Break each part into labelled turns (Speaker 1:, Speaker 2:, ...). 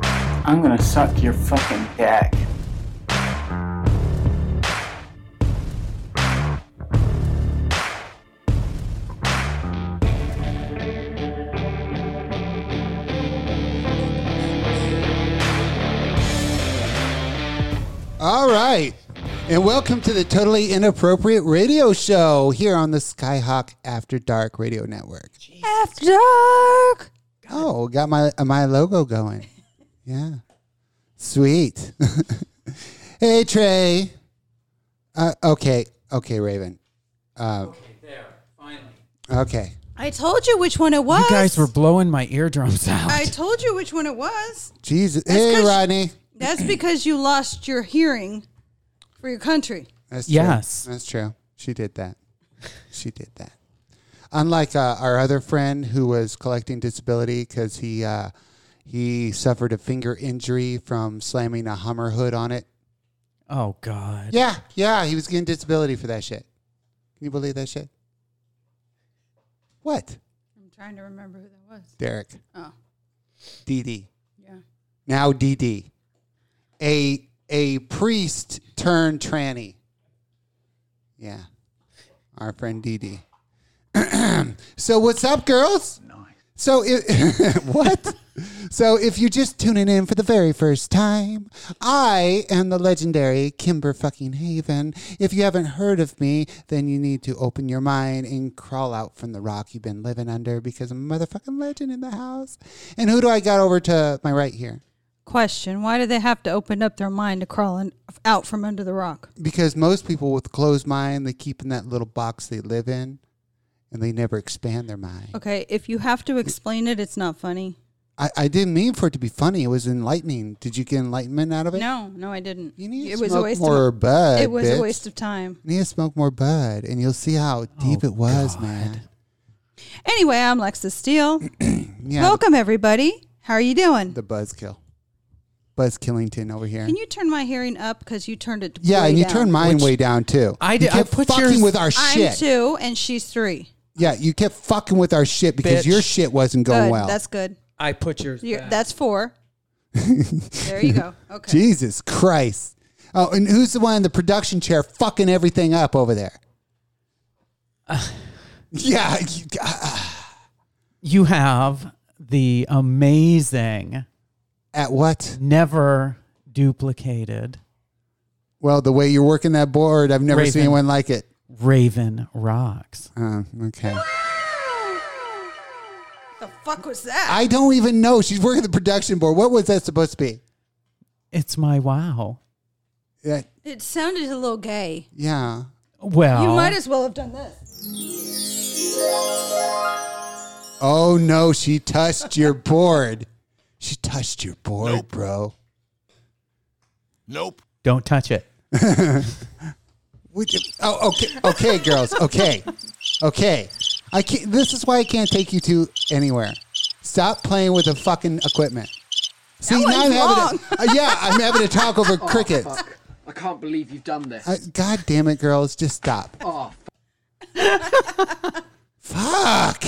Speaker 1: I'm gonna suck your fucking dick.
Speaker 2: All right. And welcome to the Totally Inappropriate Radio Show here on the Skyhawk After Dark Radio Network.
Speaker 3: After dark.
Speaker 2: Oh, got my uh, my logo going. Yeah. Sweet. hey, Trey. Uh, okay. Okay, Raven. Uh, okay, there. Finally. Okay.
Speaker 3: I told you which one it was.
Speaker 4: You guys were blowing my eardrums out.
Speaker 3: I told you which one it was.
Speaker 2: Jesus.
Speaker 3: That's
Speaker 2: hey,
Speaker 3: 'cause-
Speaker 2: Rodney.
Speaker 3: That's because you lost your hearing for your country.
Speaker 2: That's true.
Speaker 4: Yes.
Speaker 2: That's true. She did that. She did that. Unlike uh, our other friend who was collecting disability because he uh, he suffered a finger injury from slamming a Hummer hood on it.
Speaker 4: oh God.
Speaker 2: Yeah, yeah, he was getting disability for that shit. Can you believe that shit? What,
Speaker 3: I'm trying to remember who that was.
Speaker 2: Derek?
Speaker 3: Oh,
Speaker 2: DD.
Speaker 3: yeah.
Speaker 2: Now DD. A a priest turned tranny. Yeah. Our friend DD. so what's up, girls? So if, what? so if you're just tuning in for the very first time, I am the legendary Kimber fucking Haven. If you haven't heard of me, then you need to open your mind and crawl out from the rock you've been living under because I'm a motherfucking legend in the house. And who do I got over to my right here?
Speaker 3: Question: Why do they have to open up their mind to crawl in, out from under the rock?
Speaker 2: Because most people with closed mind, they keep in that little box they live in, and they never expand their mind.
Speaker 3: Okay, if you have to explain it, it's not funny.
Speaker 2: I, I didn't mean for it to be funny. It was enlightening. Did you get enlightenment out of it?
Speaker 3: No, no, I didn't.
Speaker 2: You need to
Speaker 3: it
Speaker 2: smoke
Speaker 3: was a waste
Speaker 2: more
Speaker 3: of
Speaker 2: bud.
Speaker 3: it was
Speaker 2: bitch.
Speaker 3: a waste of time.
Speaker 2: You need to smoke more bud, and you'll see how deep
Speaker 4: Oh,
Speaker 2: it was, man.
Speaker 3: Anyway, I'm Lexus Steele.
Speaker 2: Yeah,
Speaker 3: Welcome everybody. How are you doing?
Speaker 2: the buzzkill, Buzz Killington over here.
Speaker 3: Can you turn my hearing up because you turned it?
Speaker 2: yeah,
Speaker 3: way
Speaker 2: and you
Speaker 3: down.
Speaker 2: turned mine
Speaker 4: Which-
Speaker 2: way down too.
Speaker 4: I
Speaker 2: You
Speaker 4: did- I
Speaker 2: kept
Speaker 4: put
Speaker 2: fucking
Speaker 4: yours-
Speaker 2: with our
Speaker 3: I'm
Speaker 2: shit.
Speaker 3: two and she's three.
Speaker 2: yeah, you kept fucking with our shit because
Speaker 4: Bitch.
Speaker 2: your shit wasn't going
Speaker 3: good.
Speaker 2: well.
Speaker 3: That's good.
Speaker 4: I put yours.
Speaker 3: You're,
Speaker 4: back.
Speaker 3: That's four. there you go. Okay.
Speaker 2: Jesus Christ. Oh, and who's the one in the production chair fucking everything up over there? yeah. you- ah,
Speaker 4: you have the amazing,
Speaker 2: at what?
Speaker 4: never duplicated
Speaker 2: Well, the way you're working that board, I've never seen
Speaker 4: Raven.
Speaker 2: one like it.
Speaker 4: Raven Rocks.
Speaker 2: Oh, okay.
Speaker 3: The fuck was that?
Speaker 2: I don't even know. She's working the production board. What was that supposed to be?
Speaker 4: It's my wow.
Speaker 2: Yeah.
Speaker 3: it sounded a little gay.
Speaker 2: yeah.
Speaker 4: Well,
Speaker 3: You might as well have done this.
Speaker 2: Oh, no. She touched your board. She touched your board, bro.
Speaker 5: Nope.
Speaker 4: don't touch it.
Speaker 2: Would you, oh, okay, okay, girls, okay, okay. I can't. This is why I can't take you to anywhere. Stop playing with the fucking equipment. See,
Speaker 3: one's
Speaker 2: now I'm
Speaker 3: long.
Speaker 2: having. A, uh, yeah, I'm having a talk over crickets.
Speaker 6: I can't believe you've done this.
Speaker 2: Uh, God damn it, girls, just stop.
Speaker 6: Oh,
Speaker 2: Fuck.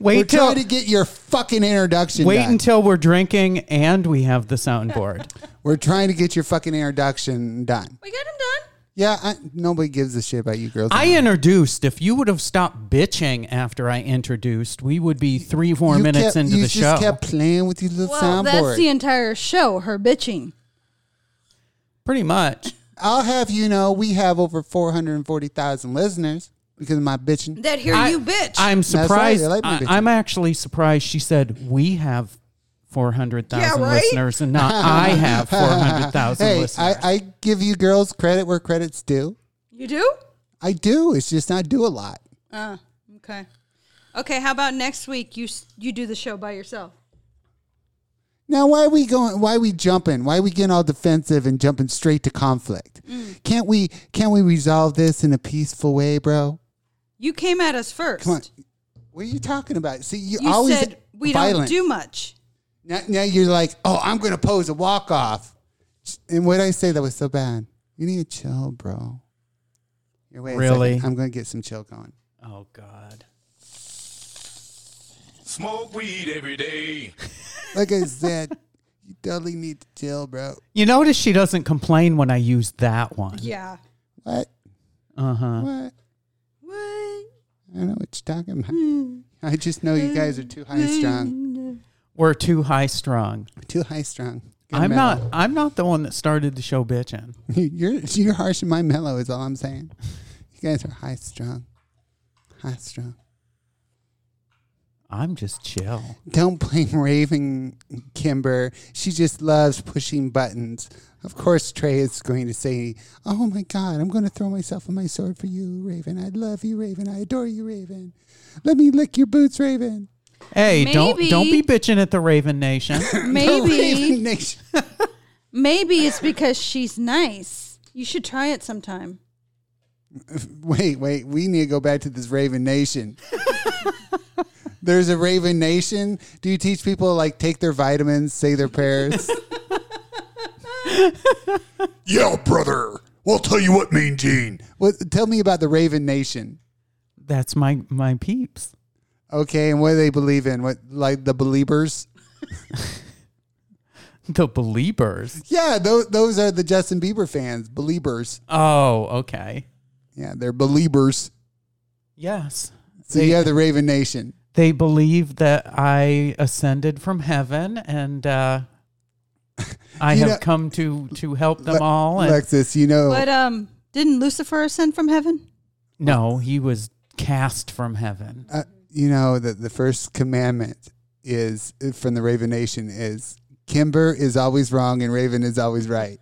Speaker 2: We're
Speaker 4: Wait till
Speaker 2: trying to get your fucking introduction.
Speaker 4: wait
Speaker 2: done.
Speaker 4: until we're drinking and we have the soundboard.
Speaker 2: We're trying to get your fucking introduction done.
Speaker 3: We got him done.
Speaker 2: Yeah, I, nobody gives a shit about you, girls.
Speaker 4: I introduced. If you would have stopped bitching after I introduced, we would be three more
Speaker 2: You
Speaker 4: minutes
Speaker 2: kept-
Speaker 4: into
Speaker 2: you
Speaker 4: the show.
Speaker 2: just kept playing with your little soundboard.
Speaker 3: Well, that's the entire show. Her bitching.
Speaker 4: Pretty much.
Speaker 2: I'll have you know we have over 440,000 listeners because of my bitching.
Speaker 3: That here
Speaker 4: I-
Speaker 3: you bitch.
Speaker 4: I'm
Speaker 2: right,
Speaker 4: surprised.
Speaker 2: I like my bitches.
Speaker 4: I, am actually surprised she said we have 400,000
Speaker 3: Yeah, right?
Speaker 4: listeners and not I have 400,000
Speaker 2: Hey, I,
Speaker 4: listeners.
Speaker 2: I give you girls credit where credit's due.
Speaker 3: you do? Ah,
Speaker 2: I do. It's just not do a lot.
Speaker 3: Okay. Okay. How about next week? You s- you do the show by yourself.
Speaker 2: Now, why are we going? Why are we jumping? Why are we getting all defensive and jumping straight to conflict?
Speaker 3: Mm.
Speaker 2: Can't we? Can't we resolve this in a peaceful way, bro?
Speaker 3: You came at us first.
Speaker 2: Come on. What are you talking about? See, you,
Speaker 3: You
Speaker 2: always
Speaker 3: said we
Speaker 2: violent.
Speaker 3: don't do much.
Speaker 2: Now, now you're like, oh, I'm gonna pose a walk off, and what I say that was so bad. You need to chill, bro. Here, wait a second.
Speaker 4: Really?
Speaker 2: I'm gonna get some chill going.
Speaker 4: oh, God.
Speaker 5: Smoke weed every day.
Speaker 2: Like I said, You totally need to chill, bro.
Speaker 4: You notice she doesn't complain when I use that one.
Speaker 3: Yeah.
Speaker 2: What?
Speaker 4: Uh huh.
Speaker 2: What?
Speaker 3: What?
Speaker 2: I don't know what you're talking about. I just know you guys are too high strung.
Speaker 4: We're too high strung.
Speaker 2: Too high strung. Good
Speaker 4: I'm
Speaker 2: mellow.
Speaker 4: not. I'm not the one that started the show bitching.
Speaker 2: you're you're harsh and my mellow is all I'm saying. You guys are high strung. High strung.
Speaker 4: I'm just chill.
Speaker 2: Don't blame Raven Kimber. She just loves pushing buttons. Of course, Trey is going to say, Oh my God, I'm going to throw myself on my sword for you, Raven. I love you, Raven. I adore you, Raven. Let me lick your boots, Raven.
Speaker 4: Hey, don't
Speaker 3: Maybe-
Speaker 4: don't be bitching at the Raven Nation.
Speaker 2: Raven
Speaker 3: Maybe,
Speaker 2: Nation.
Speaker 3: maybe it's because she's nice. You should try it sometime.
Speaker 2: Wait, wait. We need to go back to this Raven Nation. There's a Raven Nation. Do you teach people like take their vitamins, say their prayers?
Speaker 5: Yeah, brother. Well, tell you what, Mean Gene.
Speaker 2: what, tell me about the Raven Nation.
Speaker 4: That's my my peeps.
Speaker 2: Okay, and what do they believe in? What like the believers?
Speaker 4: The believers.
Speaker 2: Yeah, those those are the Justin Bieber fans, believers.
Speaker 4: Oh, okay.
Speaker 2: Yeah, they're believers.
Speaker 4: Yes.
Speaker 2: So you have the Raven Nation.
Speaker 4: They believe that I ascended from heaven and uh, I
Speaker 2: You
Speaker 4: have
Speaker 2: know-
Speaker 4: come to to help them
Speaker 2: Le-
Speaker 4: all. And
Speaker 2: Lexus, you know.
Speaker 3: But um, didn't Lucifer ascend from heaven?
Speaker 4: no, he was cast from heaven.
Speaker 2: uh, you know that the first commandment is uh, from the Raven Nation is Kimber is always wrong and Raven is always right.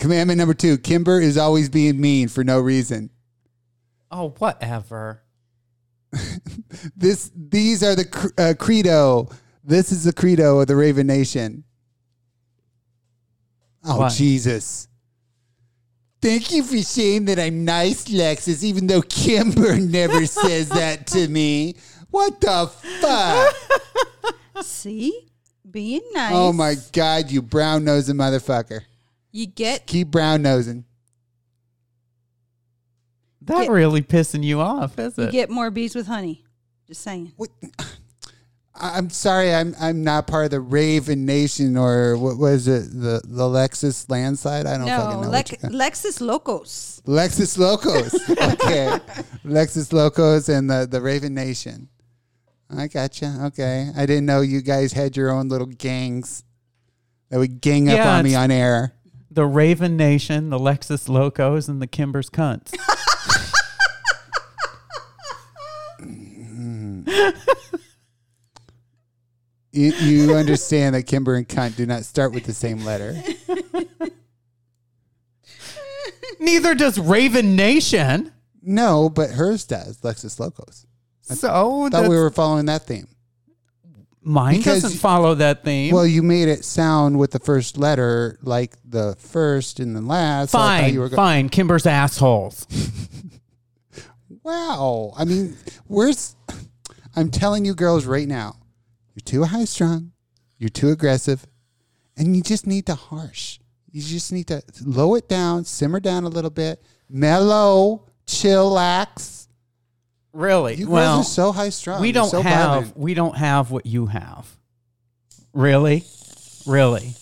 Speaker 2: Commandment number two: Kimber is always being mean for no reason.
Speaker 4: Oh, whatever.
Speaker 2: This these are the cr- uh, credo. This is the credo of the Raven Nation. Oh
Speaker 4: What?
Speaker 2: Jesus! Thank you for saying that I'm nice, Lexus. Even though Kimber never says that to me. What the fuck?
Speaker 3: See, being nice.
Speaker 2: Oh my God, you brown nosing motherfucker.
Speaker 3: You get
Speaker 2: Keep brown nosing.
Speaker 4: That
Speaker 3: Get-
Speaker 4: really pissing you off, is
Speaker 3: you
Speaker 4: it?
Speaker 3: get more bees with honey. Just saying.
Speaker 2: What? I- I'm sorry, I'm I'm not part of the Raven Nation or what was it? The the Lexus landslide? I don't fucking
Speaker 3: No,
Speaker 2: know.
Speaker 3: Lex
Speaker 2: what you-
Speaker 3: Lexus Locos.
Speaker 2: Lexus Locos. Okay. Lexus Locos and the, the Raven Nation. I gotcha. Okay. I didn't know you guys had your own little gangs that would gang up
Speaker 4: Yeah,
Speaker 2: on me
Speaker 4: it's-
Speaker 2: on air.
Speaker 4: the Raven Nation, the Lexus Locos, and the Kimbers Cunts.
Speaker 2: You, you understand that Kimber and Cunt do not start with the same letter.
Speaker 4: Neither does Raven Nation.
Speaker 2: No, but hers does. Lexus Locos.
Speaker 4: So
Speaker 2: Thought
Speaker 4: that's,
Speaker 2: we were following that theme.
Speaker 4: mine
Speaker 2: because-
Speaker 4: doesn't follow that theme.
Speaker 2: Well, you made it sound with the first letter like the first and the last. so I thought
Speaker 4: fine,
Speaker 2: you were go-
Speaker 4: fine. Kimber's assholes.
Speaker 2: Wow. I mean, where's? I'm telling you, girls, right now, you're too high strung, you're too aggressive, and you just need to harsh. You just need to low it down, simmer down a little bit, mellow, chillax.
Speaker 4: Really?
Speaker 2: You girls
Speaker 4: well,
Speaker 2: are so high strung.
Speaker 4: we
Speaker 2: You're
Speaker 4: don't
Speaker 2: so
Speaker 4: have
Speaker 2: violent.
Speaker 4: we don't have what you have. Really? Really?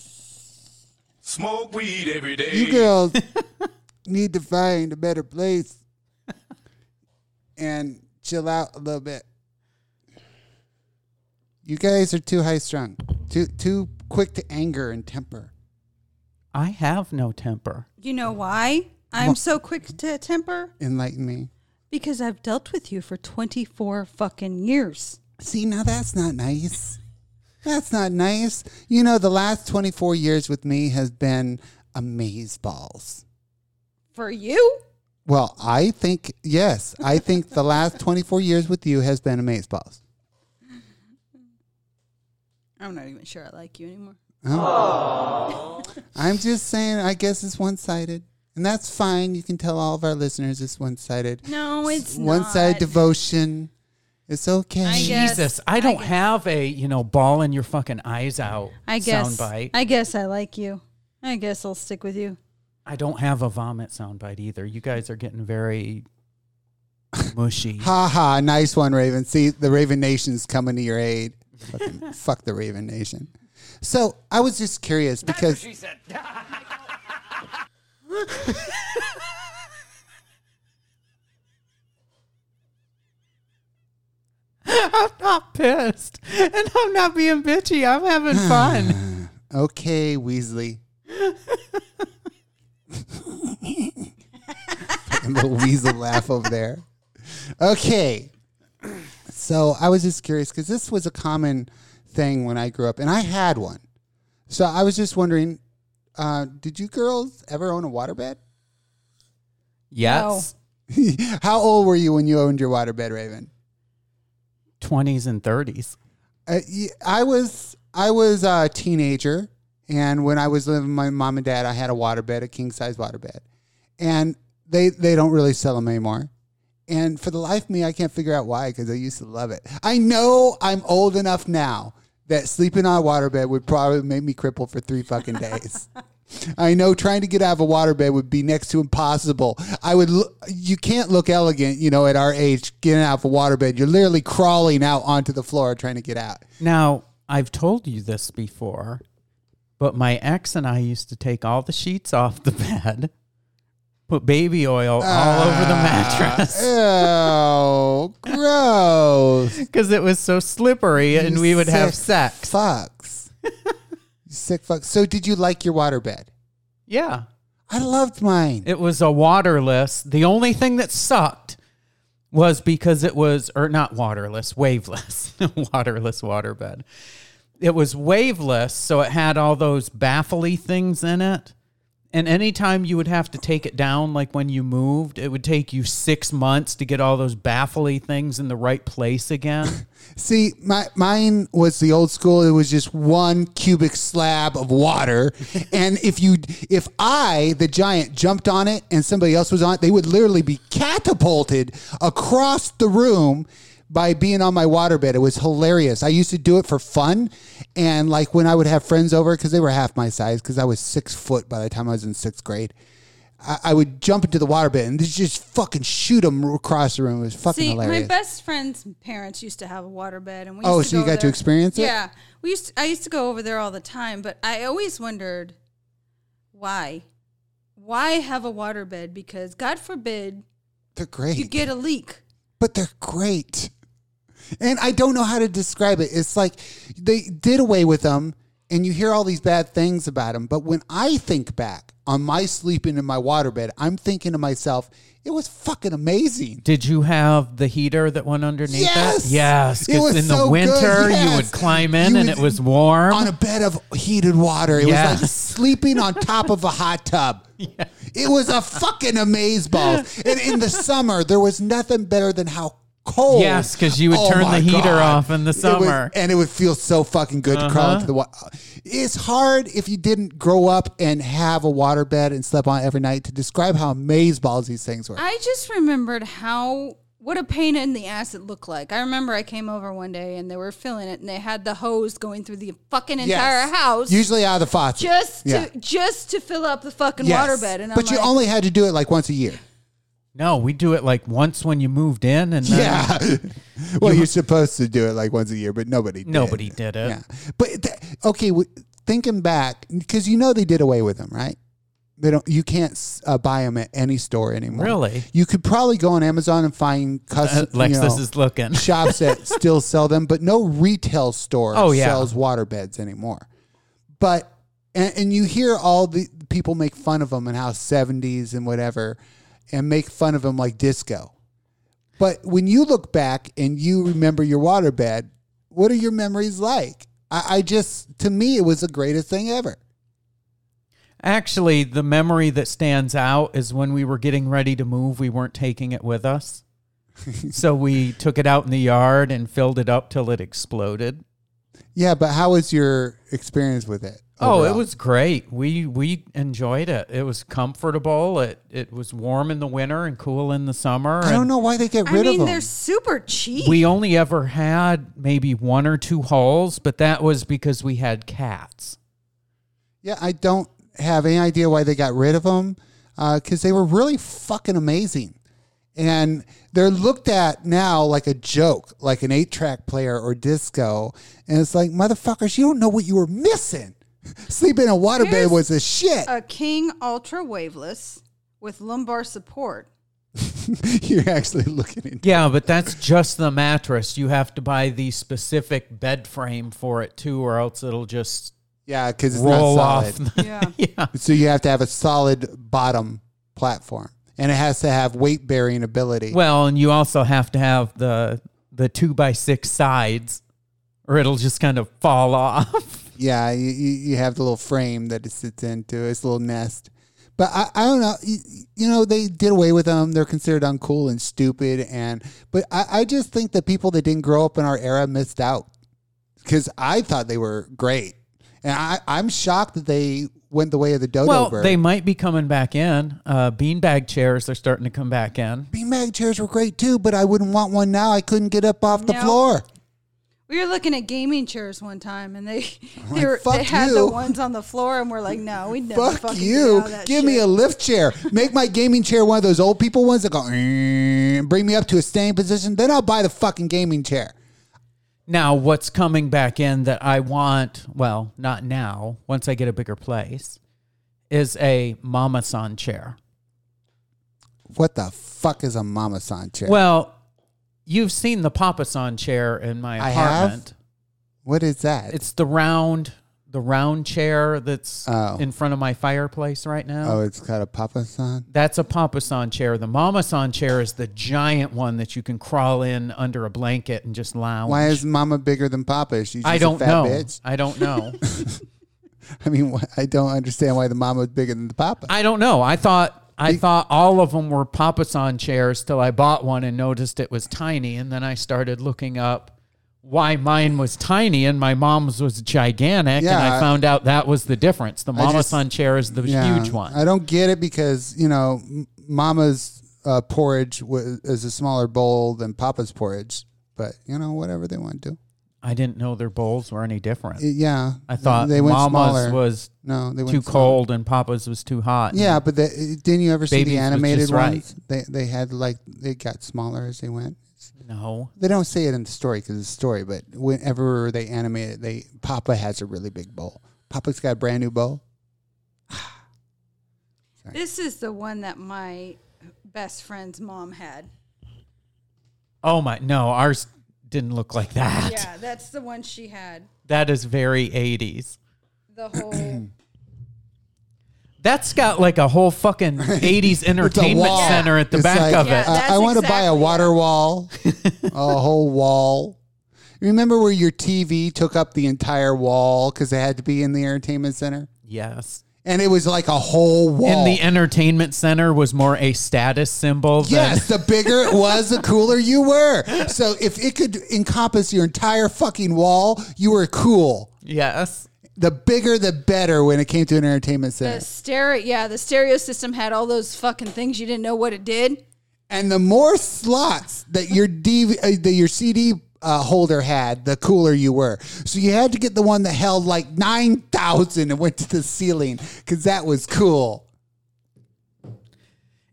Speaker 5: Smoke weed every day.
Speaker 2: you girls need to find a better place and chill out a little bit. You guys are too high strung, too too quick to anger and temper.
Speaker 4: I have no temper.
Speaker 3: You know why I'm so quick to temper?
Speaker 2: Enlighten me.
Speaker 3: Because I've dealt with you for 24 fucking years.
Speaker 2: See, now that's not nice. That's not nice. You know, the last twenty four years with me has been amazeballs. balls.
Speaker 3: For you?
Speaker 2: Well, I think yes, I think the last twenty four years with you has been amazeballs. balls.
Speaker 3: I'm not even sure I like you anymore.
Speaker 2: I'm just saying, I guess it's one sided. And that's fine. You can tell all of our listeners it's one sided.
Speaker 3: No, it's
Speaker 2: One sided
Speaker 3: not.
Speaker 2: devotion. It's okay.
Speaker 3: I guess-
Speaker 4: Jesus, I don't
Speaker 3: guess.
Speaker 4: have a, you know, ball in your fucking eyes out
Speaker 3: I guess.
Speaker 4: soundbite. I,
Speaker 3: I guess I like you. I guess I'll stick with you.
Speaker 4: don't have a vomit soundbite either. You guys are getting very mushy.
Speaker 2: Ha ha. Nice one, Raven. See, the Raven Nation's coming to your aid. Fucking fuck the Raven Nation. So I was just curious because
Speaker 4: I'm not pissed, and I'm not being bitchy. I'm having fun.
Speaker 2: okay, Weasley. Fucking little weasel laugh over there. Okay. So I was just curious because this was a common thing when I grew up, and I had one. So I was just wondering, uh, did you girls ever own a waterbed?
Speaker 4: Yes,
Speaker 2: How old were you when you owned your waterbed, Raven?
Speaker 4: twenties and thirties.
Speaker 2: Uh, y- I was I was a teenager, and when I was living with my mom and dad, I had a waterbed, a king size waterbed, and they they don't really sell them anymore. And for the life of me, I can't figure out why because I used to love it. I know I'm old enough now that sleeping on a waterbed would probably make me cripple for three fucking days. I know trying to get out of a waterbed would be next to impossible. I would, l- you can't look elegant, you know, at our age getting out of a waterbed. You're literally crawling out onto the floor trying to get out.
Speaker 4: Now, I've told you this before, but my ex and I used to take all the sheets off the bed, put baby oil all over the
Speaker 2: Ah.
Speaker 4: mattress
Speaker 2: Oh, gross!
Speaker 4: because it was so slippery and
Speaker 2: You
Speaker 4: we would have
Speaker 2: sick
Speaker 4: sex.
Speaker 2: Fucks, You sick fucks. So, did you like your waterbed?
Speaker 4: Yeah.
Speaker 2: I loved mine.
Speaker 4: It was a waterless. The only thing that sucked was because it was, or not waterless, waveless, waterless waterbed. It was waveless, so it had all those baffly things in it. And anytime you would have to take it down, like when you moved, it would take you six months to get all those baffly things in the right place again.
Speaker 2: See, my mine was the old school. It was just one cubic slab of water, and if you, if I, the giant, jumped on it and somebody else was on it, they would literally be catapulted across the room by being on my waterbed. It was hilarious. I used to do it for fun, and like when I would have friends over because they were half my size because I was six foot by the time I was in sixth grade. I, I would jump into the waterbed and just fucking shoot them across the room. It was fucking
Speaker 3: See,
Speaker 2: hilarious.
Speaker 3: my best friend's parents used to have a waterbed, and we. Used
Speaker 2: Oh,
Speaker 3: to
Speaker 2: so you
Speaker 3: go
Speaker 2: got to
Speaker 3: there-
Speaker 2: experience it?
Speaker 3: Yeah, we used. I used to go over there all the time, but I always wondered why, why have a waterbed? Because God forbid
Speaker 2: They're great.
Speaker 3: you get a leak.
Speaker 2: but they're great. And I don't know how to describe it. It's like they did away with them, and you hear all these bad things about them. But when I think back on my sleeping in my waterbed, I'm thinking to myself, it was fucking amazing.
Speaker 4: Did you have the heater that went underneath
Speaker 2: Yes!
Speaker 4: it? Yes.
Speaker 2: It was
Speaker 4: Because in the
Speaker 2: so good,
Speaker 4: winter, you
Speaker 2: yes.
Speaker 4: would climb in
Speaker 2: You
Speaker 4: and
Speaker 2: would-
Speaker 4: it was warm.
Speaker 2: On a bed of heated water. It was like
Speaker 4: Yes.
Speaker 2: sleeping on top of a hot tub. It was a fucking amazeballs. And in the summer, there was nothing better than how cold. Oh
Speaker 4: Yes, 'cause you would turn
Speaker 2: my
Speaker 4: the heater off in the
Speaker 2: It was-
Speaker 4: summer. Uh-huh.
Speaker 2: and it would feel so fucking good to crawl into the water. It's hard if you didn't grow up and have a water bed and slept on it every night to describe how amazeballs these things were.
Speaker 3: I just remembered how what a pain in the ass it looked like. I remember I came over one day and they were filling it, and they had the hose going through the fucking
Speaker 2: Yes.
Speaker 3: entire house.
Speaker 2: Usually out of the faucet.
Speaker 3: just to
Speaker 2: Yeah.
Speaker 3: just to fill up the fucking
Speaker 2: Yes.
Speaker 3: waterbed, and I'm
Speaker 2: but you
Speaker 3: like,
Speaker 2: only had to do it like once a year.
Speaker 4: No, we do it like once when you moved in, and then
Speaker 2: Yeah. well, you're supposed to do it like once a year, but nobody did.
Speaker 4: nobody did it.
Speaker 2: Yeah. But th- okay, w- thinking back cuz you know they did away with them, right? They don't you can't s- uh, buy them at any store anymore.
Speaker 4: Really?
Speaker 2: You could probably go on Amazon and find
Speaker 4: Uh,
Speaker 2: custom
Speaker 4: Lex,
Speaker 2: you
Speaker 4: this
Speaker 2: know,
Speaker 4: is looking.
Speaker 2: shops that still sell them, but no retail store
Speaker 4: Oh, yeah.
Speaker 2: sells water beds anymore. But and, and you hear all the people make fun of them and how 70s and whatever and make fun of them like disco. But when you look back and you remember your water bed, what are your memories like? I, I just to me it was the greatest thing ever.
Speaker 4: Actually, the memory that stands out is when we were getting ready to move, we weren't taking it with us. so we took it out in the yard and filled it up till it exploded.
Speaker 2: Yeah, but how was your experience with it?
Speaker 4: Oh, it
Speaker 2: overall?
Speaker 4: was great. We we enjoyed it. It was comfortable. It it was warm in the winter and cool in the summer.
Speaker 2: I
Speaker 4: and-
Speaker 2: don't know why they get
Speaker 3: I
Speaker 2: rid of
Speaker 3: mean,
Speaker 2: them.
Speaker 3: they're super cheap.
Speaker 4: We only ever had maybe one or two holes, but that was because we had cats.
Speaker 2: Yeah, I don't uh, have any idea why they got rid of them because they were really fucking amazing. And they're looked at now like a joke, like an eight track player or disco. And it's like, motherfuckers, you don't know what you were missing. Sleeping in a waterbed
Speaker 3: Here's
Speaker 2: was a shit.
Speaker 3: A King Ultra Waveless with lumbar support.
Speaker 2: You're actually looking into
Speaker 4: Yeah, but that's just the mattress. You have to buy the specific bed frame for it too, or else it'll just
Speaker 2: Yeah, because it's not
Speaker 4: roll
Speaker 2: solid.
Speaker 4: off.
Speaker 3: Yeah.
Speaker 2: So you have to have a solid bottom platform, and it has to have weight bearing ability.
Speaker 4: well, and you also have to have the the two by six sides, or it'll just kind of fall off.
Speaker 2: yeah, you, you you have the little frame that it sits into, its little nest. But I, I don't know. You, you know, they did away with them. They're considered uncool and stupid. And but I, I just think the people that didn't grow up in our era missed out because I thought they were great, and I, I'm shocked that they went the way of the dodo
Speaker 4: well,
Speaker 2: bird.
Speaker 4: they might be coming back in. Uh, beanbag chairs are starting to come back in.
Speaker 2: beanbag chairs were great too, but I wouldn't want one now. I couldn't get up off the
Speaker 3: No.
Speaker 2: floor.
Speaker 3: We were looking at gaming chairs one time, and they
Speaker 2: like,
Speaker 3: they, were,
Speaker 2: "Fuck
Speaker 3: they had the
Speaker 2: you."
Speaker 3: ones on the floor, and we're like, no, we never
Speaker 2: Fuck
Speaker 3: fucking
Speaker 2: you.
Speaker 3: Get out of that
Speaker 2: Give me
Speaker 3: shit."
Speaker 2: a lift chair. Make my gaming chair one of those old people ones that go, "Eh," bring me up to a standing position. Then I'll buy the fucking gaming chair.
Speaker 4: Now, what's coming back in that I want, well, not now, once I get a bigger place, is a Mama San chair.
Speaker 2: What the fuck is a Mama San chair?
Speaker 4: Well, you've seen the Papa San chair in my
Speaker 2: I have.
Speaker 4: apartment.
Speaker 2: what is that?
Speaker 4: It's the round the round chair that's
Speaker 2: Oh.
Speaker 4: in front of my fireplace right now.
Speaker 2: oh, it's got a Papa San?
Speaker 4: That's a Papa San chair. The Mama San chair is the giant one that you can crawl in under a blanket and just lounge.
Speaker 2: Why is Mama bigger than Papa? She's just
Speaker 4: I
Speaker 2: a
Speaker 4: don't
Speaker 2: fat
Speaker 4: know.
Speaker 2: bitch.
Speaker 4: I don't know.
Speaker 2: I mean, wh- I don't understand why the Mama is bigger than the Papa.
Speaker 4: I don't know. I thought I thought all of them were papasan chairs till I bought one and noticed it was tiny, and then I started looking up why mine was tiny and my mom's was gigantic, and
Speaker 2: Yeah,
Speaker 4: I
Speaker 2: I-
Speaker 4: found out that was the difference. The mama
Speaker 2: just-
Speaker 4: san chair is the
Speaker 2: Yeah.
Speaker 4: huge one.
Speaker 2: I don't get it because, you know, m- Mama's uh, porridge wa is a smaller bowl than Papa's porridge. But, you know, whatever they want to do.
Speaker 4: I didn't know their bowls were any different.
Speaker 2: Yeah,
Speaker 4: I thought
Speaker 2: they went
Speaker 4: mama's
Speaker 2: smaller.
Speaker 4: was
Speaker 2: no, they went
Speaker 4: too
Speaker 2: smaller.
Speaker 4: cold and papa's was too hot.
Speaker 2: Yeah, but the, didn't you ever see
Speaker 4: Babies
Speaker 2: the
Speaker 4: was
Speaker 2: animated
Speaker 4: just right.
Speaker 2: ones? They they had like they got smaller as they went.
Speaker 4: No.
Speaker 2: They don't say it in the story because it's a story, but whenever they animate it, they Papa has a really big bowl. Papa's got a brand new bowl.
Speaker 3: This is the one that my best friend's mom had.
Speaker 4: Oh my no, ours didn't look like that.
Speaker 3: Yeah, that's the one she had.
Speaker 4: That is very 80s.
Speaker 3: The whole
Speaker 4: That's got like a whole fucking 80s
Speaker 2: It's a
Speaker 4: entertainment
Speaker 2: wall.
Speaker 4: center at the
Speaker 2: It's
Speaker 4: back
Speaker 2: like,
Speaker 4: of
Speaker 3: Yeah,
Speaker 4: it.
Speaker 2: I- I,
Speaker 3: that's
Speaker 2: want to buy a
Speaker 3: exactly
Speaker 2: water wall, a whole wall. Remember where your TV took up the entire wall because it had to be in the entertainment center,
Speaker 4: Yes.
Speaker 2: and it was like a whole wall.
Speaker 4: And the entertainment center was more a status symbol
Speaker 2: Yes, the bigger it was, the cooler you were. So if it could encompass your entire fucking wall, you were cool.
Speaker 4: than Yes.
Speaker 2: The bigger, the better when it came to an entertainment
Speaker 3: the
Speaker 2: center.
Speaker 3: stereo. Yeah, the stereo system had all those fucking things you didn't know what it did.
Speaker 2: And the more slots that your DV, uh, that your CD uh, holder had, the cooler you were. So you had to get the one that held like 9,000 and went to the ceiling because that was cool.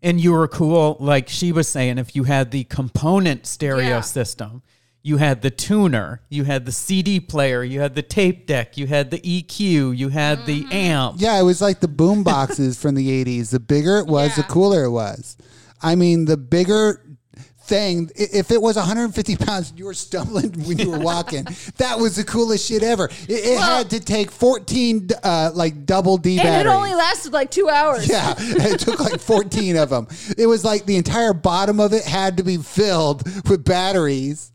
Speaker 4: And you were cool like she was saying if you had the component stereo
Speaker 3: Yeah.
Speaker 4: system. You had the tuner, you had the CD player, you had the tape deck, you had the EQ, you had the amp.
Speaker 2: Yeah, it was like the boom boxes from the 80s. The bigger it was, the
Speaker 3: Yeah.
Speaker 2: cooler it was. I mean, the bigger thing, i- if it was 150 pounds and you were stumbling when you were walking, that was the coolest shit ever. It, it had to take 14, uh, like, double D
Speaker 3: And
Speaker 2: batteries.
Speaker 3: it only lasted like two hours.
Speaker 2: yeah, it took like 14 of them. It was like the entire bottom of it had to be filled with batteries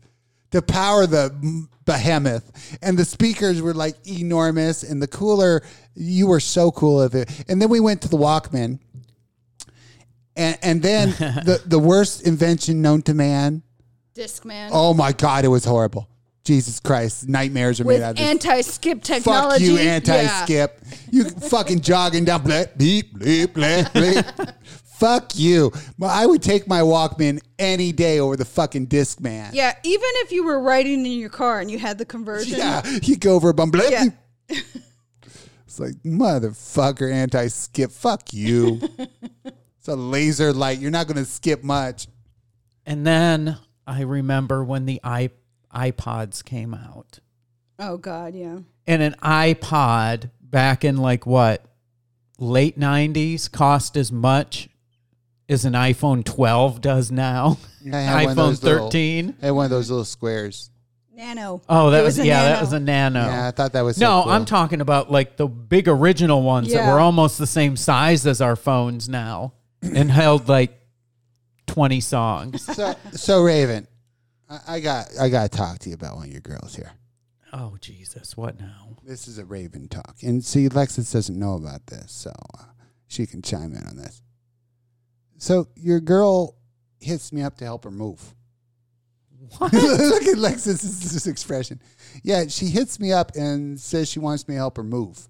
Speaker 2: to power the behemoth. And the speakers were like enormous. And the cooler, you were so cool of it. And then we went to the Walkman. And, and then the, the worst invention known to man.
Speaker 3: Discman
Speaker 2: Oh my God, it was horrible. Jesus Christ, nightmares are
Speaker 3: with
Speaker 2: made out of this.
Speaker 3: anti-skip
Speaker 2: Fuck
Speaker 3: technology.
Speaker 2: you, anti
Speaker 3: Yeah.
Speaker 2: skip. You fucking jogging down, bleep, bleep, bleep, bleep, bleep. Fuck you. Well, I would take my Walkman any day over the fucking disc man.
Speaker 3: Yeah, even if you were riding in your car and you had the conversion.
Speaker 2: Yeah. You go over a bum, bleep.
Speaker 3: Yeah.
Speaker 2: It's like, motherfucker, anti skip. Fuck you. it's a laser light. You're not going to skip much.
Speaker 4: And then I remember when the i iPods came out.
Speaker 3: Oh God, yeah.
Speaker 4: and an iPod back in like what late 90s cost as much as an iPhone 12 does now.
Speaker 2: I had one of
Speaker 4: iPhone
Speaker 2: those little-
Speaker 4: 13.
Speaker 2: I had one of those little squares.
Speaker 3: Nano.
Speaker 4: Oh, that
Speaker 3: It
Speaker 4: was,
Speaker 3: a
Speaker 4: yeah, that
Speaker 3: nano.
Speaker 4: was a nano.
Speaker 2: Yeah, I thought that was so
Speaker 4: no,
Speaker 2: cool.
Speaker 4: I'm talking about like the big original ones that
Speaker 3: Yeah.
Speaker 4: were almost the same size as our phones now and held like 20 songs.
Speaker 2: so, so Raven, I, I got I got to talk to you about one of your girls here.
Speaker 4: oh Jesus, what now?
Speaker 2: This is a Raven talk, and see, Lexus doesn't know about this, so uh, she can chime in on this. So your girl hits me up to help her move. What? Look at Lexus's expression. Yeah, she hits me up and says she wants me to help her move.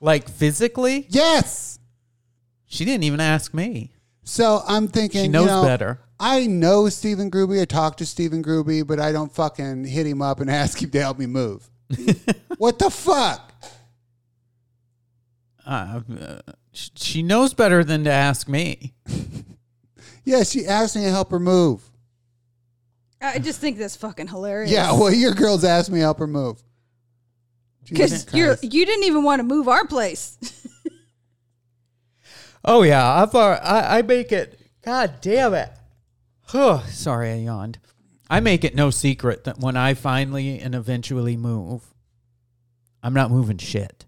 Speaker 4: Like physically?
Speaker 2: Yes.
Speaker 4: She didn't even ask me.
Speaker 2: So I'm thinking
Speaker 4: She knows
Speaker 2: you know,
Speaker 4: better.
Speaker 2: I know Stephen Gruby. I talked to Stephen Gruby, but I don't fucking hit him up and ask him to help me move. what the fuck?
Speaker 4: Uh, uh, sh- she knows better than to ask me.
Speaker 2: Yeah, she asked me to help her move.
Speaker 3: I just think that's fucking hilarious.
Speaker 2: Yeah, well, your girls asked me to help her move. Jesus
Speaker 3: because you
Speaker 2: Christ.
Speaker 3: you didn't even want to move our place.
Speaker 4: Oh yeah, I've uh, I, I make it. God damn it! Huh, sorry, I yawned. I make it no secret that when I finally and eventually move, I'm not moving shit.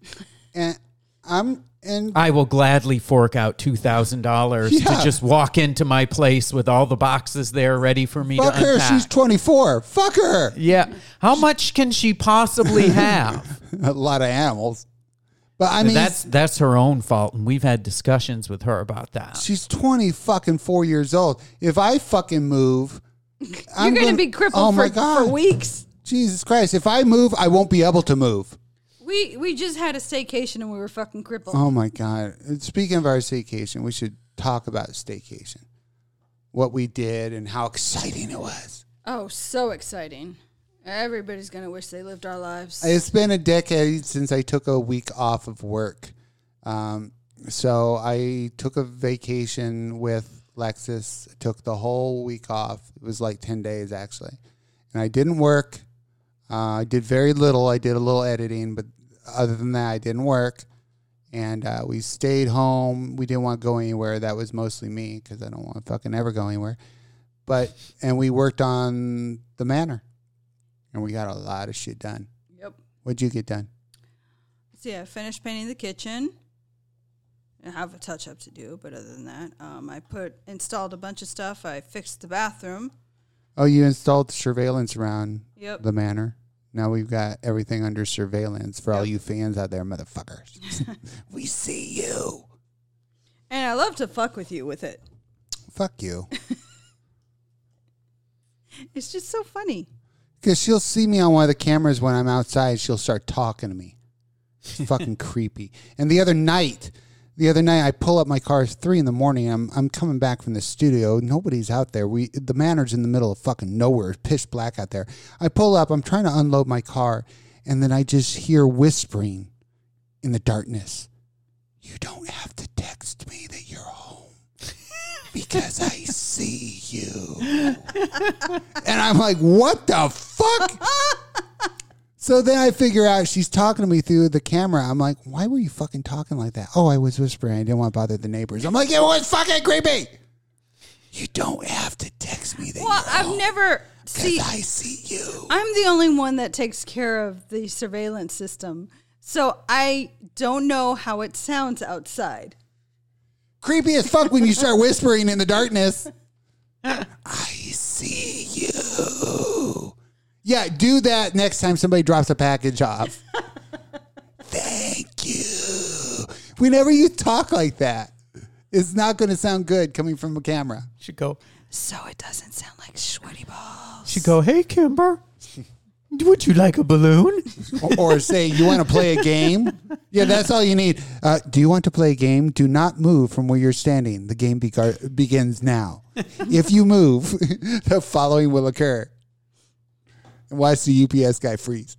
Speaker 2: and I'm and
Speaker 4: I will gladly fork out two thousand dollars
Speaker 2: Yeah.
Speaker 4: to just walk into my place with all the boxes there ready for me
Speaker 2: fuck
Speaker 4: to
Speaker 2: her.
Speaker 4: unpack.
Speaker 2: She's 24. Fuck her.
Speaker 4: yeah, how much can she possibly have?
Speaker 2: A lot of animals, but I mean,
Speaker 4: that's that's her own fault, and we've had discussions with her about that.
Speaker 2: she's 20 fucking four years old. If I fucking move, I'm
Speaker 3: You're gonna
Speaker 2: gonna-
Speaker 3: be crippled
Speaker 2: oh
Speaker 3: for,
Speaker 2: my God.
Speaker 3: for weeks.
Speaker 2: Jesus Christ! If I move, I won't be able to move.
Speaker 3: We we just had a staycation and we were fucking crippled.
Speaker 2: Oh my God. And Speaking of our staycation, we should talk about staycation. What we did and how exciting it was.
Speaker 3: Oh, so exciting! Everybody's gonna wish they lived our lives.
Speaker 2: It's been a decade since I took a week off of work. Um, so I took a vacation with Lexus, took the whole week off. It was like 10 days actually. And I didn't work. Uh, I did very little. I did a little editing, but other than that, I didn't work. And uh, we stayed home. We didn't want to go anywhere. That was mostly me because I don't want to fucking ever go anywhere. But, and we worked on the manor and we got a lot of shit done.
Speaker 3: yep.
Speaker 2: What'd you get done?
Speaker 3: So yeah, I finished painting the kitchen. I have a touch up to do, but other than that, um, I put installed a bunch of stuff. I fixed the bathroom.
Speaker 2: Oh, you installed surveillance around
Speaker 3: Yep.
Speaker 2: the manor. Now we've got everything under surveillance for all you fans out there, motherfuckers. we see you.
Speaker 3: And I love to fuck with you with it.
Speaker 2: Fuck you.
Speaker 3: It's just so funny.
Speaker 2: Because she'll see me on one of the cameras when I'm outside. She'll start talking to me. It's fucking creepy. And the other night, the other night, I pull up my car. It's three in the morning. I'm I'm coming back from the studio. Nobody's out there. We the manor's in the middle of fucking nowhere. Pitch black out there. I pull up. I'm trying to unload my car, and then I just hear whispering in the darkness. You don't have to text me that you're home because I see you. And I'm like, what the fuck? so then I figure out she's talking to me through the camera. I'm like, why were you fucking talking like that? Oh, I was whispering. I didn't want to bother the neighbors. I'm like, it was fucking creepy. You don't have to text me that
Speaker 3: Well, I've never
Speaker 2: because
Speaker 3: see.
Speaker 2: I see you.
Speaker 3: I'm the only one that takes care of the surveillance system, so I don't know how it sounds outside.
Speaker 2: Creepy as fuck when you start whispering in the darkness. I see you. Yeah, do that next time somebody drops a package off. Thank you. Whenever you talk like that, it's not going to sound good coming from a camera.
Speaker 4: She'd go,
Speaker 3: So it doesn't sound like sweaty balls.
Speaker 4: she'd go, hey Kimber, would you like a balloon?
Speaker 2: Or, or say, you want to play a game? Yeah, that's all you need. Uh, do you want to play a game? Do not move from where you're standing. The game begar- begins now. If you move, the following will occur. And watch the UPS guy freeze.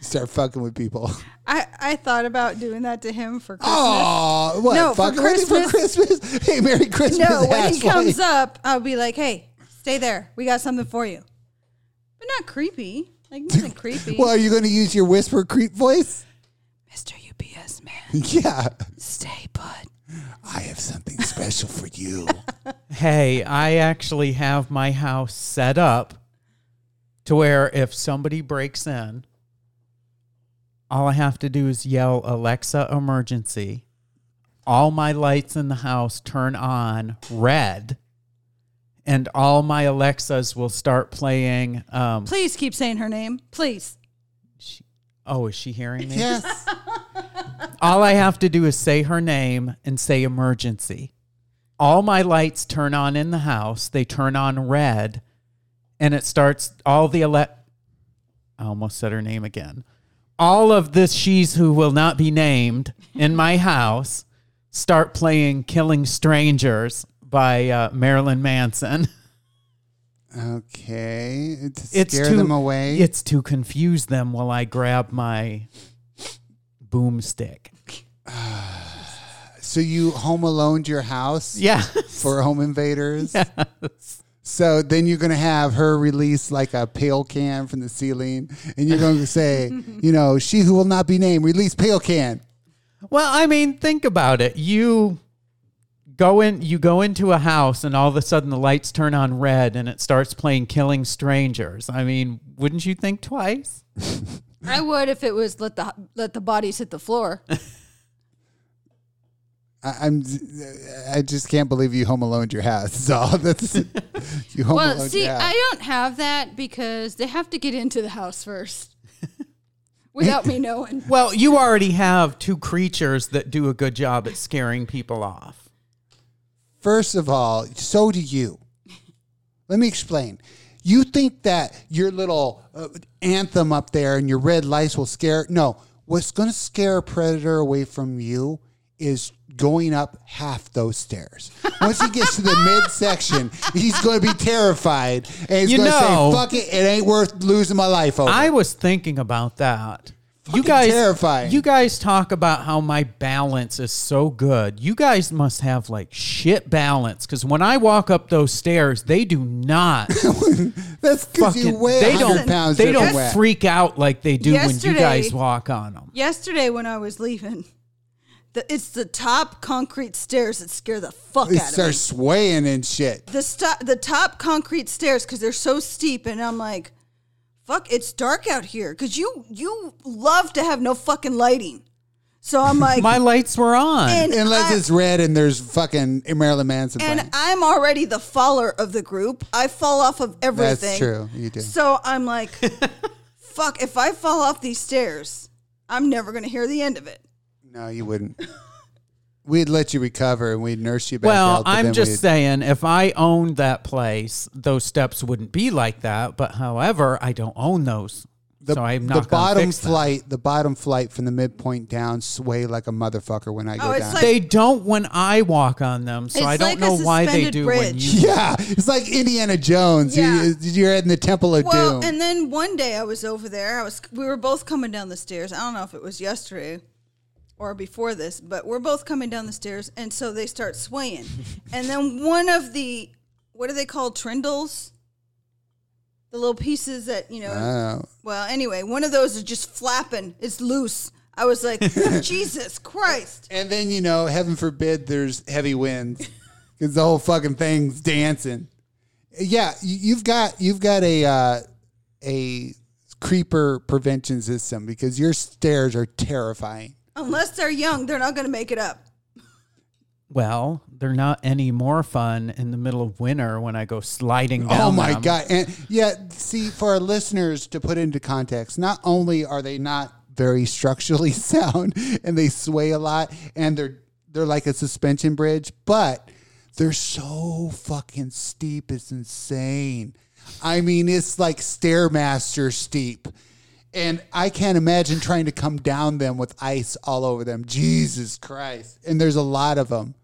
Speaker 2: Start fucking with people.
Speaker 3: I, I thought about doing that to him for Christmas.
Speaker 2: Oh, what?
Speaker 3: No, for
Speaker 2: fuck Lady for Christmas. Hey, Merry Christmas.
Speaker 3: No, when he
Speaker 2: asshole.
Speaker 3: comes up, I'll be like, "Hey, stay there. We got something for you." But not creepy. Like nothing creepy.
Speaker 2: Well, are you going to use your whisper creep voice?
Speaker 3: Mr. UPS man,
Speaker 2: Yeah.
Speaker 3: stay put.
Speaker 2: I have something special for you.
Speaker 4: Hey, I actually have my house set up to where if somebody breaks in, all I have to do is yell Alexa emergency. All my lights in the house turn on red, and all my Alexas will start playing. Um,
Speaker 3: Please keep saying her name. Please.
Speaker 4: she, oh, is she hearing me?
Speaker 2: yes.
Speaker 4: All I have to do is say her name and say emergency. All my lights turn on in the house. They turn on red, and it starts all the ele- I almost said her name again. All of this she's who will not be named in my house start playing "Killing Strangers" by uh, Marilyn Manson.
Speaker 2: Okay. To scare
Speaker 4: It's to
Speaker 2: them away.
Speaker 4: It's to confuse them while I grab my boomstick.
Speaker 2: so you home alone your house
Speaker 4: Yeah.
Speaker 2: for home invaders. So then you're gonna have her release like a pail can from the ceiling, and you're going to say, you know, she who will not be named, release pail can.
Speaker 4: Well, I mean, think about it. You go in you go into a house and all of a sudden the lights turn on red and it starts playing killing strangers. I mean, wouldn't you think twice?
Speaker 3: I would if it was let the let the bodies hit the floor.
Speaker 2: I, I'm, I just can't believe you home alone your house. So that's you home
Speaker 7: Well,
Speaker 2: alone
Speaker 7: see,
Speaker 2: your house.
Speaker 7: I don't have that because they have to get into the house first without me knowing.
Speaker 4: Well, you already have two creatures that do a good job at scaring people off.
Speaker 2: First of all, so do you. Let me explain. You think that your little uh, anthem up there and your red lights will scare. No, what's going to scare a predator away from you is going up half those stairs. Once he gets to the midsection, he's going to be terrified and he's
Speaker 4: You
Speaker 2: going to say,
Speaker 4: know-
Speaker 2: fuck it, it ain't worth losing my life over.
Speaker 4: I was thinking about that. you
Speaker 2: Oh, Fucking
Speaker 4: guys
Speaker 2: terrifying.
Speaker 4: You guys talk about how my balance is so good. You guys must have like shit balance cuz when I walk up those stairs, they do not
Speaker 2: That's because you
Speaker 4: fucking-
Speaker 2: weigh
Speaker 4: they
Speaker 2: 100
Speaker 4: don't
Speaker 2: pounds.
Speaker 4: they
Speaker 2: different
Speaker 4: don't
Speaker 2: way.
Speaker 4: freak out like they do when
Speaker 3: Yesterday-
Speaker 4: you guys walk on them.
Speaker 3: Yesterday when I was leaving, the, it's the top concrete stairs that scare the fuck
Speaker 2: They
Speaker 3: out of me.
Speaker 2: start swaying and shit.
Speaker 3: the sto- the top concrete stairs because they're so steep, and I'm like, "Fuck, it's dark out here." Because you you love to have no fucking lighting, so I'm like,
Speaker 4: My lights were on.
Speaker 3: and,
Speaker 2: Unless
Speaker 3: I,
Speaker 2: it's red and there's fucking Marilyn Manson.
Speaker 3: and
Speaker 2: playing.
Speaker 3: I'm already the faller of the group. I fall off of everything.
Speaker 2: That's true. You do.
Speaker 3: So I'm like, "Fuck, if I fall off these stairs, I'm never gonna hear the end of it."
Speaker 2: No, you wouldn't. we'd let you recover and we'd nurse you back
Speaker 4: well,
Speaker 2: out. but
Speaker 4: I'm
Speaker 2: then
Speaker 4: just
Speaker 2: we'd-
Speaker 4: saying if I owned that place, those steps wouldn't be like that, but however, I don't own those.
Speaker 2: the,
Speaker 4: so I'm
Speaker 2: the
Speaker 4: not gonna
Speaker 2: bottom
Speaker 4: fix them.
Speaker 2: flight. The bottom flight from the midpoint down sway like a motherfucker when I go
Speaker 3: Oh, it's
Speaker 2: down.
Speaker 3: like-
Speaker 4: They don't when I walk on them, so
Speaker 3: It's
Speaker 4: I
Speaker 3: like
Speaker 4: don't
Speaker 3: a
Speaker 4: know why they
Speaker 3: suspended
Speaker 4: do when
Speaker 3: bridge.
Speaker 4: you
Speaker 2: yeah, it's like Indiana Jones.
Speaker 3: Yeah.
Speaker 2: You, are in the Temple of
Speaker 3: Well,
Speaker 2: Doom.
Speaker 3: and then one day I was over there. I was we were both coming down the stairs. I don't know if it was yesterday or before this, but we're both coming down the stairs and so they start swaying. and then one of the what are they called trindles? The little pieces that, you know,
Speaker 2: oh,
Speaker 3: well, anyway, one of those is just flapping. It's loose. I was like, "Jesus Christ."
Speaker 2: and then you know, heaven forbid, there's heavy winds because the whole fucking thing's dancing. Yeah, you, you've got you've got a uh, a creeper prevention system because your stairs are terrifying.
Speaker 3: Unless they're young, they're not going to make it up.
Speaker 4: Well, they're not any more fun in the middle of winter when I go sliding down.
Speaker 2: Oh my
Speaker 4: them.
Speaker 2: god! And yeah, see, for our listeners to put into context, not only are they not very structurally sound and they sway a lot, and they're they're like a suspension bridge, but they're so fucking steep. It's insane. I mean, it's like stairmaster steep. And I can't imagine trying to come down them with ice all over them. Jesus Christ. And there's a lot of them.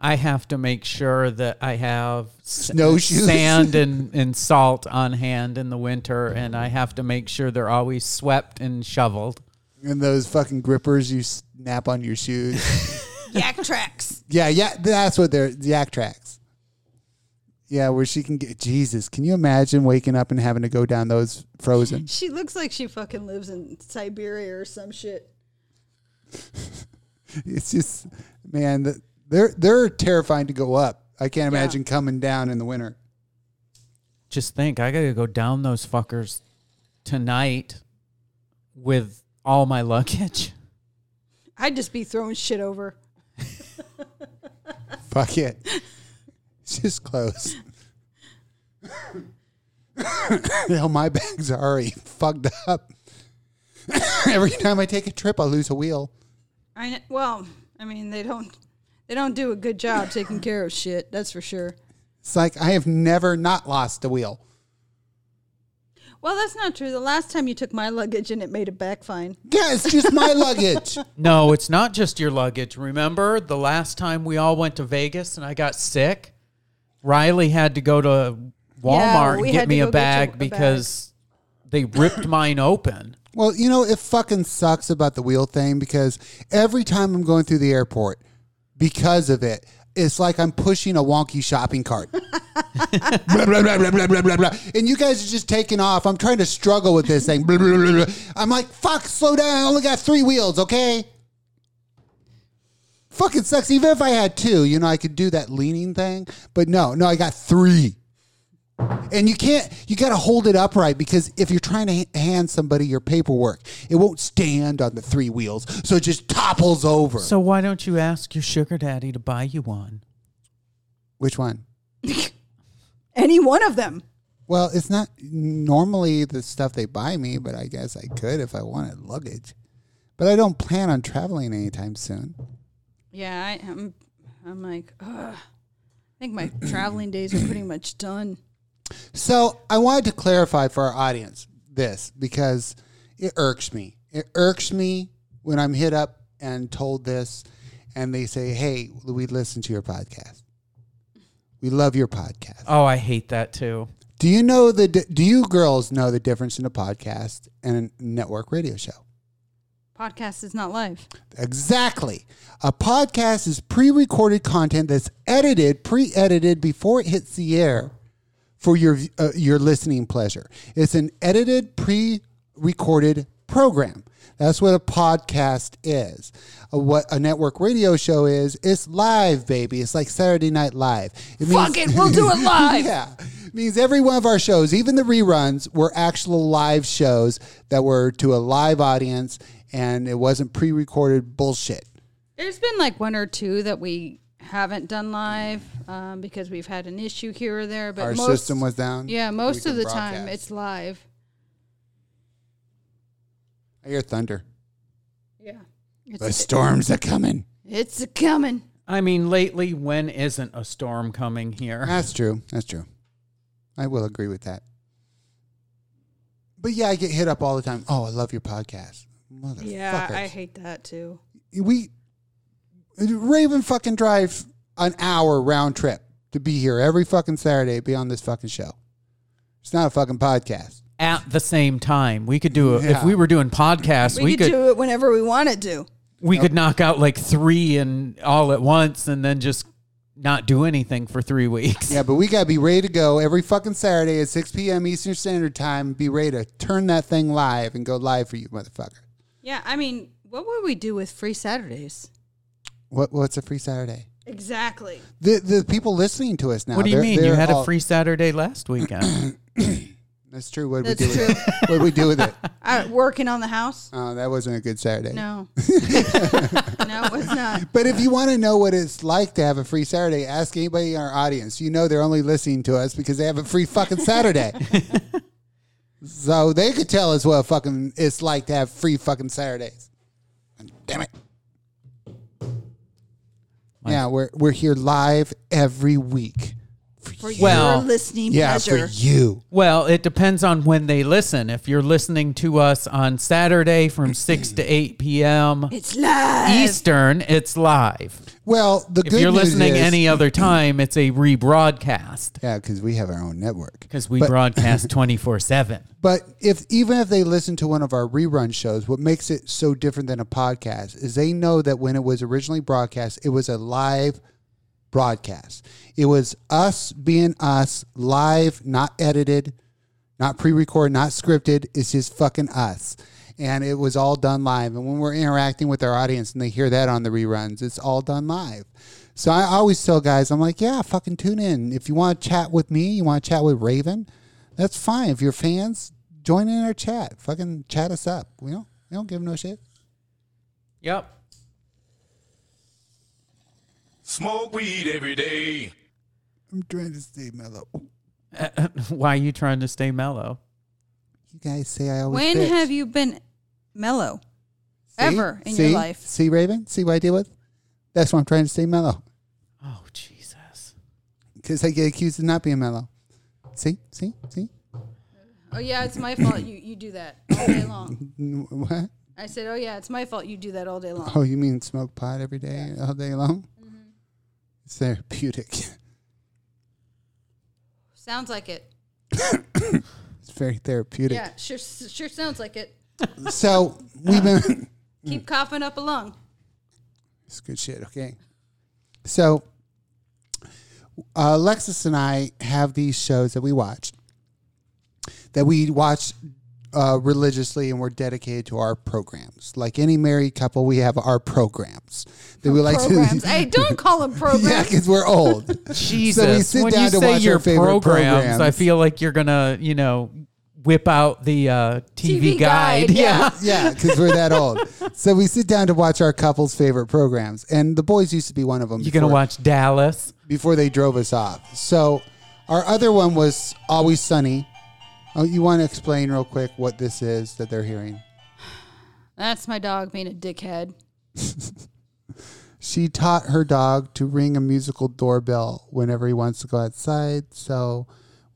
Speaker 4: I have to make sure that I have s-
Speaker 2: Snowshoes.
Speaker 4: sand and, and salt on hand in the winter, and I have to make sure they're always swept and shoveled.
Speaker 2: and those fucking grippers you snap on your shoes.
Speaker 3: Yak tracks.
Speaker 2: yeah, yeah, that's what they're yak tracks. Yeah, where she can get Jesus. Can you imagine waking up and having to go down those frozen?
Speaker 3: She looks like she fucking lives in Siberia or some shit.
Speaker 2: It's just, man, th- they're they're terrifying to go up. I can't imagine coming down in the winter.
Speaker 4: Just think, I gotta go down those fuckers tonight with all my luggage.
Speaker 3: I'd just be throwing shit over.
Speaker 2: Fuck it. It's just close. Hell, my bags are already fucked up. Every time I take a trip, I lose a wheel.
Speaker 3: I kn- well, I mean they don't they don't do a good job taking care of shit. That's for sure.
Speaker 2: It's like I have never not lost a wheel.
Speaker 3: Well, that's not true. The last time you took my luggage and it made it back fine.
Speaker 2: Yeah, it's just my luggage.
Speaker 4: No, it's not just your luggage. Remember the last time we all went to Vegas and I got sick? Riley had to go to Walmart
Speaker 3: we
Speaker 4: and
Speaker 3: had
Speaker 4: get
Speaker 3: to
Speaker 4: me
Speaker 3: go
Speaker 4: a
Speaker 3: get
Speaker 4: bag
Speaker 3: you a bag.
Speaker 4: because they ripped mine open.
Speaker 2: Well, you know, it fucking sucks about the wheel thing because every time I'm going through the airport, because of it, it's like I'm pushing a wonky shopping cart. Blah, blah, blah, blah, blah, blah, blah, blah. And you guys are just taking off. I'm trying to struggle with this thing. Blah, blah, blah, blah, blah. I'm like, fuck, slow down. I only got three wheels, okay? Fucking sucks. Even if I had two, you know, I could do that leaning thing. But no, no, I got three. And you can't, you got to hold it upright because if you're trying to ha- hand somebody your paperwork, it won't stand on the three wheels. So it just topples over.
Speaker 4: So why don't you ask your sugar daddy to buy you one?
Speaker 2: Which one?
Speaker 3: Any one of them.
Speaker 2: Well, it's not normally the stuff they buy me, but I guess I could if I wanted luggage. But I don't plan on traveling anytime soon.
Speaker 3: Yeah, I, I'm. I'm like, ugh. I think my traveling days are pretty much done.
Speaker 2: So I wanted to clarify for our audience this because it irks me. It irks me when I'm hit up and told this, and they say, "Hey, we listen to your podcast. We love your podcast."
Speaker 4: Oh, I hate that too.
Speaker 2: Do you know the? di- Do you girls know the difference in a podcast and a network radio show?
Speaker 3: Podcast is not live.
Speaker 2: Exactly. A podcast is pre recorded content that's edited, pre edited before it hits the air for your, uh, your listening pleasure. It's an edited, pre recorded program. That's what a podcast is. Uh, what a network radio show is, it's live, baby. It's like Saturday Night Live. It
Speaker 7: Fuck it, we'll do it live.
Speaker 2: yeah. Means every one of our shows, even the reruns, were actual live shows that were to a live audience and it wasn't pre recorded bullshit.
Speaker 7: There's been like one or two that we haven't done live um, because we've had an issue here or there. But
Speaker 2: our
Speaker 7: most,
Speaker 2: system was down.
Speaker 7: yeah, most
Speaker 2: We
Speaker 7: of
Speaker 2: can
Speaker 7: the time
Speaker 2: broadcast.
Speaker 7: it's live.
Speaker 2: I hear thunder.
Speaker 7: Yeah,
Speaker 2: The storms are coming.
Speaker 7: it's a coming.
Speaker 4: I mean, lately, when isn't a storm coming here?
Speaker 2: That's true. That's true. I will agree with that. But yeah, I get hit up all the time. Oh, I love your podcast. Motherfuckers.
Speaker 3: Yeah, I hate that too.
Speaker 2: we Raven fucking drive an hour round trip to be here every fucking Saturday, be on this fucking show. It's not a fucking podcast.
Speaker 4: At the same time, we could do a, if
Speaker 2: Yeah.
Speaker 4: we were doing podcasts,
Speaker 3: We,
Speaker 4: we,
Speaker 3: could,
Speaker 4: could
Speaker 3: do it whenever we wanted to.
Speaker 4: we could knock out like three and all at once, and then just not do anything for three weeks.
Speaker 2: Yeah, but we gotta be ready to go every fucking Saturday at 6 p.m. Eastern Standard Time. Be ready to turn that thing live and go live for you, motherfucker.
Speaker 3: Yeah, I mean, what would we do with free Saturdays?
Speaker 2: What What's a free Saturday?
Speaker 3: Exactly.
Speaker 2: The the people listening to us now.
Speaker 4: What do you
Speaker 2: they're-
Speaker 4: mean? you
Speaker 2: they're
Speaker 4: had
Speaker 2: all-
Speaker 4: a free Saturday last weekend.
Speaker 2: That's true. What we
Speaker 3: That's
Speaker 2: do? With it? What we do with it?
Speaker 3: Uh, working on the house?
Speaker 2: Oh, that wasn't a good Saturday.
Speaker 3: No. no, it's not.
Speaker 2: But if you want to know what it's like to have a free Saturday, ask anybody in our audience. You know they're only listening to us because they have a free fucking Saturday. so they could tell us what fucking it's like to have free fucking Saturdays. Damn it. Yeah, we're we're here live every week for you.
Speaker 3: for
Speaker 4: Well,
Speaker 3: your listening
Speaker 2: Yeah,
Speaker 3: pleasure.
Speaker 2: for you.
Speaker 4: Well, it depends on when they listen. If you're listening to us on Saturday from 6 to 8 p.m.
Speaker 3: It's live.
Speaker 4: Eastern, it's live.
Speaker 2: Well, the
Speaker 4: If
Speaker 2: good
Speaker 4: you're
Speaker 2: news
Speaker 4: listening
Speaker 2: is,
Speaker 4: any other time, it's a rebroadcast
Speaker 2: yeah, because we have our own network.
Speaker 4: because we
Speaker 2: But-
Speaker 4: broadcast 24 7.
Speaker 2: But if even if they listen to one of our rerun shows, what makes it so different than a podcast is they know that when it was originally broadcast, it was a live broadcast. It was us being us, live, not edited, not pre-recorded, not scripted. It's just fucking us. And it was all done live. And when we're interacting with our audience and they hear that on the reruns, it's all done live. So I always tell guys, I'm like, yeah, fucking tune in. If you want to chat with me, you want to chat with Raven, that's fine. If you're fans, join in our chat. Fucking chat us up. We don't we don't give no shit.
Speaker 4: Yep.
Speaker 5: Smoke weed every day.
Speaker 2: I'm trying to stay mellow.
Speaker 4: Why are you trying to stay mellow?
Speaker 2: You guys say I always
Speaker 7: When
Speaker 2: bitch.
Speaker 7: have you been?
Speaker 3: Mellow.
Speaker 2: See?
Speaker 7: ever in your
Speaker 2: See?
Speaker 7: life?
Speaker 2: See Raven? See what I deal with? That's why I'm trying to stay mellow.
Speaker 4: Oh, Jesus.
Speaker 2: Because I get accused of not being mellow. See? See? See?
Speaker 7: Oh yeah, it's my fault. You you do that all day long.
Speaker 2: Mm, What?
Speaker 7: I said, oh yeah, it's my fault. You do that all day long.
Speaker 2: Oh, you mean smoke pot every day, all day long?
Speaker 7: Mm-hmm.
Speaker 2: It's therapeutic.
Speaker 7: Sounds like it.
Speaker 2: It's very therapeutic.
Speaker 7: Yeah, sure sure sounds like it.
Speaker 2: So we've been.
Speaker 7: Keep coughing up a lung.
Speaker 2: It's good shit. Okay. So, uh, Alexis and I have these shows that we watch that we watch uh, religiously and we're dedicated to our programs. Like any married couple, we have our programs that we like
Speaker 7: Programs.
Speaker 2: to.
Speaker 7: I don't call them programs.
Speaker 2: yeah, because we're old.
Speaker 4: Jesus.
Speaker 2: sit
Speaker 4: when
Speaker 2: down
Speaker 4: you
Speaker 2: to
Speaker 4: say
Speaker 2: watch
Speaker 4: your
Speaker 2: our favorite programs.
Speaker 4: I feel like you're going to, you know, whip out the uh, TV,
Speaker 7: TV
Speaker 4: guide.
Speaker 7: guide, yeah.
Speaker 2: yeah, because we're that old. So we sit down to watch our couple's favorite programs, and the boys used to be one of them.
Speaker 4: You're going to
Speaker 2: before-
Speaker 4: watch Dallas.
Speaker 2: before they drove us off. So our other one was Always Sunny. Oh, you want to explain real quick what this is that they're hearing?
Speaker 7: That's my dog being a dickhead.
Speaker 2: She taught her dog to ring a musical doorbell whenever he wants to go outside. So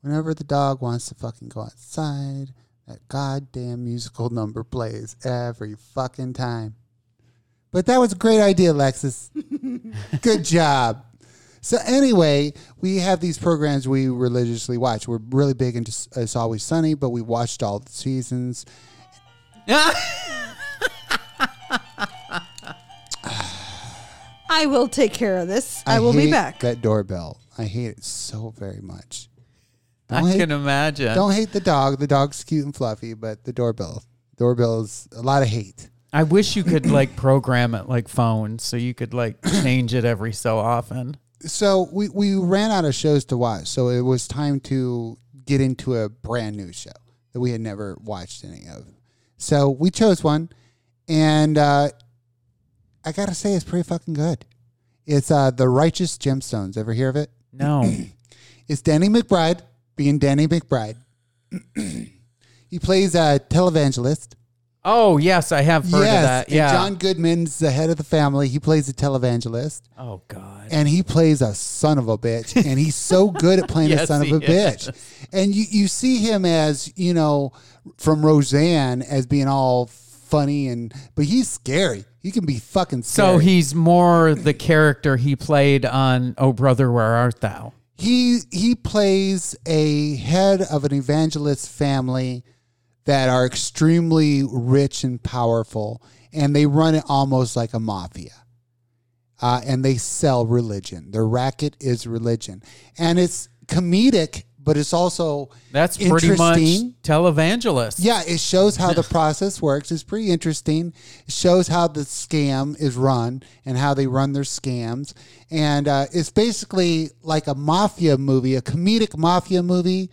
Speaker 2: whenever the dog wants to fucking go outside, that goddamn musical number plays every fucking time. But that was a great idea, Lexus. Good job. So anyway, we have these programs we religiously watch. We're really big into S- uh, It's Always Sunny, but we watched all the seasons.
Speaker 3: I will take care of this. I, will be
Speaker 2: hate
Speaker 3: back.
Speaker 2: That doorbell, I hate it so very much. Don't
Speaker 4: I
Speaker 2: hate-
Speaker 4: can imagine.
Speaker 2: Don't hate the dog. The dog's cute and fluffy, but the doorbell, doorbell is a lot of hate.
Speaker 4: I wish you could like program it like phones so you could like change it every so often.
Speaker 2: So we, we ran out of shows to watch. So it was time to get into a brand new show that we had never watched any of. So we chose one, and uh, I gotta say it's pretty fucking good. It's uh, the Righteous Gemstones. Ever hear of it?
Speaker 4: No.
Speaker 2: It's Danny McBride being Danny McBride. he plays a televangelist.
Speaker 4: Oh, yes, I have heard of that.
Speaker 2: and
Speaker 4: Yeah.
Speaker 2: John Goodman's the head of the family. He plays a televangelist
Speaker 4: oh god.
Speaker 2: and he plays a son of a bitch and he's so good at playing a
Speaker 4: Yes,
Speaker 2: son of
Speaker 4: he
Speaker 2: a
Speaker 4: is.
Speaker 2: bitch and you, you see him as you know from roseanne as being all funny and but he's scary he can be fucking scary
Speaker 4: So he's more the character he played on Oh Brother Where Art Thou.
Speaker 2: he he plays a head of an evangelist family that are extremely rich and powerful and they run it almost like a mafia uh, and they sell religion their racket is religion and it's comedic but it's also
Speaker 4: That's pretty much
Speaker 2: interesting.
Speaker 4: televangelist.
Speaker 2: Yeah, it shows how the process works. It's pretty interesting. It shows how the scam is run and how they run their scams. And uh, it's basically like a mafia movie, a comedic mafia movie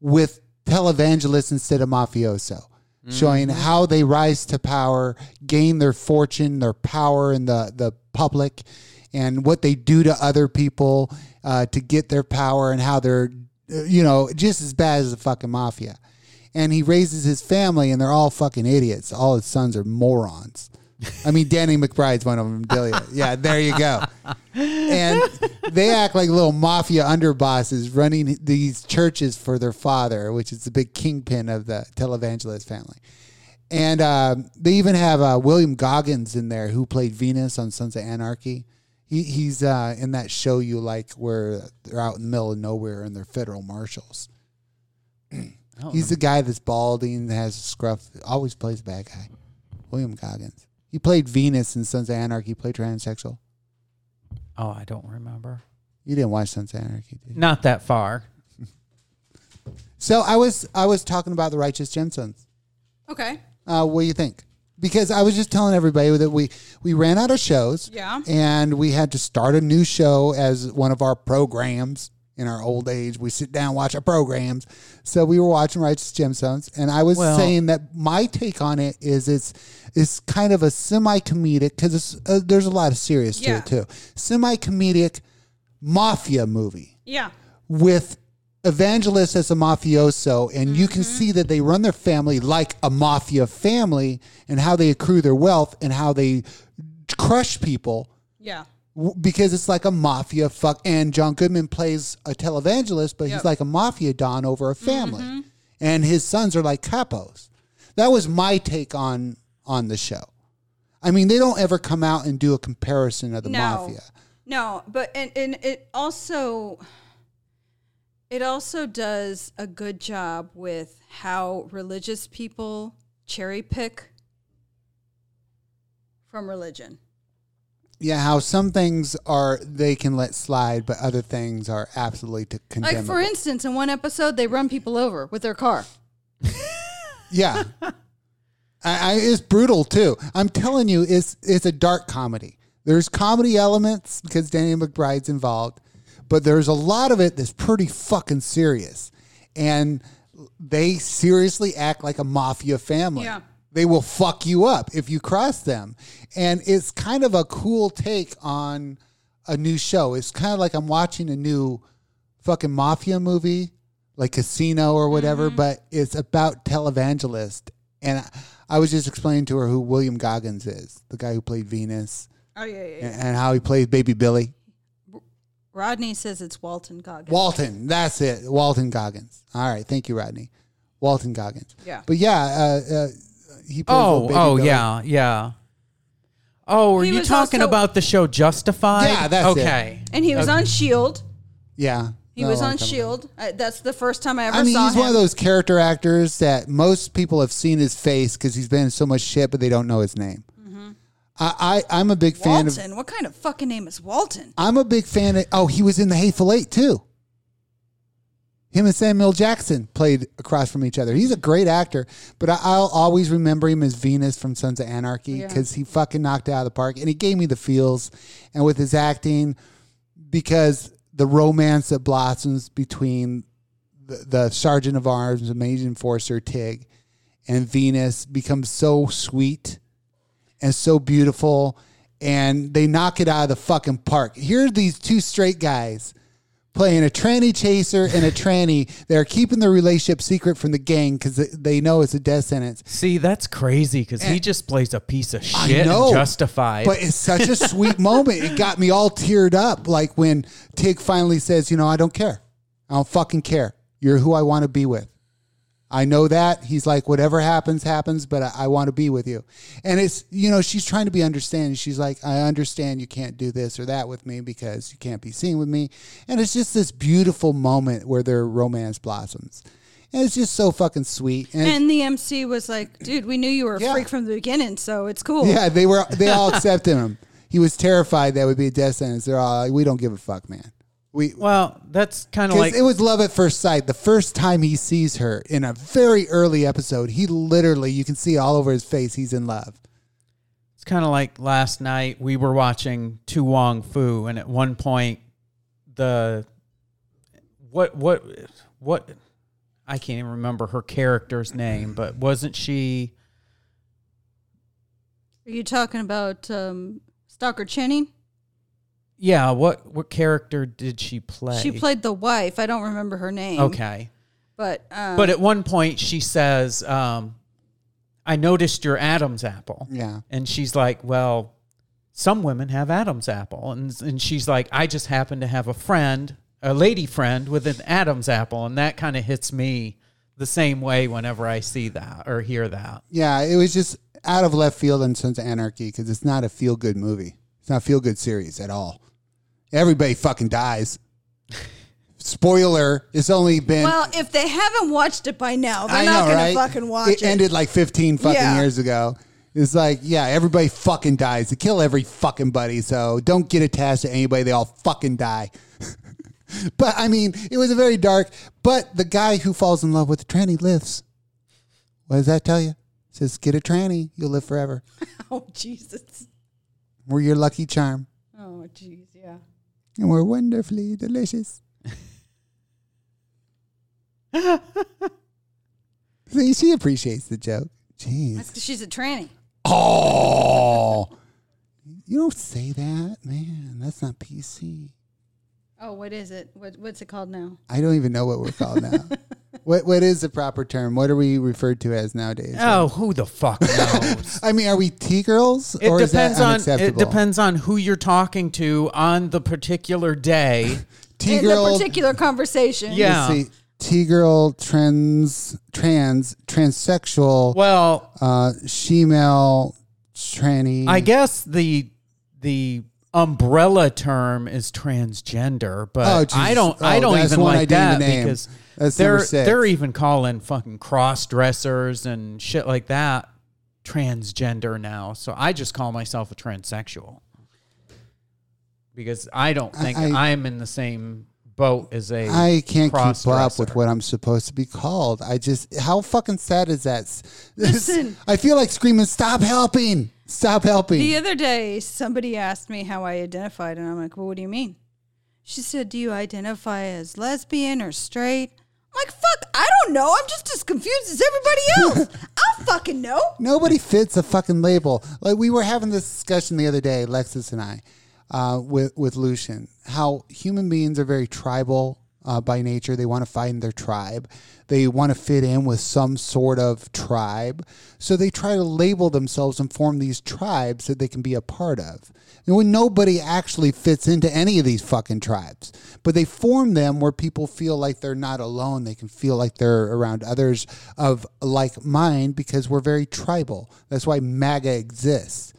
Speaker 2: with televangelists instead of mafioso, showing how they rise to power, gain their fortune, their power in the, the public, and what they do to other people uh, to get their power and how they're, uh, you know, just as bad as the fucking mafia. And he raises his family, and they're all fucking idiots. All his sons are morons. I mean, Danny McBride's one of them, Delia. Yeah, there you go. and they act like little mafia underbosses running these churches for their father, which is the big kingpin of the televangelist family. And um, they even have uh, William Goggins in there who played Venus on Sons of Anarchy. He, he's uh, in that show you like where they're out in the middle of nowhere and they're federal marshals. he's the guy that's balding, has a scruff, always plays the bad guy. William Goggins. He played Venus in Sons of Anarchy, played transsexual.
Speaker 4: Oh, I don't remember.
Speaker 2: You didn't watch Sons of Anarchy, did you?
Speaker 4: Not that far.
Speaker 2: So I was I was talking about the righteous gensons.
Speaker 3: Okay.
Speaker 2: Uh, what do you think? Because I was just telling everybody that we we ran out of shows.
Speaker 3: Yeah.
Speaker 2: And we had to start a new show as one of our programs in our old age. We sit down, watch our programs. So we were watching Righteous Gemstones, and I was
Speaker 4: Well-
Speaker 2: saying that my take on it is it's it's kind of a semi comedic because uh, there's a lot of serious
Speaker 3: Yeah.
Speaker 2: to it too. Semi comedic mafia movie
Speaker 3: Yeah.
Speaker 2: with Evangelist as a mafioso, and you
Speaker 3: Mm-hmm.
Speaker 2: can see that they run their family like a mafia family and how they accrue their wealth and how they crush people
Speaker 3: Yeah.
Speaker 2: w- because it's like a mafia fuck. And John Goodman plays a televangelist, but he's
Speaker 3: Yep. Mm-hmm.
Speaker 2: like a mafia don over a family, and his sons are like capos. That was my take on on the show. I mean, they don't ever come out and do a comparison of the
Speaker 3: no.
Speaker 2: mafia.
Speaker 3: No, but and, and it also it also does a good job with how religious people cherry pick from religion.
Speaker 2: Yeah, how some things are they can let slide, but other things are absolutely to condemn.
Speaker 7: Like for instance, in one episode, they run people over with their car.
Speaker 2: yeah, I, I, it's brutal too. I'm telling you, it's it's a dark comedy. There's comedy elements because Danny McBride's involved, but there's a lot of it that's pretty fucking serious, and they seriously act like a mafia family.
Speaker 3: Yeah.
Speaker 2: They will fuck you up if you cross them. And it's kind of a cool take on a new show. It's kind of like I'm watching a new fucking mafia movie, like Casino or
Speaker 3: Mm-hmm.
Speaker 2: whatever, but it's about televangelist. And I, I was just explaining to her who William Goggins is, the guy who played Venus,
Speaker 3: Oh yeah, yeah.
Speaker 2: and, and how he played Baby Billy.
Speaker 3: Rodney says it's Walton Goggins.
Speaker 2: Walton, that's it. Walton Goggins. All right, thank you, Rodney. Walton Goggins.
Speaker 3: Yeah.
Speaker 2: But yeah, uh, uh, he plays little
Speaker 4: Oh,
Speaker 2: Baby
Speaker 4: oh
Speaker 2: Billy.
Speaker 4: yeah, yeah. Oh, were
Speaker 3: He
Speaker 4: you
Speaker 3: was
Speaker 4: talking
Speaker 3: also-
Speaker 4: about the show Justified?
Speaker 2: Yeah, that's it.
Speaker 4: okay.
Speaker 3: and he was on Shield.
Speaker 2: Yeah.
Speaker 3: E He
Speaker 2: Not a
Speaker 3: was
Speaker 2: long
Speaker 3: on
Speaker 2: time ago.
Speaker 3: Shield. Uh, that's the first time I ever
Speaker 2: Oh, I mean,
Speaker 3: saw
Speaker 2: he's
Speaker 3: him.
Speaker 2: one of those character actors that most people have seen his face because he's been in so much shit, but they don't know his name. I, I, I'm a big fan of.
Speaker 3: Mm-hmm. Walton. What kind of fucking name is Walton?
Speaker 2: I'm a big fan of. Oh, he was in The Hateful Eight too. Him and Samuel Jackson played across from each other. He's a great actor, but I, I'll always remember him as Venus from Sons of Anarchy because he fucking knocked it out of the park and he gave me the feels. And with his acting, because the romance that blossoms between the, the sergeant of arms, the mage enforcer Tig, and Venus becomes so sweet and so beautiful, and they knock it out of the fucking park. Here are these two straight guys playing a tranny chaser and a tranny. They're keeping their relationship secret from the gang because they know it's a death sentence.
Speaker 4: See, that's crazy because he just plays a piece of shit. in
Speaker 2: know,
Speaker 4: Justified.
Speaker 2: But it's such a sweet moment. It got me all teared up. Like when Tig finally says, you know, I don't care. I don't fucking care. You're who I want to be with. I know that. He's like, whatever happens, happens, but I, I want to be with you. And it's, you know, she's trying to be understanding. She's like, I understand you can't do this or that with me because you can't be seen with me. And it's just this beautiful moment where their romance blossoms. And it's just so fucking sweet. And,
Speaker 3: And the MC was like, "Dude, we knew you were a
Speaker 2: Yeah.
Speaker 3: freak from the beginning, so it's cool."
Speaker 2: Yeah, they were. They all accepted him. He was terrified that would be a death sentence. They're all like, "We don't give a fuck, man." We
Speaker 4: well, that's kind of
Speaker 2: because
Speaker 4: like
Speaker 2: it was love at first sight. The first time he sees her in a very early episode, he literally you can see all over his face he's in love.
Speaker 4: It's kind of like last night we were watching Tu Wong Fu, and at one point, the what what what I can't even remember her character's name, but wasn't she?
Speaker 7: Are you talking about um, Stalker Channing?
Speaker 4: Yeah, what what character did she play?
Speaker 3: She played the wife. I don't remember her name.
Speaker 4: Okay,
Speaker 3: but um,
Speaker 2: uh,
Speaker 4: but at one point she says, um, "I noticed your Adam's apple."
Speaker 2: Yeah.
Speaker 4: and she's like, "Well, some women have Adam's apple. And, and she's like, I just happen to have a friend, a lady friend with an Adam's apple. And that kind of hits me the same way whenever I see that or hear that.
Speaker 2: Yeah, it was just out of left field in Sons of Anarchy because it's not a feel good movie. It's not a feel good series at all. Everybody fucking dies. Spoiler, it's only been.
Speaker 3: Well, if they haven't watched it by now, they're
Speaker 2: I
Speaker 3: not
Speaker 2: know,
Speaker 3: gonna
Speaker 2: right?
Speaker 3: fucking watch it.
Speaker 2: It ended like 15 fucking
Speaker 3: Yeah.
Speaker 2: years ago. It's like, yeah, everybody fucking dies. They kill every fucking buddy, so don't get attached to anybody. They all fucking die. but I mean, it was a very dark. But the guy who falls in love with the tranny lives. What does that tell you? It says, get a tranny, you'll live forever.
Speaker 7: Oh Jesus.
Speaker 2: We're your lucky charm,
Speaker 7: Oh jeez, yeah.
Speaker 2: and we're wonderfully delicious. See, she appreciates the joke.
Speaker 7: That's
Speaker 2: Jeez.
Speaker 7: 'cause she's a tranny.
Speaker 2: Oh, you don't say that, man. That's not PC.
Speaker 7: Oh, what is it? What, what's it called now?
Speaker 2: I don't even know what we're called now. what What is the proper term? What are we referred to as nowadays?
Speaker 4: Oh, who the fuck knows?
Speaker 2: I mean, are we T girls,
Speaker 4: It
Speaker 2: or is that
Speaker 4: depends on it
Speaker 2: unacceptable?
Speaker 4: depends on who you're talking to on the particular day.
Speaker 2: T
Speaker 7: In the
Speaker 2: girl.
Speaker 7: particular conversation.
Speaker 4: Yeah.
Speaker 2: T girl, trans, trans, transsexual.
Speaker 4: Well,
Speaker 2: uh shemale tranny
Speaker 4: I guess the the umbrella term is transgender,
Speaker 2: Oh,
Speaker 4: but
Speaker 2: Jesus.
Speaker 4: I don't
Speaker 2: Oh,
Speaker 4: I don't
Speaker 2: that's
Speaker 4: even
Speaker 2: one I
Speaker 4: like
Speaker 2: didn't even
Speaker 4: that
Speaker 2: name.
Speaker 4: because
Speaker 2: That's number
Speaker 4: they're
Speaker 2: six.
Speaker 4: they're even calling fucking cross dressers and shit like that transgender now. So I just call myself a transsexual. Because I don't think
Speaker 2: I-
Speaker 4: I, am in the same boat as a
Speaker 2: I can't keep up
Speaker 4: cross-dresser.
Speaker 2: with what I'm supposed to be called. I just how fucking sad is that? S-
Speaker 7: Listen.
Speaker 2: I feel like screaming, "Stop helping! Stop helping!"
Speaker 7: The other day, somebody asked me how I identified, and I'm like, well, what do you mean? She said, do you identify as lesbian or straight? I'm like, fuck, I don't know. I'm just as confused as everybody else. I'll fucking know.
Speaker 2: Nobody fits a fucking label. Like we were having this discussion the other day, Lexus and I, uh, with with Lucian, how human beings are very tribal uh, by nature. They want to find their tribe. They want to fit in with some sort of tribe. So they try to label themselves and form these tribes that they can be a part of. And when nobody actually fits into any of these fucking tribes, but they form them where people feel like they're not alone. They can feel like they're around others of like mind because we're very tribal. That's why MAGA exists.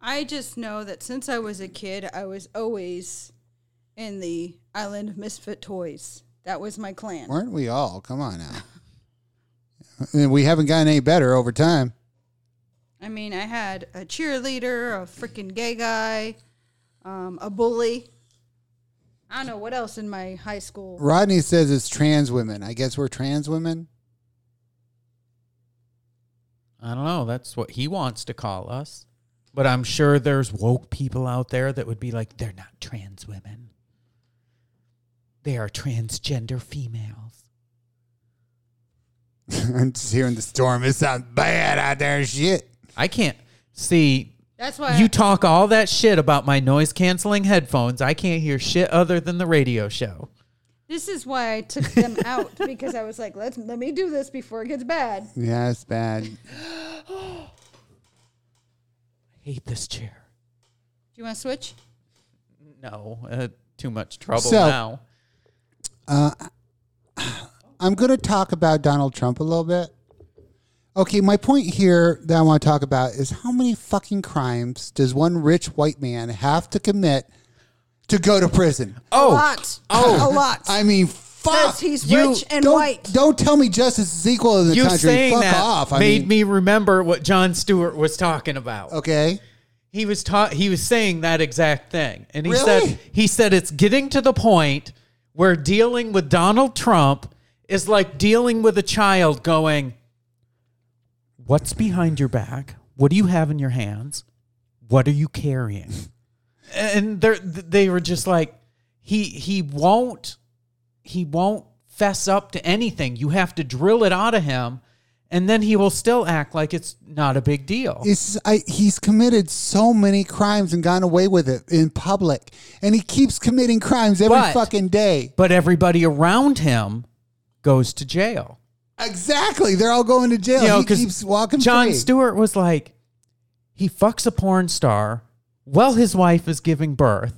Speaker 7: I just know that since I was a kid, I was always in the island of misfit toys. That was my clan.
Speaker 2: Weren't we all? Come on now. And we haven't gotten any better over time.
Speaker 7: I mean, I had a cheerleader, a freaking gay guy, um, a bully. I don't know what else in my high school.
Speaker 2: Rodney says it's trans women. I guess we're trans women.
Speaker 4: I don't know. That's what he wants to call us. But I'm sure there's woke people out there that would be like, they're not trans women. They are transgender females.
Speaker 2: I'm just hearing the storm. It sounds bad out there. Shit.
Speaker 4: I can't see.
Speaker 7: That's why
Speaker 4: You talk all that shit about my noise canceling headphones. I can't hear shit other than the radio show.
Speaker 7: This is why I took them out because I was like, let's let me do this before it gets bad.
Speaker 2: Yeah, it's bad.
Speaker 4: I hate this chair.
Speaker 7: Do you want to switch?
Speaker 4: No, uh, too much trouble
Speaker 2: So-
Speaker 4: now.
Speaker 2: I'm going to talk about Donald Trump a little bit. Okay, my point here that I want to talk about is how many fucking crimes does one rich white man have to commit to go to prison?
Speaker 3: a lot. Oh, a lot.
Speaker 2: I mean, fuck.
Speaker 3: Because he's
Speaker 4: You
Speaker 3: rich and
Speaker 2: don't,
Speaker 3: white.
Speaker 2: Don't tell me justice is equal in the
Speaker 4: You
Speaker 2: country.
Speaker 4: saying
Speaker 2: fuck
Speaker 4: that
Speaker 2: off. I
Speaker 4: made
Speaker 2: mean,
Speaker 4: me remember what John Stewart was talking about.
Speaker 2: Okay.
Speaker 4: He was taught. He was saying that exact thing, and he
Speaker 2: Really?
Speaker 4: said he said it's getting to the point where dealing with Donald Trump is like dealing with a child going, "What's behind your back? What do you have in your hands? What are you carrying?" and they they were just like, he he won't he won't fess up to anything. You have to drill it out of him, and then he will still act like it's not a big deal.
Speaker 2: It's just- I, he's committed so many crimes and gone away with it in public, and he keeps committing crimes every
Speaker 4: But-
Speaker 2: fucking day.
Speaker 4: but everybody around him goes to jail.
Speaker 2: Exactly, they're all going to jail.
Speaker 4: You know,
Speaker 2: he
Speaker 4: 'cause
Speaker 2: keeps walking
Speaker 4: John
Speaker 2: free.
Speaker 4: Stewart was like, he fucks a porn star, While his wife is giving birth,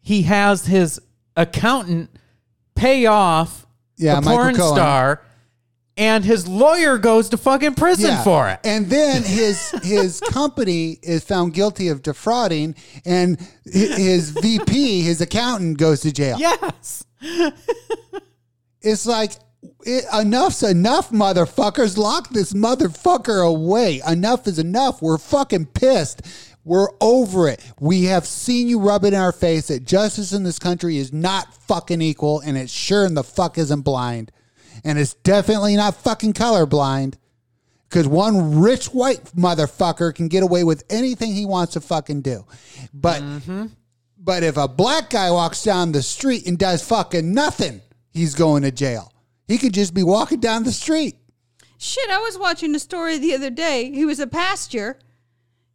Speaker 4: he has his accountant pay off
Speaker 2: Yeah,
Speaker 4: the
Speaker 2: Michael
Speaker 4: porn
Speaker 2: Cohen.
Speaker 4: star, and his lawyer goes to fucking prison
Speaker 2: Yeah.
Speaker 4: for it.
Speaker 2: And then his his company is found guilty of defrauding, and hi- his VP, his accountant, goes to jail.
Speaker 4: yes.
Speaker 2: It's like it, enough's enough, motherfuckers. Lock this motherfucker away. Enough is enough. We're fucking pissed. We're over it. We have seen you rub it in our face that justice in this country is not fucking equal, and it sure in the fuck isn't blind, and it's definitely not fucking colorblind. Because one rich white motherfucker can get away with anything he wants to fucking do. But but if a black guy walks down the street and does fucking nothing, he's going to jail. He could just be walking down the street.
Speaker 7: Shit, I was watching a story the other day. He was a pasture.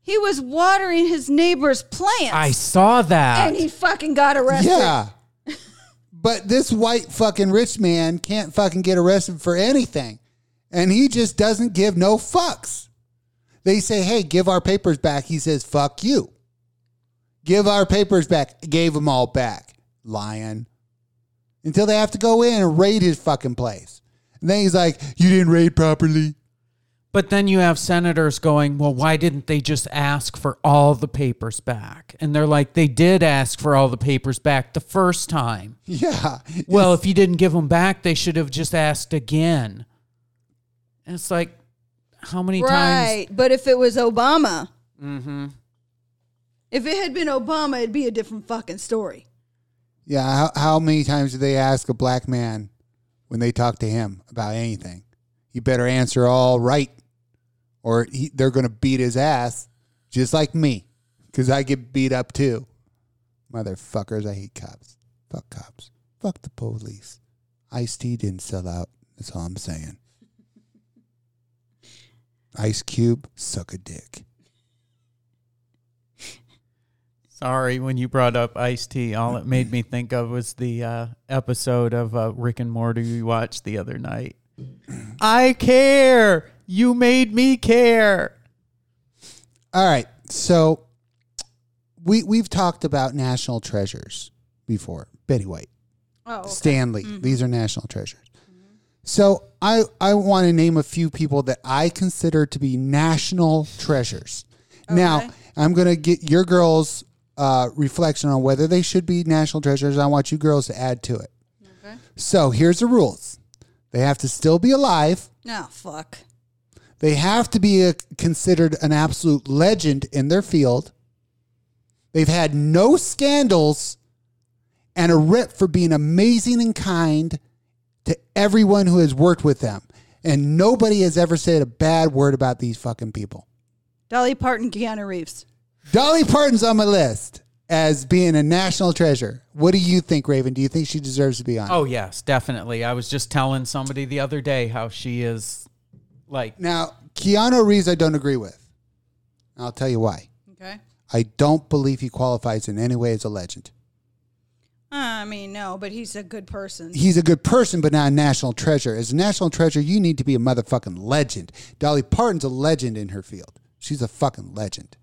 Speaker 7: He was watering his neighbor's plants.
Speaker 4: I saw that.
Speaker 7: and he fucking got arrested.
Speaker 2: Yeah. but this white fucking rich man can't fucking get arrested for anything. And he just doesn't give no fucks. They say, hey, give our papers back. He says, fuck you. Give our papers back. Gave them all back. Lion. Until they have to go in and raid his fucking place. And then he's like, you didn't raid properly.
Speaker 4: But then you have senators going, well, why didn't they just ask for all the papers back? And they're like, they did ask for all the papers back the first time.
Speaker 2: Yeah.
Speaker 4: Well, if you didn't give them back, they should have just asked again. And it's like, how many times?
Speaker 7: Right. But if it was Obama. Mm-hmm. If it had been Obama, it'd be a different fucking story.
Speaker 2: Yeah. How, how many times do they ask a black man when they talk to him about anything? He better answer all right, or he, they're going to beat his ass, just like me, because I get beat up too. Motherfuckers, I hate cops. Fuck cops. Fuck the police. Ice T didn't sell out. That's all I'm saying. Ice Cube, suck a dick.
Speaker 4: Sorry, when you brought up Ice T, all it made me think of was the uh, episode of uh, Rick and Morty we watched the other night. I care. You made me care.
Speaker 2: All right. So we we've talked about national treasures before. Betty White,
Speaker 7: Oh.
Speaker 2: Stanley. These are national treasures. So I I want to name a few people that I consider to be national treasures. Now I'm gonna get your girls' uh, reflection on whether they should be national treasures. I want you girls to add to it. So here's the rules. They have to still be alive.
Speaker 7: Oh, fuck.
Speaker 2: They have to be a, considered an absolute legend in their field. They've had no scandals and a rep for being amazing and kind to everyone who has worked with them. And nobody has ever said a bad word about these fucking people.
Speaker 7: Dolly Parton, Keanu Reeves.
Speaker 2: Dolly Parton's on my list as being a national treasure. What do you think, Raven? Do you think she deserves to be on?
Speaker 4: Oh yes, definitely. I was just telling somebody the other day how she is like
Speaker 2: Now, Keanu Reeves, I don't agree with. I'll tell you why.
Speaker 7: Okay.
Speaker 2: I don't believe he qualifies in any way as a legend.
Speaker 7: I mean, no, but he's a good person.
Speaker 2: he's a good person, but not a national treasure. As a national treasure, you need to be a motherfucking legend. Dolly Parton's a legend in her field. She's a fucking legend.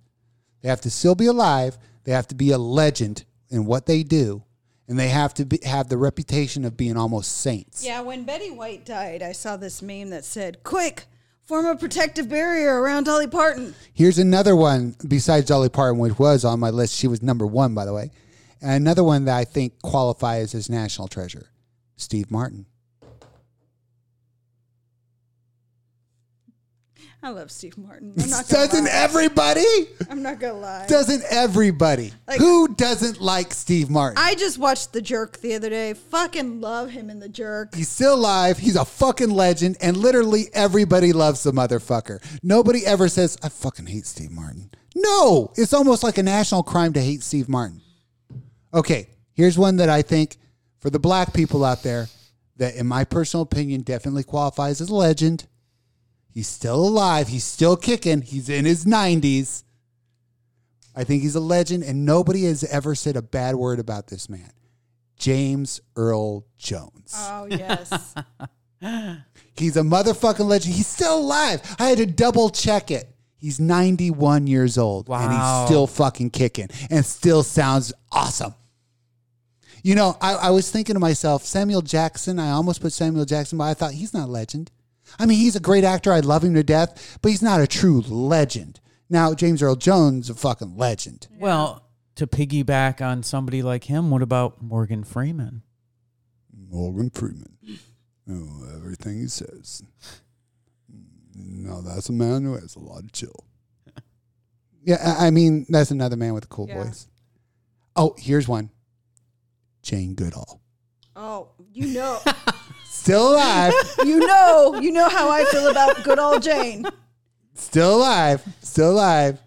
Speaker 2: They have to still be alive. They have to be a legend in what they do, and they have to be, have the reputation of being almost saints.
Speaker 7: Yeah, when Betty White died, I saw this meme that said, Quick, form a protective barrier around Dolly Parton.
Speaker 2: Here's another one besides Dolly Parton, which was on my list. She was number one, by the way. And another one that I think qualifies as national treasure, Steve Martin.
Speaker 7: I love Steve Martin. I'm not gonna
Speaker 2: Doesn't
Speaker 7: lie.
Speaker 2: everybody?
Speaker 7: I'm not gonna lie.
Speaker 2: Doesn't everybody?
Speaker 7: Like-
Speaker 2: Who doesn't like Steve Martin?
Speaker 7: I just watched The Jerk the other day. Fucking love him in The Jerk.
Speaker 2: He's still alive. He's a fucking legend, and literally everybody loves the motherfucker. Nobody ever says, I fucking hate Steve Martin. No, it's almost like a national crime to hate Steve Martin. Okay, here's one that I think for the black people out there that, in my personal opinion, definitely qualifies as a legend. He's still alive. He's still kicking. He's in his 90s. I think he's a legend, and nobody has ever said a bad word about this man. James Earl Jones.
Speaker 7: Oh, yes.
Speaker 2: He's a motherfucking legend. He's still alive. I had to double check it. He's 91 years old and
Speaker 4: Wow.
Speaker 2: he's still fucking kicking and still sounds awesome. You know, I, I was thinking to myself, Samuel Jackson, I almost put Samuel Jackson, but I thought he's not a legend. I mean, he's a great actor. I love him to death, but he's not a true legend. Now, James Earl Jones, a fucking legend.
Speaker 4: Well, to piggyback on somebody like him, what about Morgan Freeman?
Speaker 5: Morgan Freeman. Oh, everything he says. Now that's a man who has a lot of chill.
Speaker 2: Yeah, I I mean, that's another man with a cool
Speaker 7: Yeah.
Speaker 2: voice. Oh, here's one Jane Goodall.
Speaker 3: Oh, you know,
Speaker 2: Still alive.
Speaker 3: you know, you know how I feel about good old Jane.
Speaker 2: still alive. Still alive.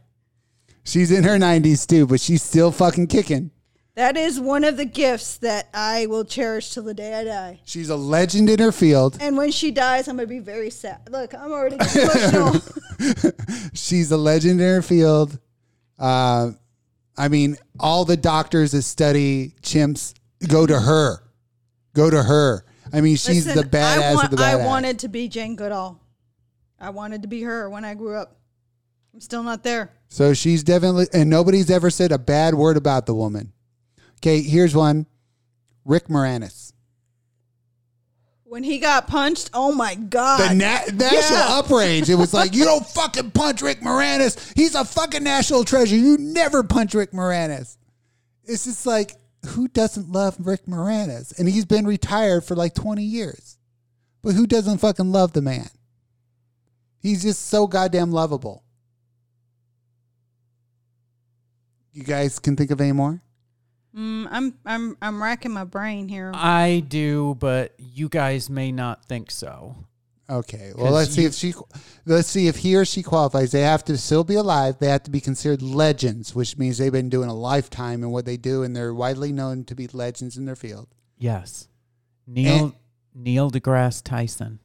Speaker 2: She's in her 90s too, but she's still fucking kicking.
Speaker 3: That is one of the gifts that I will cherish till the day I die.
Speaker 2: She's a legend in her field.
Speaker 3: And when she dies, I'm gonna be very sad. Look, I'm already emotional.
Speaker 2: She's a legend in her field. Uh, I mean, all the doctors that study chimps go to her. Go to her. I mean, she's
Speaker 3: Listen,
Speaker 2: the badass
Speaker 3: I, want-
Speaker 2: of the badass.
Speaker 3: I wanted to be Jane Goodall. I wanted to be her when I grew up. I'm still not there.
Speaker 2: So she's definitely, and nobody's ever said a bad word about the woman. Okay, here's one Rick Moranis.
Speaker 3: When he got punched, oh my
Speaker 2: The
Speaker 3: god!
Speaker 2: na- national
Speaker 3: Yeah.
Speaker 2: outrage. It was like, you don't fucking punch Rick Moranis. He's a fucking national treasure. You never punch Rick Moranis. It's just like, who doesn't love Rick Moranis? And he's been retired for like 20 years. But who doesn't fucking love the man? He's just so goddamn lovable. You guys can think of any more?
Speaker 7: Mm, I'm I'm I'm racking my brain here.
Speaker 4: I do, but you guys may not think so.
Speaker 2: Okay. Well,
Speaker 4: 'Cause
Speaker 2: let's see
Speaker 4: you-
Speaker 2: if she let's see if he or she qualifies. They have to still be alive. They have to be considered legends, which means they've been doing a lifetime in what they do, and they're widely known to be legends in their field.
Speaker 4: Yes. Neil
Speaker 2: And-
Speaker 4: Neil deGrasse Tyson.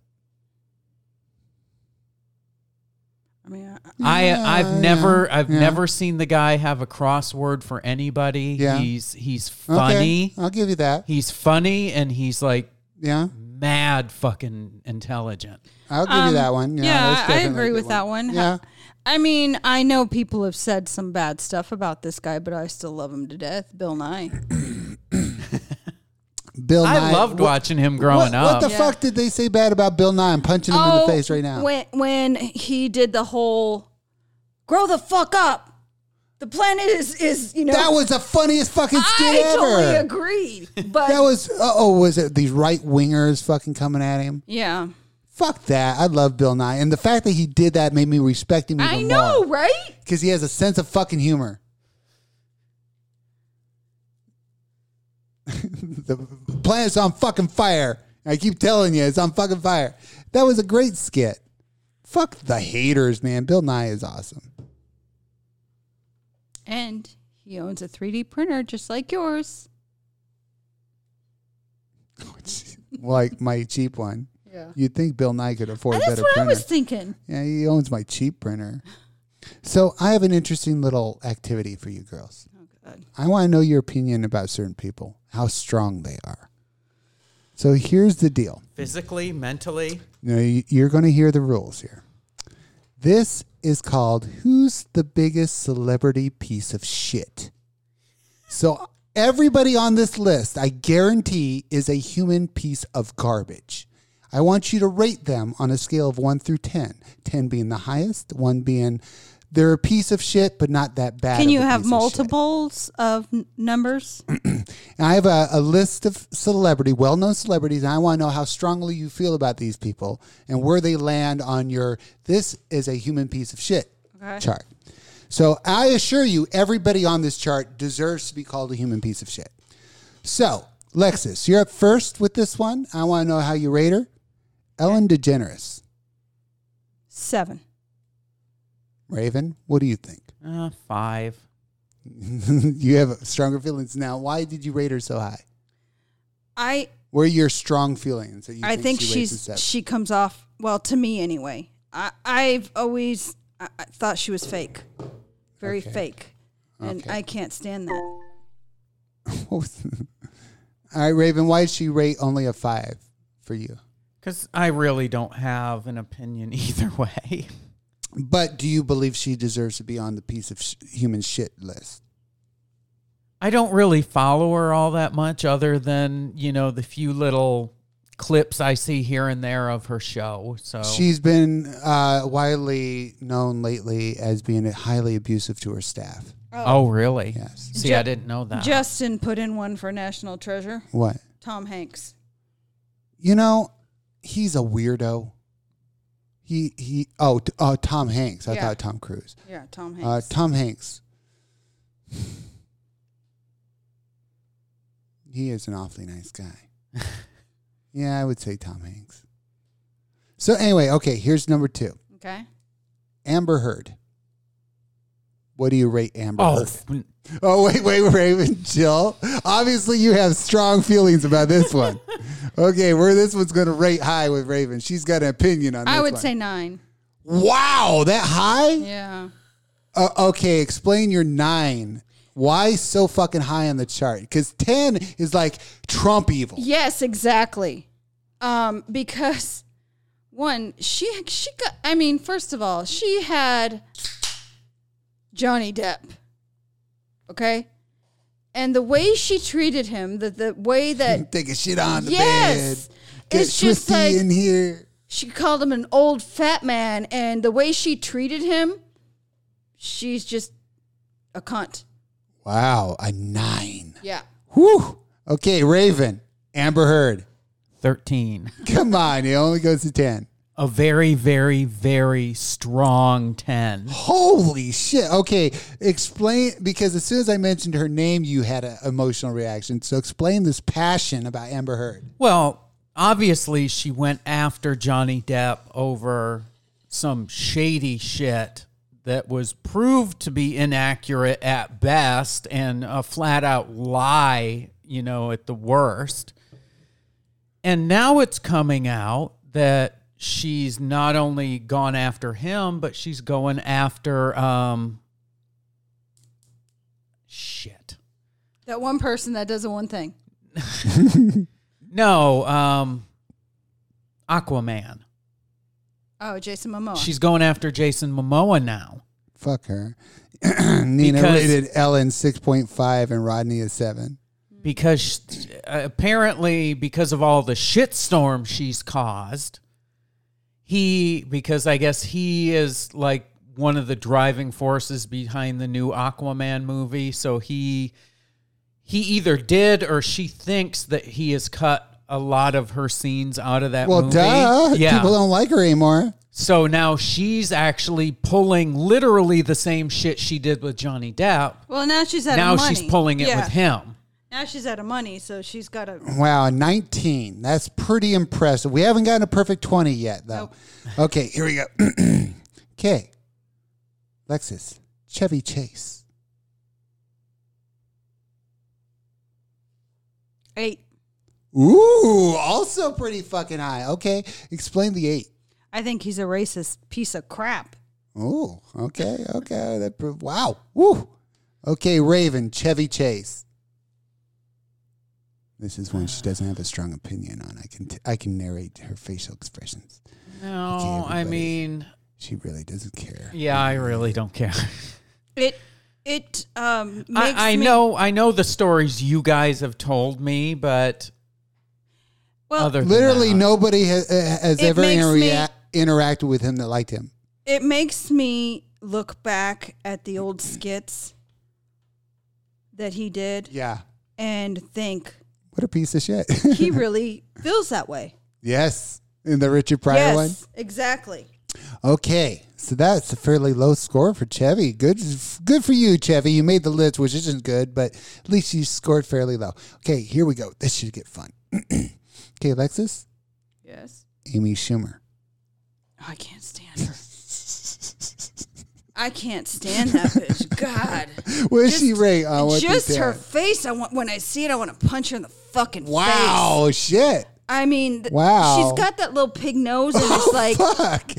Speaker 7: I mean, I,
Speaker 4: I
Speaker 2: Yeah,
Speaker 4: I've
Speaker 2: yeah,
Speaker 4: never I've
Speaker 2: yeah.
Speaker 4: never seen the guy have a crossword for anybody.
Speaker 2: Yeah.
Speaker 4: He's he's
Speaker 2: Okay,
Speaker 4: funny.
Speaker 2: I'll give you that.
Speaker 4: He's funny and he's like
Speaker 2: Yeah,
Speaker 4: mad fucking intelligent.
Speaker 2: I'll give you
Speaker 7: Um,
Speaker 2: that one.
Speaker 7: yeah,
Speaker 2: that's
Speaker 7: I
Speaker 2: definitely
Speaker 7: agree
Speaker 2: a good
Speaker 7: with that one.
Speaker 2: Yeah,
Speaker 7: I mean, I know people have said some bad stuff about this guy, but I still love him to death. Bill Nye.
Speaker 2: Bill.
Speaker 4: I
Speaker 2: Nye,
Speaker 4: loved
Speaker 2: what,
Speaker 4: watching him growing
Speaker 2: what,
Speaker 4: up.
Speaker 2: What the
Speaker 7: Yeah.
Speaker 2: fuck did they say bad about Bill Nye? I'm punching him in the face right now.
Speaker 7: Oh, When when he did the whole grow the fuck up. The planet is is you know
Speaker 2: That was the funniest fucking skit
Speaker 7: I
Speaker 2: ever.
Speaker 7: totally agreed. But
Speaker 2: That was oh, was it these right wingers fucking coming at him?
Speaker 7: yeah.
Speaker 2: Fuck that. I love Bill Nye. And the fact that he did that made me respect him even
Speaker 7: I know,
Speaker 2: more.
Speaker 7: right?
Speaker 2: Because he has a sense of fucking humor. the planet's on fucking fire. I keep telling you, it's on fucking fire. That was a great skit. Fuck the haters, man. Bill Nye is awesome.
Speaker 7: And he owns a 3D printer just like yours.
Speaker 2: like my cheap one.
Speaker 7: Yeah.
Speaker 2: You'd think Bill Nye could afford a
Speaker 7: That's
Speaker 2: better
Speaker 7: what I
Speaker 2: printer.
Speaker 7: was thinking.
Speaker 2: Yeah, he owns my cheap printer. So I have an interesting little activity for you girls. I want to know your opinion about certain people, how strong they are. So here's the deal.
Speaker 4: Physically, mentally.
Speaker 2: Now, y- you're going to hear the rules here. This is called Who's the Biggest Celebrity Piece of Shit? So, everybody on this list, I guarantee, is a human piece of garbage. I want you to rate them on a scale of 1 through 10, 10 being the highest, 1 being they're a piece of shit, but not that bad.
Speaker 7: Can
Speaker 2: of
Speaker 7: you
Speaker 2: a
Speaker 7: have
Speaker 2: piece of shit.
Speaker 7: multiples of, n numbers?
Speaker 2: And I have a, a list of celebrity, well-known celebrities, and I want to know how strongly you feel about these people and where they land on your "this is a human piece of shit" chart. So I assure you, everybody on this chart deserves to be called a human piece of shit. So Lexus, you're up first with this one. I want to know how you rate her. Ellen DeGeneres,
Speaker 7: Seven.
Speaker 2: Raven, what do you think?
Speaker 4: Uh, five.
Speaker 2: you have stronger feelings now. Why did you rate her so high?
Speaker 7: I
Speaker 2: Where are your strong feelings? That you
Speaker 7: I think,
Speaker 2: she rates
Speaker 7: she's
Speaker 2: herself?
Speaker 7: she comes off well to me anyway. I I've always I, I thought she was fake, very
Speaker 2: Okay.
Speaker 7: fake, and
Speaker 2: Okay.
Speaker 7: I can't stand that.
Speaker 2: What was- All right, Raven, why did she rate only a five for you?
Speaker 4: Because I really don't have an opinion either way.
Speaker 2: But do you believe she deserves to be on the piece of sh- human shit list?
Speaker 4: I don't really follow her all that much, other than you know the few little clips I see here and there of her show. So
Speaker 2: She's been uh, widely known lately as being highly abusive to her staff.
Speaker 4: oh, really?
Speaker 2: Yes.
Speaker 4: See, I didn't know that.
Speaker 3: Justin put in one for National Treasure.
Speaker 2: What?
Speaker 3: Tom Hanks.
Speaker 2: You know, he's a weirdo. He he. Oh, t- oh Tom Hanks. I
Speaker 3: Yeah.
Speaker 2: thought Tom Cruise.
Speaker 3: Yeah, Tom
Speaker 2: Uh,
Speaker 3: Hanks.
Speaker 2: Tom Hanks. He is an awfully nice guy. yeah, I would say Tom Hanks. So anyway, okay. Here's number two.
Speaker 3: okay.
Speaker 2: Amber Heard. What do you rate Amber
Speaker 4: oh,
Speaker 2: Heard?
Speaker 4: f- n-
Speaker 2: Oh, wait, wait, Raven Jill. Obviously, you have strong feelings about this one. okay, where this one's going to rate high with Raven. She's got an opinion on this
Speaker 3: I would
Speaker 2: one.
Speaker 3: say nine.
Speaker 2: wow, that high?
Speaker 3: Yeah.
Speaker 2: Uh, okay, explain your nine. Why so fucking high on the chart? Because 10 is like Trump evil.
Speaker 3: Yes, exactly. Um, because one, she she got. I mean, first of all, she had Johnny Depp. Okay, and the way she treated him, the the way that
Speaker 2: Take a shit on the
Speaker 3: yes,
Speaker 2: bed. Get
Speaker 3: it's just
Speaker 2: twisty
Speaker 3: like
Speaker 2: in here.
Speaker 3: she called him an old fat man, and the way she treated him, she's just a cunt.
Speaker 2: Wow, a nine.
Speaker 3: Yeah.
Speaker 2: Whew. Okay, Raven, Amber Heard.
Speaker 4: Thirteen.
Speaker 2: Come on, it only goes to 10.
Speaker 4: A very, very, very strong ten.
Speaker 2: Holy shit. Okay, explain because as soon as I mentioned her name, you had an emotional reaction. So explain this passion about Amber Heard.
Speaker 4: Well, obviously, she went after Johnny Depp over some shady shit that was proved to be inaccurate at best and a flat out lie, you know, at the worst. And now it's coming out that she's not only gone after him, but she's going after, um, shit.
Speaker 3: That one person that does the one thing.
Speaker 4: No, um, Aquaman.
Speaker 3: Oh, Jason Momoa.
Speaker 4: She's going after Jason Momoa now.
Speaker 2: Fuck her. Nina
Speaker 4: Because-
Speaker 2: rated Ellen 6.5 and Rodney a 7.
Speaker 4: because sh- apparently because of all the shitstorm she's caused he because i guess he is like one of the driving forces behind the new aquaman movie so he he either did or she thinks that he has cut a lot of her scenes out of that
Speaker 2: Well,
Speaker 4: movie.
Speaker 2: duh.
Speaker 4: Yeah.
Speaker 2: People don't like her anymore.
Speaker 4: so now she's actually pulling literally the same shit she did with Johnny Depp.
Speaker 3: well, now she's out
Speaker 4: now
Speaker 3: of money.
Speaker 4: she's pulling it
Speaker 3: Yeah.
Speaker 4: with him.
Speaker 3: Now she's out of money, so she's got to.
Speaker 2: Wow, 19. That's pretty impressive. We haven't gotten a perfect 20 yet, though. Okay, here we go. okay. Lexus, Chevy Chase.
Speaker 3: Eight.
Speaker 2: Ooh, also pretty fucking high. Okay, explain the eight.
Speaker 3: I think he's a racist piece of crap.
Speaker 2: Ooh, okay, okay. That pro- wow. Woo. Okay, Raven, Chevy Chase. This is one she doesn't have a strong opinion on. I can t- I can narrate her facial expressions.
Speaker 4: No, I
Speaker 2: everybody.
Speaker 4: mean,
Speaker 2: She really doesn't care.
Speaker 4: Yeah, I really don't care.
Speaker 3: It it um makes
Speaker 4: I, I
Speaker 3: me-
Speaker 4: know I know the stories you guys have told me, but
Speaker 3: Well,
Speaker 4: other than
Speaker 2: Literally,
Speaker 4: that-
Speaker 2: nobody has, has
Speaker 3: It
Speaker 2: ever
Speaker 3: makes me-
Speaker 2: interac interacted with him that liked him.
Speaker 3: it makes me look back at the old skits that he did
Speaker 2: Yeah.
Speaker 3: and think
Speaker 2: What a piece of shit.
Speaker 3: he really feels that way.
Speaker 2: yes. In the Richard Pryor
Speaker 3: yes,
Speaker 2: one?
Speaker 3: exactly.
Speaker 2: Okay, so that's a fairly low score for Chevy. Good, good for you, Chevy. You made the list, which isn't good, but at least you scored fairly low. Okay, here we go. This should get fun. okay, Alexis,
Speaker 3: Yes.
Speaker 2: Amy Schumer.
Speaker 3: Oh, I can't stand her. I can't stand that bitch. God.
Speaker 2: What is
Speaker 3: Just-
Speaker 2: she rate on what
Speaker 3: Just
Speaker 2: they
Speaker 3: her
Speaker 2: said?
Speaker 3: face. I want when I see it, I want to punch her in the fucking face.
Speaker 2: Wow, shit.
Speaker 3: I mean, th-
Speaker 2: Wow.
Speaker 3: she's got that little pig nose, and it's like,
Speaker 2: Fuck.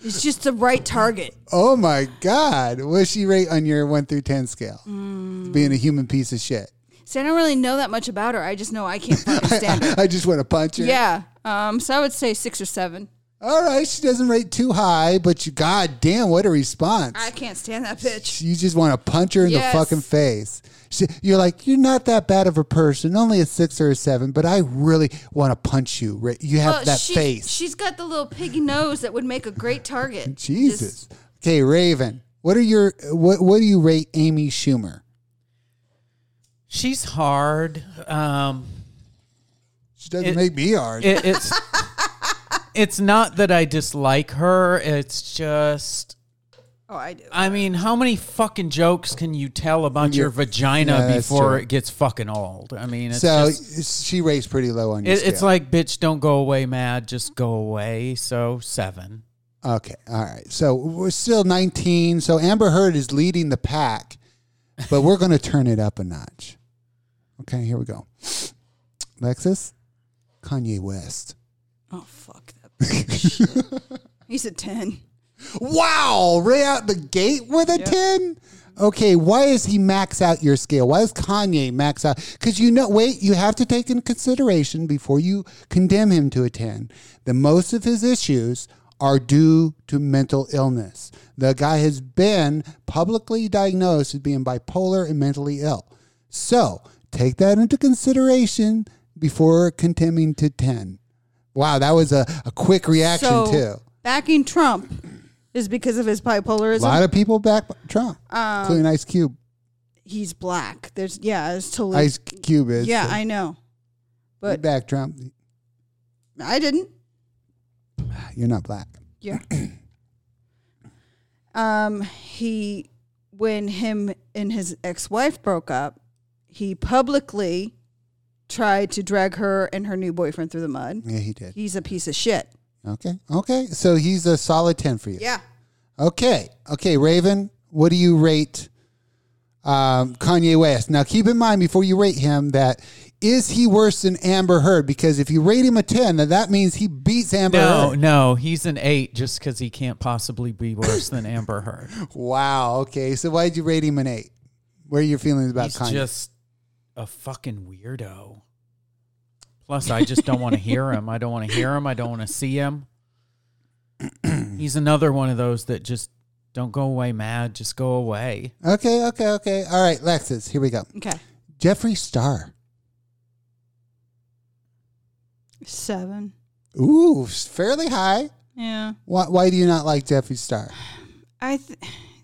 Speaker 3: it's just the right target.
Speaker 2: Oh my God. What is she rate on your one through 10 scale?
Speaker 3: Mm.
Speaker 2: Being a human piece of shit.
Speaker 3: See, I don't really know that much about her. I just know I can't fucking stand her.
Speaker 2: I just want to punch her.
Speaker 3: Yeah. Um. So I would say six or seven.
Speaker 2: All right, she doesn't rate too high, but you, god damn, what a response!
Speaker 8: I can't stand that bitch.
Speaker 2: you just want to punch her in
Speaker 8: Yes.
Speaker 2: the fucking face. She, you're like, you're not that bad of a person, only a six or a seven, but I really want to punch you. Ra- You have
Speaker 8: Well,
Speaker 2: that
Speaker 8: she-
Speaker 2: face.
Speaker 8: She's got the little piggy nose that would make a great target.
Speaker 2: Jesus. Okay, Raven. What are your what? What do you rate Amy Schumer?
Speaker 4: She's hard. Um,
Speaker 2: She doesn't
Speaker 4: It-
Speaker 2: make me hard.
Speaker 4: it, it's it's not that I dislike her. It's just
Speaker 8: Oh, I do.
Speaker 4: I mean, how many fucking jokes can you tell about your vagina
Speaker 2: Yeah, that's
Speaker 4: before
Speaker 2: true.
Speaker 4: it gets fucking old? I mean, it's
Speaker 2: so
Speaker 4: just,
Speaker 2: she rates pretty low on your
Speaker 4: it, it's
Speaker 2: scale.
Speaker 4: like bitch, don't go away, mad, just go away. So seven.
Speaker 2: Okay, all right. So we're still 19. So Amber Heard is leading the pack, but we're going to turn it up a notch. Okay, here we go. Lexus, Kanye West.
Speaker 8: Oh, fuck that bitch. He's a 10.
Speaker 2: Wow, right out the gate with a 10? Okay, why is he max out your scale? Why is Kanye max out? Because you know, wait, you have to take into consideration before you condemn him to a 10 that most of his issues are due to mental illness. The guy has been publicly diagnosed as being bipolar and mentally ill. So take that into consideration before condemning to 10. Wow, that was a, a quick reaction,
Speaker 3: so
Speaker 2: too.
Speaker 3: backing Trump is because of his
Speaker 2: A
Speaker 3: bipolarism.
Speaker 2: lot of people back Trump,
Speaker 3: Um,
Speaker 2: including Ice Cube.
Speaker 3: He's black. There's yeah, it's totally
Speaker 2: Ice Cube is.
Speaker 3: yeah. I know.
Speaker 2: you
Speaker 3: But
Speaker 2: back Trump.
Speaker 3: I didn't.
Speaker 2: You're not black.
Speaker 3: Yeah. um, he, when him and his ex-wife broke up, he publicly tried to drag her and her new boyfriend through the mud.
Speaker 2: Yeah, he did.
Speaker 3: He's a piece of shit.
Speaker 2: Okay. Okay. So he's a solid 10 for you.
Speaker 3: Yeah.
Speaker 2: Okay. Okay, Raven, what do you rate um, Kanye West? Now, keep in mind before you rate him that is he worse than Amber Heard? Because if you rate him a 10, then that means he beats Amber
Speaker 4: No,
Speaker 2: Heard.
Speaker 4: no, he's an eight just because he can't possibly be worse than Amber Heard.
Speaker 2: Wow. Okay. So why did you rate him an 8? What are your feelings about
Speaker 4: He's
Speaker 2: Kanye?
Speaker 4: just a fucking weirdo. Plus, I just don't want to hear him. I don't want to hear him. I don't want to see him. He's another one of those that just don't go away mad, just go away.
Speaker 2: okay. Okay. Okay. All right, Lexus, here we go.
Speaker 3: Okay.
Speaker 2: Jeffree Star.
Speaker 3: Seven.
Speaker 2: Ooh, fairly high.
Speaker 3: Yeah.
Speaker 2: Why, why do you not like Jeffree Star?
Speaker 3: I th-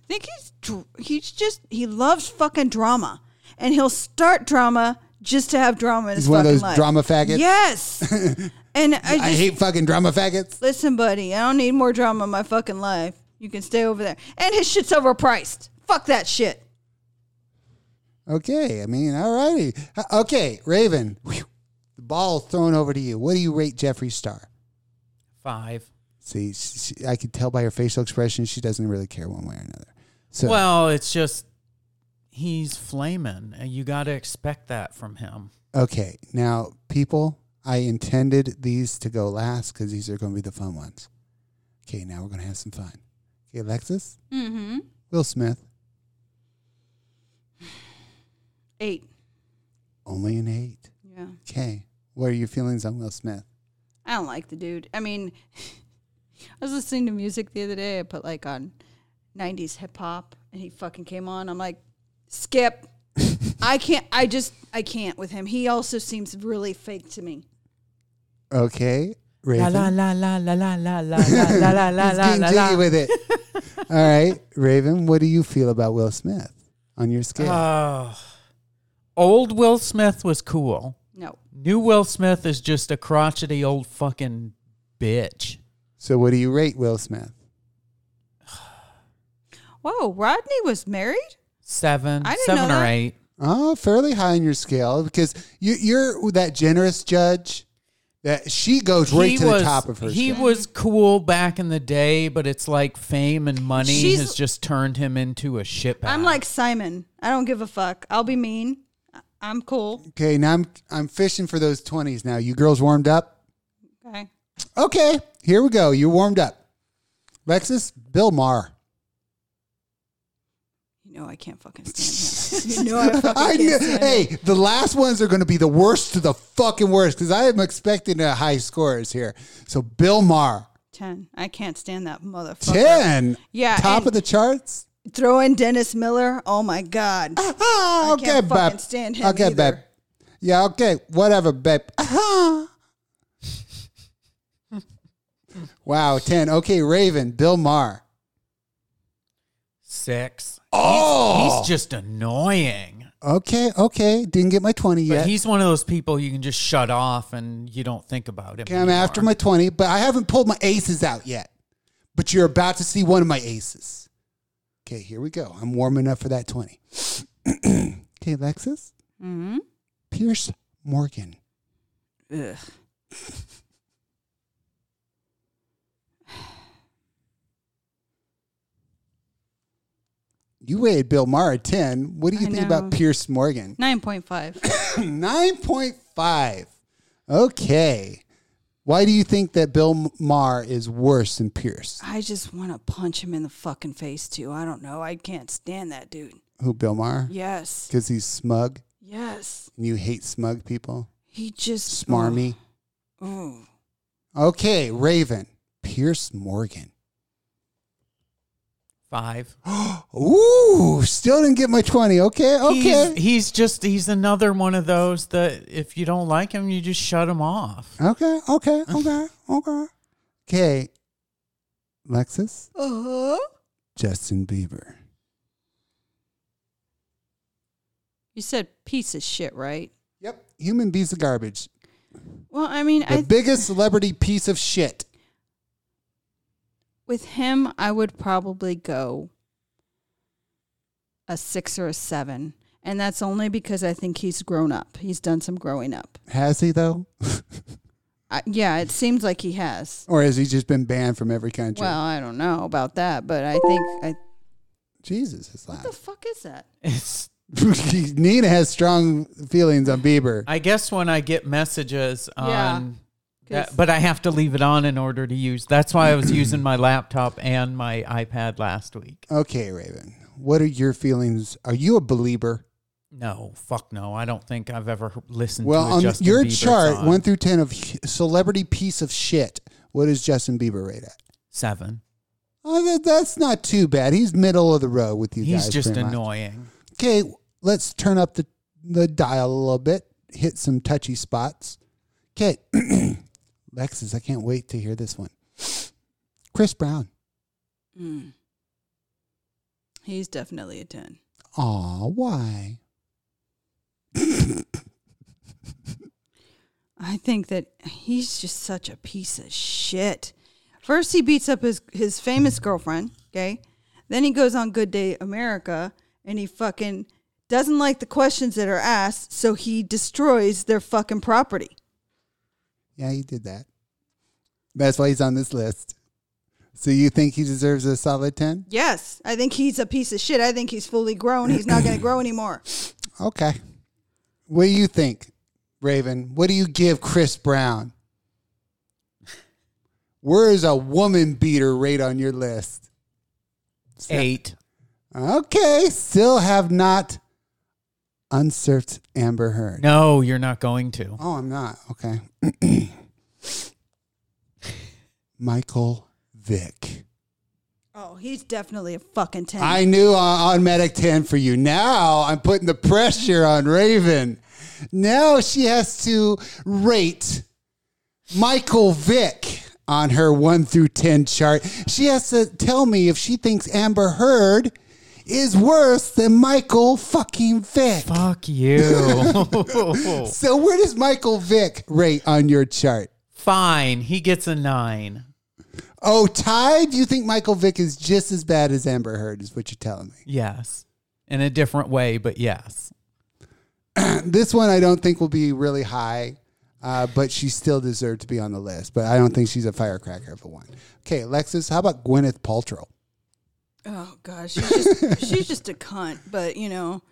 Speaker 3: think he's dr- he's just he loves fucking drama, and he'll start drama just to have drama in his
Speaker 2: He's one of
Speaker 3: fucking
Speaker 2: those
Speaker 3: life.
Speaker 2: drama faggots.
Speaker 3: Yes. and I just
Speaker 2: I hate fucking drama faggots.
Speaker 3: listen, buddy. I don't need more drama in my fucking life. You can stay over there. And his shit's overpriced. Fuck that shit.
Speaker 2: Okay, I mean, all righty. Okay, Raven, whew, the ball thrown over to you. What do you rate Jeffree Star?
Speaker 4: Five.
Speaker 2: See, she, she- I could tell by her facial expression she doesn't really care one way or another. So,
Speaker 4: Well, it's just he's flaming. and You got to expect that from him.
Speaker 2: okay, now people, I intended these to go last because these are going to be the fun ones. Okay, now we're going to have some fun. Okay, Alexis,
Speaker 3: Mm-hmm.
Speaker 2: Will Smith,
Speaker 3: Eight.
Speaker 2: only an eight.
Speaker 3: Yeah.
Speaker 2: Okay, what are your feelings on Will Smith?
Speaker 3: I don't like the dude. I mean, I was listening to music the other day. I put like on 90s hip hop and he fucking came on. I'm like, skip. I can't. I just, I can't with him. He also seems really fake to me.
Speaker 2: Okay.
Speaker 4: La
Speaker 2: Raven.
Speaker 4: la la la la la la la la la la
Speaker 2: He's
Speaker 4: la
Speaker 2: getting
Speaker 4: la
Speaker 2: jiggy
Speaker 4: la.
Speaker 2: with it. All right, Raven, what do you feel about Will Smith on your scale?
Speaker 4: Oh. Old Will Smith was cool.
Speaker 3: No.
Speaker 4: New Will Smith is just a crotchety old fucking bitch.
Speaker 2: so what do you rate Will Smith?
Speaker 3: Whoa, Rodney was married?
Speaker 4: Seven,
Speaker 3: I didn't
Speaker 4: seven
Speaker 3: know
Speaker 4: or
Speaker 3: that.
Speaker 4: eight.
Speaker 2: Oh, fairly high on your scale because you, you're that generous judge that she goes right to the top of her
Speaker 4: he
Speaker 2: scale.
Speaker 4: was cool back in the day, but it's like fame and money
Speaker 3: She's-
Speaker 4: has just turned him into a shitbag.
Speaker 3: I'm like Simon. I don't give a fuck. I'll be mean. I- I'm cool.
Speaker 2: Okay, now I'm I'm fishing for those twenties. Now you girls warmed up.
Speaker 3: Okay.
Speaker 2: Okay, here we go. You're warmed up. Lexus, Bill Maher.
Speaker 3: You know I can't fucking stand him. you know I fucking
Speaker 2: I
Speaker 3: can't
Speaker 2: knew,
Speaker 3: stand him.
Speaker 2: hey, the last ones are going to be the worst to the fucking worst because I am expecting a high scores here. So Bill Maher,
Speaker 3: ten. I can't stand that motherfucker.
Speaker 2: 10.
Speaker 3: Yeah,
Speaker 2: Top
Speaker 3: and-
Speaker 2: of the charts.
Speaker 9: Throw in Dennis Miller. Oh my God.
Speaker 2: Ah, okay,
Speaker 9: can't fucking
Speaker 2: babe.
Speaker 9: stand him
Speaker 2: okay,
Speaker 9: either.
Speaker 2: babe. Yeah, okay, whatever, babe. Ah. wow, ten. Okay, Raven, Bill Maher.
Speaker 4: Six.
Speaker 2: Oh,
Speaker 4: He's just annoying.
Speaker 2: okay, okay. Didn't get my twenty
Speaker 4: But
Speaker 2: yet.
Speaker 4: he's one of those people you can just shut off and you don't think about him.
Speaker 2: Okay, I'm after my twenty, but I haven't pulled my aces out yet. But you're about to see one of my aces. Okay, here we go. I'm warming up for that twenty. okay, Lexus.
Speaker 3: Mm-hmm.
Speaker 2: Pierce Morgan.
Speaker 3: Ugh.
Speaker 2: You weighed Bill Maher at ten. What do you
Speaker 3: I
Speaker 2: think
Speaker 3: know.
Speaker 2: about Pierce Morgan?
Speaker 3: Nine point five.
Speaker 2: 9.5. Okay. Why do you think that Bill Maher is worse than Pierce?
Speaker 3: I just want to punch him in the fucking face too. I don't know. I can't stand that dude.
Speaker 2: Who, Bill Maher?
Speaker 3: Yes.
Speaker 2: Because he's smug
Speaker 3: Yes.
Speaker 2: and you hate smug people?
Speaker 3: He just
Speaker 2: Smarmy.
Speaker 3: Ooh.
Speaker 2: Okay, Raven. Pierce Morgan.
Speaker 4: Five.
Speaker 2: Ooh, still didn't get my 20. Okay, okay.
Speaker 4: He's, he's just, he's another one of those that if you don't like him, you just shut him off.
Speaker 2: Okay, okay, okay, okay. Okay. Lexus? Uh-huh. Justin Bieber.
Speaker 3: You said piece of shit, right?
Speaker 2: Yep. Human bees of garbage.
Speaker 3: Well, I mean,
Speaker 2: The
Speaker 3: I
Speaker 2: biggest celebrity piece of shit.
Speaker 3: with him, I would probably go a six or a seven, and that's only because I think he's grown up. He's done some growing up.
Speaker 2: Has he though?
Speaker 3: I, yeah, it seems like he has.
Speaker 2: Or has he just been banned from every country?
Speaker 3: Well, I don't know about that, but I think I.
Speaker 2: Jesus, it's
Speaker 3: What the fuck is that?
Speaker 4: It's,
Speaker 2: loud. Nina has strong feelings on Bieber.
Speaker 4: I guess when I get messages on.
Speaker 3: Yeah, 'cause-
Speaker 4: that, but I have to leave it on in order to use. That's why I was using my laptop and my iPad last week.
Speaker 2: Okay, Raven. What are your feelings? Are you a believer?
Speaker 4: No, fuck no. I don't think I've ever listened
Speaker 2: Well,
Speaker 4: to a
Speaker 2: on
Speaker 4: Justin
Speaker 2: your
Speaker 4: Bieber
Speaker 2: chart,
Speaker 4: song.
Speaker 2: one through ten of sh- celebrity piece of shit, what is Justin Bieber rate at?
Speaker 4: seven.
Speaker 2: Oh, that, that's not too bad. He's middle of the road with you guys.
Speaker 4: He's just
Speaker 2: pretty much.
Speaker 4: annoying.
Speaker 2: Okay, let's turn up the the dial a little bit. Hit some touchy spots. Okay, Lexus, I can't wait to hear this one. Chris Brown.
Speaker 3: Mm. He's definitely a ten.
Speaker 2: Aw, why?
Speaker 3: I think that he's just such a piece of shit. First, he beats up his, his famous girlfriend, okay? Then he goes on Good Day America and he fucking doesn't like the questions that are asked, so he destroys their fucking property.
Speaker 2: Yeah, he did that. That's why he's on this list. So you think he deserves a solid ten?
Speaker 3: Yes, I think he's a piece of shit. I think he's fully grown. He's not going to grow anymore.
Speaker 2: Okay. What do you think, Raven? What do you give Chris Brown? Where is a woman beater rate on your list?
Speaker 4: Eight.
Speaker 2: Okay, still have not unsurfed Amber Heard.
Speaker 4: No, you're not going to.
Speaker 2: Oh, I'm not. Okay. Michael Vick.
Speaker 3: Oh, he's definitely a fucking 10.
Speaker 2: I knew uh, on, on Medic 10 for you. Now I'm putting the pressure on Raven. Now she has to rate Michael Vick on her 1 through 10 chart. She has to tell me if she thinks Amber Heard is worse than Michael fucking Vick.
Speaker 4: Fuck you.
Speaker 2: So where does Michael Vick rate on your chart?
Speaker 4: Fine. He gets a nine.
Speaker 2: Oh, Ty, do you think Michael Vick is just as bad as Amber Heard is what you're telling me?
Speaker 4: Yes. In a different way, but yes.
Speaker 2: This one I don't think will be really high, uh, but she still deserved to be on the list. But I don't think she's a firecracker of a one. Okay, Lexus, how about Gwyneth Paltrow?
Speaker 3: Oh gosh, she's just, she's just a cunt. But you know,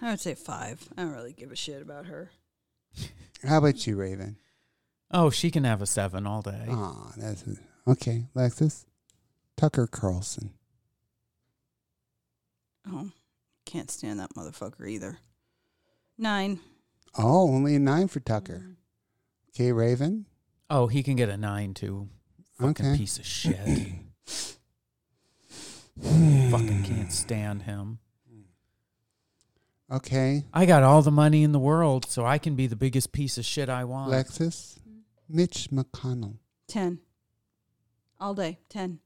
Speaker 3: I would say five. I don't really give a shit about her.
Speaker 2: How about you, Raven?
Speaker 4: Oh, she can have a seven all day.
Speaker 2: Aw, that's okay, Lexus. Tucker Carlson.
Speaker 3: Oh, can't stand that motherfucker either. Nine.
Speaker 2: Oh, only a nine for Tucker. Okay, Raven.
Speaker 4: Oh, he can get a nine too. Fucking
Speaker 2: Okay.
Speaker 4: piece of shit. Fucking can't stand him.
Speaker 2: Okay.
Speaker 4: I got all the money in the world, so I can be the biggest piece of shit I want.
Speaker 2: Lexus, Mitch McConnell,
Speaker 7: 10. All day, 10.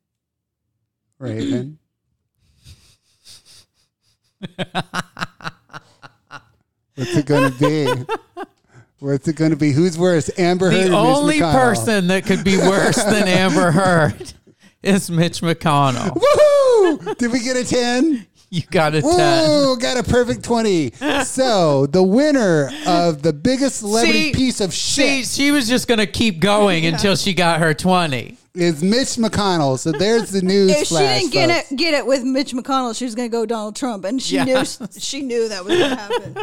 Speaker 2: Raven. What's it gonna be? What's it gonna be? Who's worse, Amber Heard?
Speaker 4: the
Speaker 2: or Mitch
Speaker 4: only
Speaker 2: McConnell?
Speaker 4: person that could be worse than Amber Heard is Mitch McConnell.
Speaker 2: Woohoo! Did we get a ten?
Speaker 4: You got a 10.
Speaker 2: Woo! Got a perfect twenty. So the winner of the biggest celebrity
Speaker 4: See-
Speaker 2: piece of
Speaker 4: She,
Speaker 2: shit
Speaker 4: she was just going to keep going until she got her 20.
Speaker 2: is Mitch McConnell. So there's the news
Speaker 3: If she
Speaker 2: flash.
Speaker 3: didn't get
Speaker 2: folks.
Speaker 3: it, get it with Mitch McConnell, she was going to go Donald Trump, and she
Speaker 4: Yes.
Speaker 3: knew she knew that was going to happen.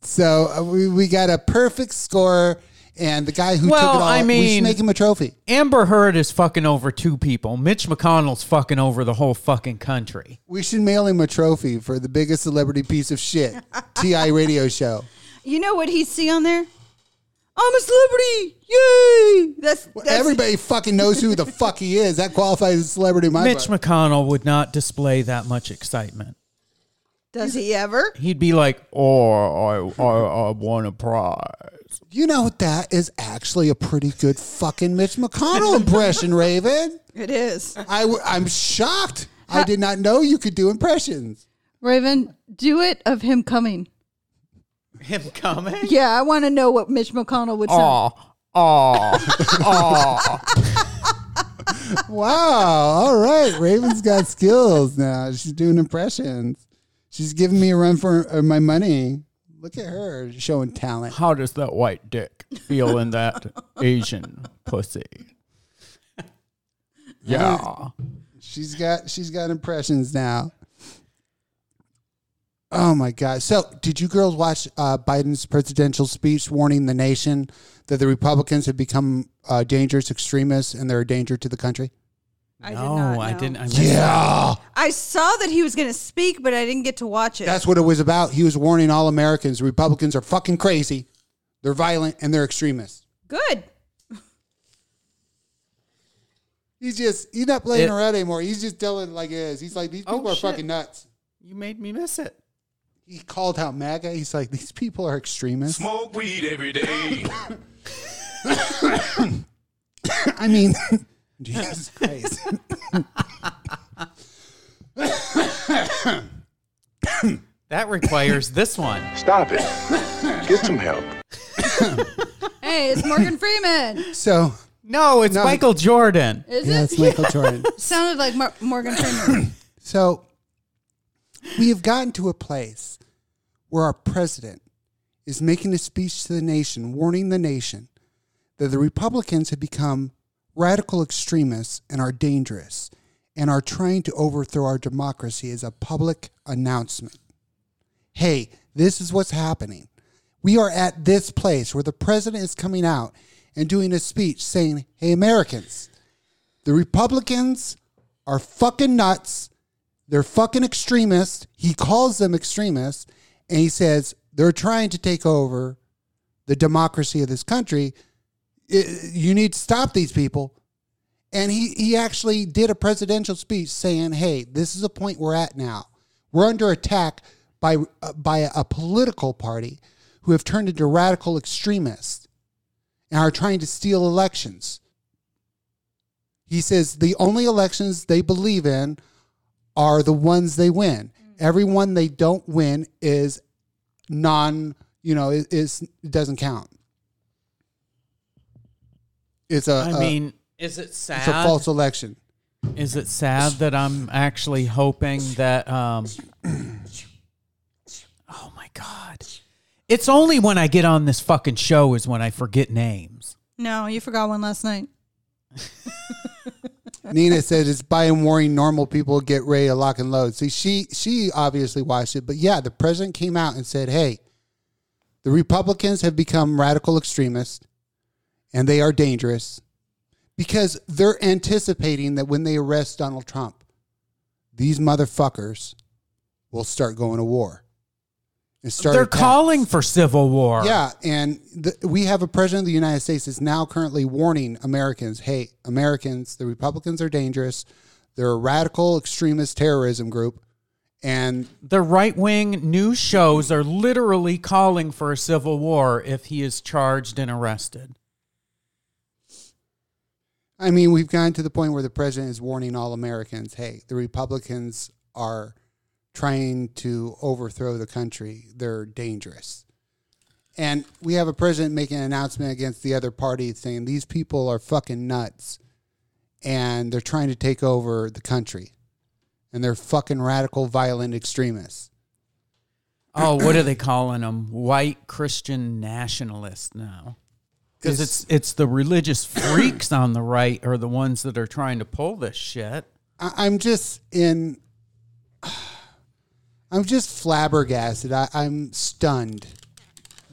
Speaker 2: So uh, we, we got a perfect score, and the guy who
Speaker 4: Well,
Speaker 2: took it all,
Speaker 4: I
Speaker 2: we should
Speaker 4: mean-
Speaker 2: make him a trophy.
Speaker 4: Amber Heard is fucking over two people. Mitch McConnell's fucking over the whole fucking country.
Speaker 2: We should mail him a trophy for the biggest celebrity piece of shit TI radio show.
Speaker 3: You know what he'd see on there? I'm a celebrity! Yay! That's, that's
Speaker 2: Everybody fucking knows who the fuck he is. That qualifies as a celebrity. in My
Speaker 4: Mitch
Speaker 2: book.
Speaker 4: McConnell would not display that much excitement.
Speaker 3: does he ever?
Speaker 4: He'd be like, "Oh, I, I, I won a prize."
Speaker 2: you know that is actually a pretty good fucking Mitch McConnell impression, Raven.
Speaker 3: It is.
Speaker 2: I w- I'm shocked. I did not know you could do impressions.
Speaker 7: Raven, do it of him coming.
Speaker 4: Him coming?
Speaker 7: Yeah, I want to know what Mitch McConnell would sound.
Speaker 2: Wow. All right. Raven's got skills now. She's doing impressions. She's giving me a run for uh, my money. Look at her showing talent.
Speaker 4: How does that white dick feel in that Asian pussy? Yeah.
Speaker 2: She's got she's got impressions now. Oh my god. So, did you girls watch uh, Biden's presidential speech warning the nation that the Republicans have become uh, dangerous extremists and they're a danger to the country?
Speaker 3: I did
Speaker 4: no,
Speaker 3: not
Speaker 4: Oh, I
Speaker 3: know.
Speaker 4: didn't. I missed
Speaker 2: Yeah.
Speaker 3: I saw that he was going to speak, but I didn't get to watch it.
Speaker 2: That's what it was about. He was warning all Americans, Republicans are fucking crazy. They're violent and they're extremists.
Speaker 3: good.
Speaker 2: He's just he's not playing
Speaker 4: It-
Speaker 2: around anymore. He's just telling it like it is. He's like these
Speaker 4: Oh,
Speaker 2: people are
Speaker 4: shit.
Speaker 2: fucking nuts.
Speaker 4: You made me miss it.
Speaker 2: He called out MAGA. He's like these people are extremists.
Speaker 10: Smoke weed every day.
Speaker 2: I mean, Jesus Christ.
Speaker 4: That requires this one.
Speaker 10: Stop it. Get some help.
Speaker 7: Hey, it's Morgan Freeman.
Speaker 2: So,
Speaker 4: No, it's
Speaker 2: No.
Speaker 4: Michael Jordan.
Speaker 7: Is
Speaker 2: yeah,
Speaker 7: it?
Speaker 2: it's Michael Jordan.
Speaker 7: Sounded like Mar- Morgan Freeman.
Speaker 2: So, we have gotten to a place where our president is making a speech to the nation, warning the nation that the Republicans have become radical extremists and are dangerous and are trying to overthrow our democracy as a public announcement. Hey, this is what's happening. We are at this place where the president is coming out and doing a speech saying, Hey, Americans, the Republicans are fucking nuts. They're fucking extremists. He calls them extremists and he says they're trying to take over the democracy of this country. I- you need to stop these people. And he, he actually did a presidential speech saying, hey, this is the point we're at now. We're under attack by, uh, by a, political party who have turned into radical extremists and are trying to steal elections. He says the only elections they believe in are the ones they win. Every one they don't win is non, you know, it, it's, it doesn't count. It's a
Speaker 4: I
Speaker 2: a-
Speaker 4: mean, is it sad?
Speaker 2: Uh, it's a false election.
Speaker 4: Is it sad that I'm actually hoping that? Um, oh my god! It's only when I get on this fucking show is when I forget names.
Speaker 7: no, you forgot one last night.
Speaker 2: Nina said it's by and warning normal people get ready to lock and load. See, she she obviously watched it, but yeah, the president came out and said, "Hey, the Republicans have become radical extremists, and they are dangerous because they're anticipating that when they arrest Donald Trump, these motherfuckers will start going to war." It started
Speaker 4: They're
Speaker 2: that.
Speaker 4: calling for civil war.
Speaker 2: Yeah, and the, we have a president of the United States that's now currently warning Americans, hey, Americans, the Republicans are dangerous. They're a radical extremist terrorism group. And
Speaker 4: The right wing news shows are literally calling for a civil war if he is charged and arrested.
Speaker 2: I mean, we've gotten to the point where the president is warning all Americans, hey, the Republicans are trying to overthrow the country. They're dangerous. And we have a president making an announcement against the other party saying these people are fucking nuts and they're trying to take over the country. And they're fucking radical, violent extremists.
Speaker 4: Oh, what are they calling them? White Christian nationalists now. Because it's it's the religious freaks on the right are the ones that are trying to pull this shit.
Speaker 2: I, I'm just in. I'm just flabbergasted. I, I'm stunned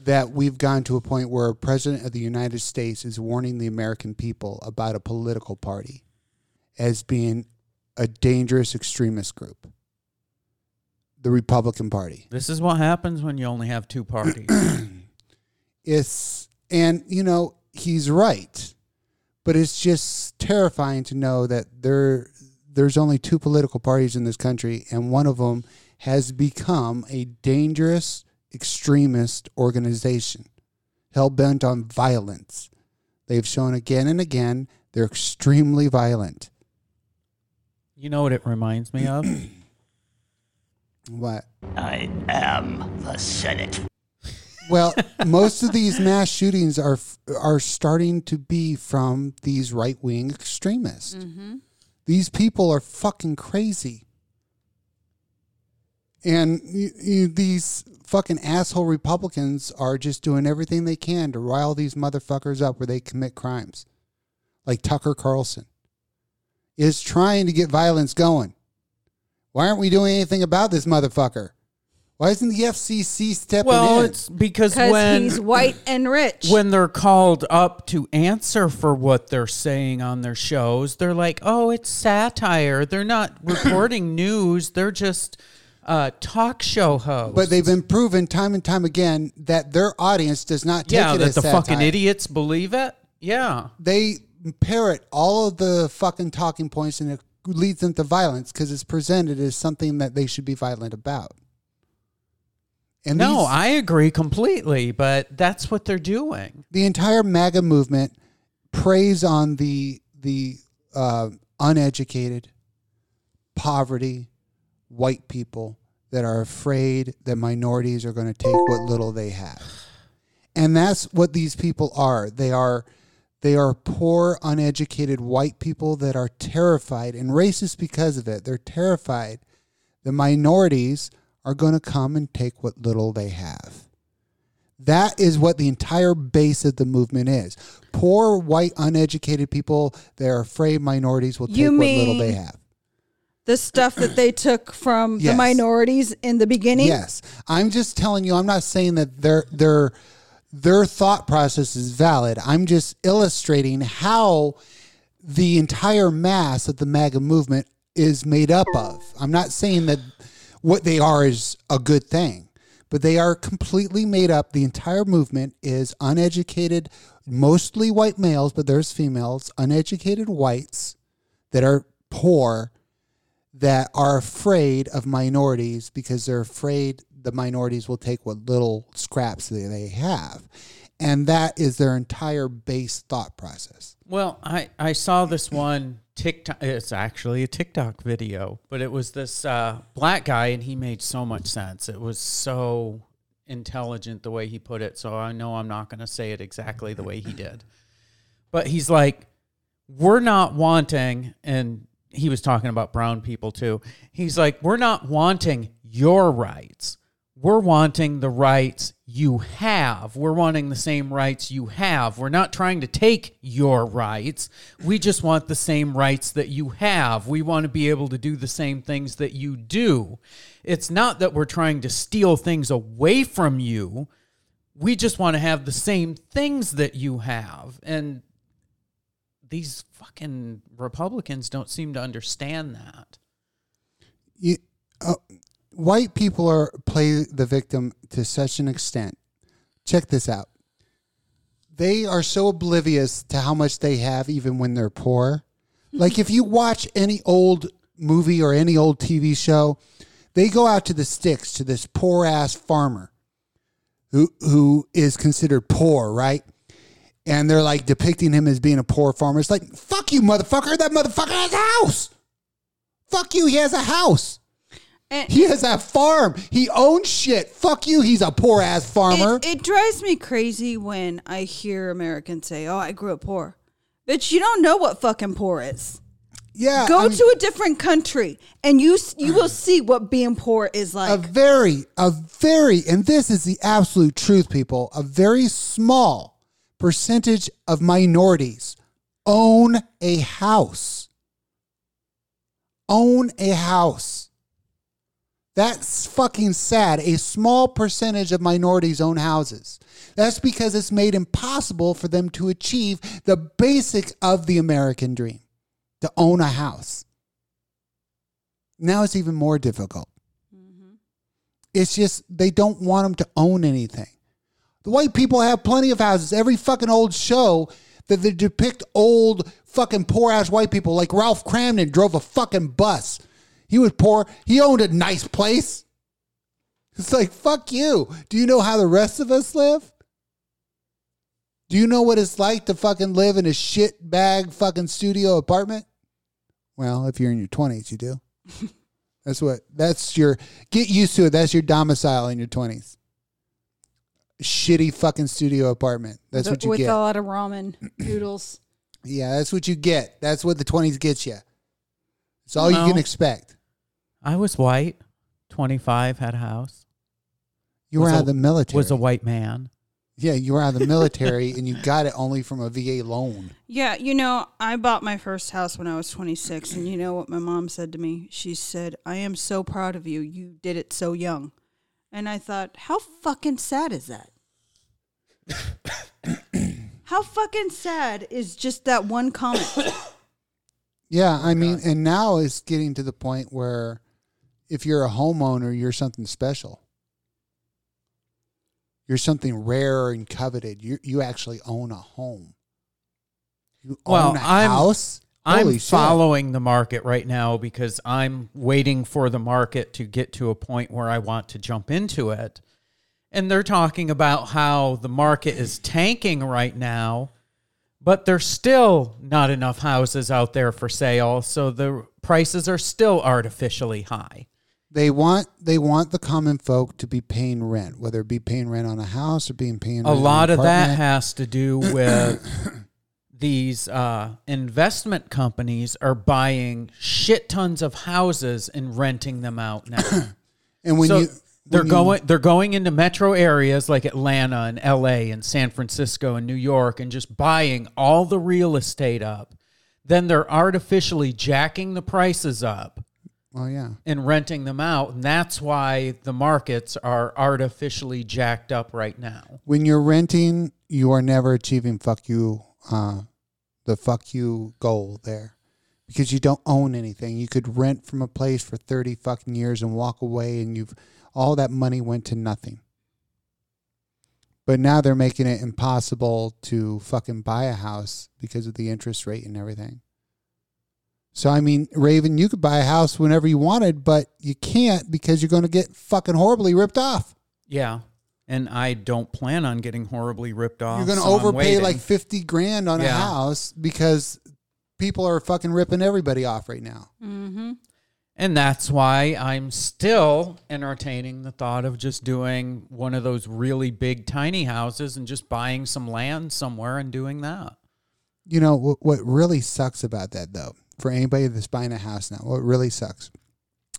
Speaker 2: that we've gone to a point where a president of the United States is warning the American people about a political party as being a dangerous extremist group, the Republican Party.
Speaker 4: This is what happens when you only have two parties.
Speaker 2: It's and you know he's right, but it's just terrifying to know that there there's only two political parties in this country, and one of them has become a dangerous extremist organization, hell bent on violence. They've shown again and again they're extremely violent.
Speaker 4: you know what it reminds me of?
Speaker 2: What?
Speaker 11: I am the Senate.
Speaker 2: Well, most of these mass shootings are are starting to be from these right wing extremists. These people are fucking crazy, and you, you, these fucking asshole Republicans are just doing everything they can to rile these motherfuckers up where they commit crimes, like Tucker Carlson is trying to get violence going. Why aren't we doing anything about this motherfucker? Why isn't the FCC stepping in?
Speaker 4: Well, it's because
Speaker 3: Because
Speaker 4: when
Speaker 3: he's white and rich.
Speaker 4: when they're called up to answer for what they're saying on their shows, they're like, "Oh, it's satire. They're not reporting news. They're just uh, talk show hosts."
Speaker 2: But they've been proven time and time again that their audience does not take
Speaker 4: yeah,
Speaker 2: it
Speaker 4: that
Speaker 2: as
Speaker 4: the
Speaker 2: satire.
Speaker 4: fucking idiots believe it. Yeah,
Speaker 2: They parrot all of the fucking talking points and it leads them to violence because it's presented as something that they should be violent about. And
Speaker 4: no,
Speaker 2: these-
Speaker 4: I agree completely. But that's what they're doing.
Speaker 2: the entire MAGA movement preys on the the uh, uneducated, poverty, white people that are afraid that minorities are going to take what little they have, and that's what these people are. They are they are poor, uneducated white people that are terrified and racist because of it. They're terrified the minorities are going to come and take what little they have. That is what the entire base of the movement is. Poor, white, uneducated people, they're afraid minorities will take
Speaker 3: You
Speaker 2: what little they
Speaker 3: mean-
Speaker 2: have.
Speaker 3: the stuff that they took from the
Speaker 2: Yes.
Speaker 3: minorities in the beginning.
Speaker 2: Yes. I'm just telling you, I'm not saying that their their their thought process is valid. I'm just illustrating how the entire mass of the MAGA movement is made up of. I'm not saying that what they are is a good thing, but they are completely made up. The entire movement is uneducated, mostly white males, but there's females, uneducated whites that are poor that are afraid of minorities because they're afraid the minorities will take what little scraps that they have. And that is their entire base thought process.
Speaker 4: Well, I, I saw this one TikTok. It's actually a TikTok video, but it was this uh, black guy, and he made so much sense. It was so intelligent the way he put it. So I know I'm not going to say it exactly the way he did, but he's like, "We're not wanting," and he was talking about brown people too. He's like, "We're not wanting your rights." we're wanting the rights you have. We're wanting the same rights you have. We're not trying to take your rights. We just want the same rights that you have. We want to be able to do the same things that you do. It's not that we're trying to steal things away from you. We just want to have the same things that you have. And these fucking Republicans don't seem to understand that.
Speaker 2: You, oh, white people are play the victim to such an extent. Check this out. They are so oblivious to how much they have even when they're poor. Like if you watch any old movie or any old TV show, they go out to the sticks to this poor ass farmer who who is considered poor, right? And they're like depicting him as being a poor farmer. It's like, fuck you, motherfucker. That motherfucker has a house. Fuck you, he has a house.
Speaker 7: And-
Speaker 2: he has a farm. He owns shit. Fuck you, he's a poor ass farmer.
Speaker 7: It, it drives me crazy when I hear Americans say, "Oh, I grew up poor." Bitch, you don't know what fucking poor is.
Speaker 2: yeah.
Speaker 7: Go
Speaker 2: I mean,
Speaker 7: to a different country and you s- you will see what being poor is
Speaker 2: a
Speaker 7: like.
Speaker 2: very, a very, and this is the absolute truth, people, a very small percentage of minorities own a house. Own a house. That's fucking sad. A small percentage of minorities own houses. That's because it's made impossible for them to achieve the basic of the American dream to own a house. Now it's even more difficult. It's just they don't want them to own anything. The white people have plenty of houses. Every fucking old show that they depict old fucking poor ass white people, like Ralph Cramden drove a fucking bus. He was poor. He owned a nice place. It's like, fuck you. Do you know how the rest of us live? Do you know what it's like to fucking live in a shit bag fucking studio apartment? Well, if you're in your 20s, you do. That's what. That's your get used to it. That's your domicile in your twenties. Shitty fucking studio apartment. That's what you
Speaker 7: with
Speaker 2: get.
Speaker 7: a lot of ramen noodles.
Speaker 2: yeah, that's what you get. That's what the twenties gets you. It's all
Speaker 4: No.
Speaker 2: you can expect.
Speaker 4: I was white, 25, had a house.
Speaker 2: You were
Speaker 4: Was
Speaker 2: out
Speaker 4: a-
Speaker 2: of the military.
Speaker 4: Was a white man.
Speaker 2: yeah, you were out of the military, and you got it only from a VA loan.
Speaker 7: Yeah, you know, I bought my first house when I was 26 and you know what my mom said to me? She said, "I am so proud of you. You did it so young." And I thought, "How fucking sad is that?" How fucking sad is just that one comment?
Speaker 2: Yeah, I mean, and now it's getting to the point where if you're a homeowner, you're something special. You're something rare and coveted. You you actually own a home. You
Speaker 4: Well,
Speaker 2: own a
Speaker 4: I'm-
Speaker 2: house.
Speaker 4: I'm
Speaker 2: Holy shit.
Speaker 4: following the market right now because I'm waiting for the market to get to a point where I want to jump into it. And they're talking about how the market is tanking right now, but there's still not enough houses out there for sale, so the prices are still artificially high.
Speaker 2: They want they want the common folk to be paying rent, whether it be paying rent on a house or being paying
Speaker 4: a
Speaker 2: rent
Speaker 4: lot
Speaker 2: on
Speaker 4: of
Speaker 2: an
Speaker 4: that
Speaker 2: apartment.
Speaker 4: has to do with these uh, investment companies are buying shit tons of houses and renting them out now.
Speaker 2: and when
Speaker 4: so
Speaker 2: you
Speaker 4: they're
Speaker 2: when you-
Speaker 4: going they're going into metro areas like Atlanta and LA and San Francisco and New York and just buying all the real estate up. Then they're artificially jacking the prices up
Speaker 2: Oh yeah.
Speaker 4: and renting them out, and that's why the markets are artificially jacked up right now.
Speaker 2: when you're renting, you are never achieving fuck you, uh, the fuck you goal there, because you don't own anything. You could rent from a place for thirty fucking years and walk away, and you've all that money went to nothing. But now they're making it impossible to fucking buy a house because of the interest rate and everything. So I mean, Raven, you could buy a house whenever you wanted, but you can't because you're going to get fucking horribly ripped off.
Speaker 4: Yeah. And I don't plan on getting horribly ripped off.
Speaker 2: You're going to
Speaker 4: so I'm
Speaker 2: overpay
Speaker 4: waiting.
Speaker 2: like 50 grand on a
Speaker 4: Yeah.
Speaker 2: house because people are fucking ripping everybody off right now.
Speaker 4: And that's why I'm still entertaining the thought of just doing one of those really big tiny houses and just buying some land somewhere and doing that.
Speaker 2: You know, what, what really sucks about that though, for anybody that's buying a house now, what really sucks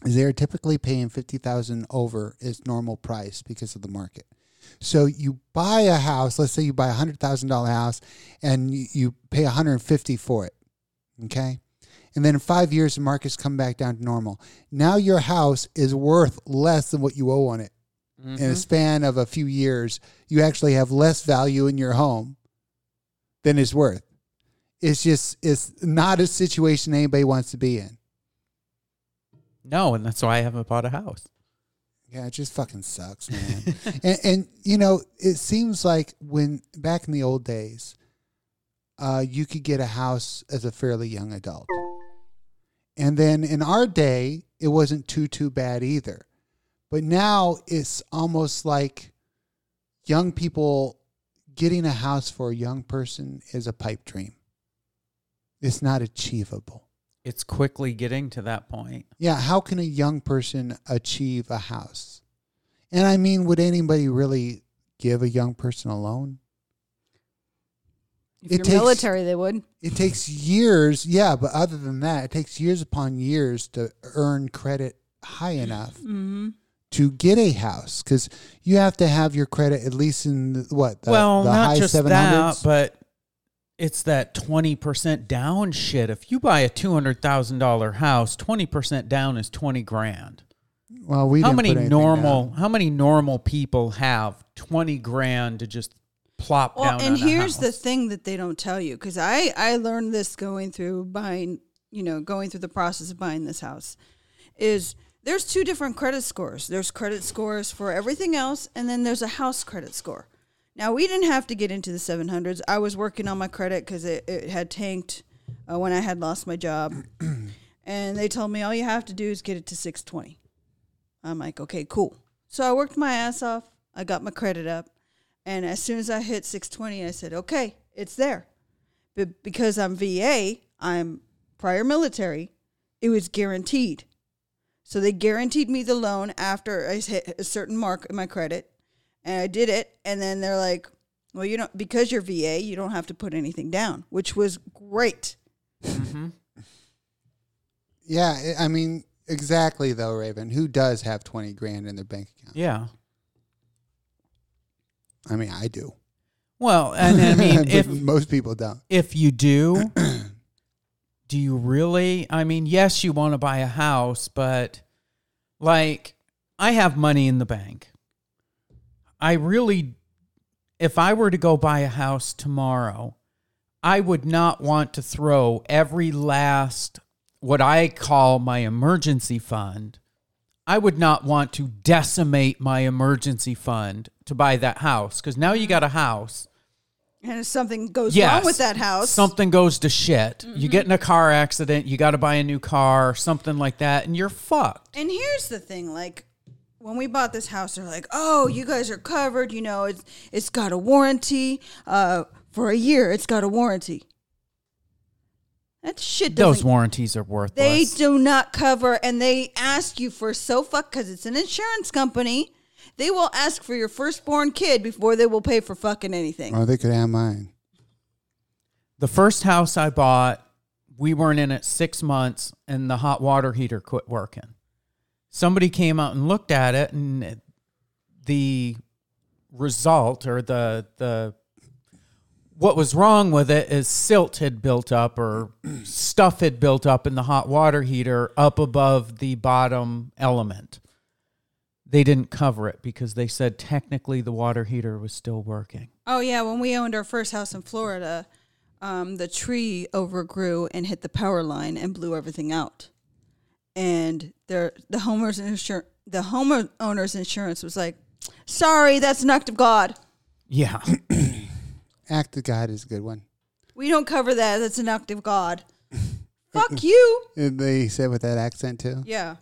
Speaker 2: is they're typically paying 50,000 over its normal price because of the market. So you buy a house, let's say you buy a $100,000 house and you, you pay 150 for it. Okay? And then in 5 years the market's come back down to normal. Now your house is worth less than what you owe on it. In a span of a few years, you actually have less value in your home than it's worth. It's just it's not a situation anybody wants to be in.
Speaker 4: No, and that's why I haven't bought a house.
Speaker 2: Yeah, it just fucking sucks, man. and, and you know, it seems like when back in the old days, uh, you could get a house as a fairly young adult, and then in our day, it wasn't too too bad either. But now it's almost like young people getting a house for a young person is a pipe dream. It's not achievable.
Speaker 4: It's quickly getting to that point.
Speaker 2: Yeah, how can a young person achieve a house? And I mean, would anybody really give a young person a loan?
Speaker 7: If
Speaker 2: It
Speaker 7: you're
Speaker 2: takes-
Speaker 7: military, they would.
Speaker 4: Hmm.
Speaker 2: It takes years, yeah, but other than that, it takes years upon years to earn credit high enough
Speaker 4: Mm-hmm.
Speaker 2: to get a house because you have to have your credit at least in the, what? The,
Speaker 4: well,
Speaker 2: the
Speaker 4: not
Speaker 2: high
Speaker 4: just
Speaker 2: 700s?
Speaker 4: that, but it's that 20% down shit. If you buy a $200,000 house, 20% down is 20 grand.
Speaker 2: well, we
Speaker 4: how
Speaker 2: didn't
Speaker 4: many
Speaker 2: put anything
Speaker 4: normal
Speaker 2: down.
Speaker 4: how many normal people have 20 grand to just plop
Speaker 3: Well,
Speaker 4: down
Speaker 3: and
Speaker 4: on a
Speaker 3: here's the
Speaker 4: house?
Speaker 3: thing that they don't tell you because I I learned this going through buying, you know, going through the process of buying this house, is there's two different credit scores. There's credit scores for everything else, and then there's a house credit score. Now we didn't have to get into the 700s. I was working on my credit because it, it had tanked uh, when I had lost my job, and they told me all you have to do is get it to 620. I'm like, okay, cool. So I worked my ass off. I got my credit up. And as soon as I hit 620, I said, okay, it's there. But because I'm VA, I'm prior military, it was guaranteed. So they guaranteed me the loan after I hit a certain mark in my credit. And I did it. And then they're like, well, you don't, because you're VA, you don't have to put anything down, which was great.
Speaker 2: Yeah, I I mean, exactly though, Raven. Who does have 20 grand in their bank account?
Speaker 4: yeah
Speaker 2: I mean, I do.
Speaker 4: well and i mean
Speaker 2: But
Speaker 4: if
Speaker 2: most people don't.
Speaker 4: if you do do you really i mean yes you want to buy a house but like i have money in the bank i really if i were to go buy a house tomorrow i would not want to throw every last what i call my emergency fund I would not want to decimate my emergency fund to buy that house because now you got a house
Speaker 3: And if something goes wrong
Speaker 4: Yes.
Speaker 3: with that house, Mm-hmm.
Speaker 4: something goes to shit. You get in a car accident, you got to buy a new car, something like that, and you're fucked.
Speaker 3: And here's the thing, like when we bought this house, they're like, "Oh, you guys are covered. You know, it's it's got a warranty uh, for a year. It's got a warranty." That shit doesn't.
Speaker 4: Those warranties are
Speaker 3: they
Speaker 4: worthless.
Speaker 3: do not cover, and they ask you for so fuck because it's an insurance company. They will ask for your firstborn kid before they will pay for fucking anything.
Speaker 2: Or they could have mine.
Speaker 4: the first house I bought, we weren't in it six months, and the hot water heater quit working. Somebody came out and looked at it, and it- the result or the the what was wrong with it is silt had built up or stuff had built up in the hot water heater up above the bottom element. They didn't cover it because they said technically the water heater was still working.
Speaker 3: Oh yeah, when we owned our first house in Florida, um, the tree overgrew and hit the power line and blew everything out. And there, the homeowners insur the homeowners insurance was like, "Sorry, that's an act of God.
Speaker 4: Yeah.
Speaker 2: Act of God is a good one.
Speaker 3: We don't cover that. That's an act of God. Fuck you."
Speaker 2: And they said with that accent too.
Speaker 3: Yeah.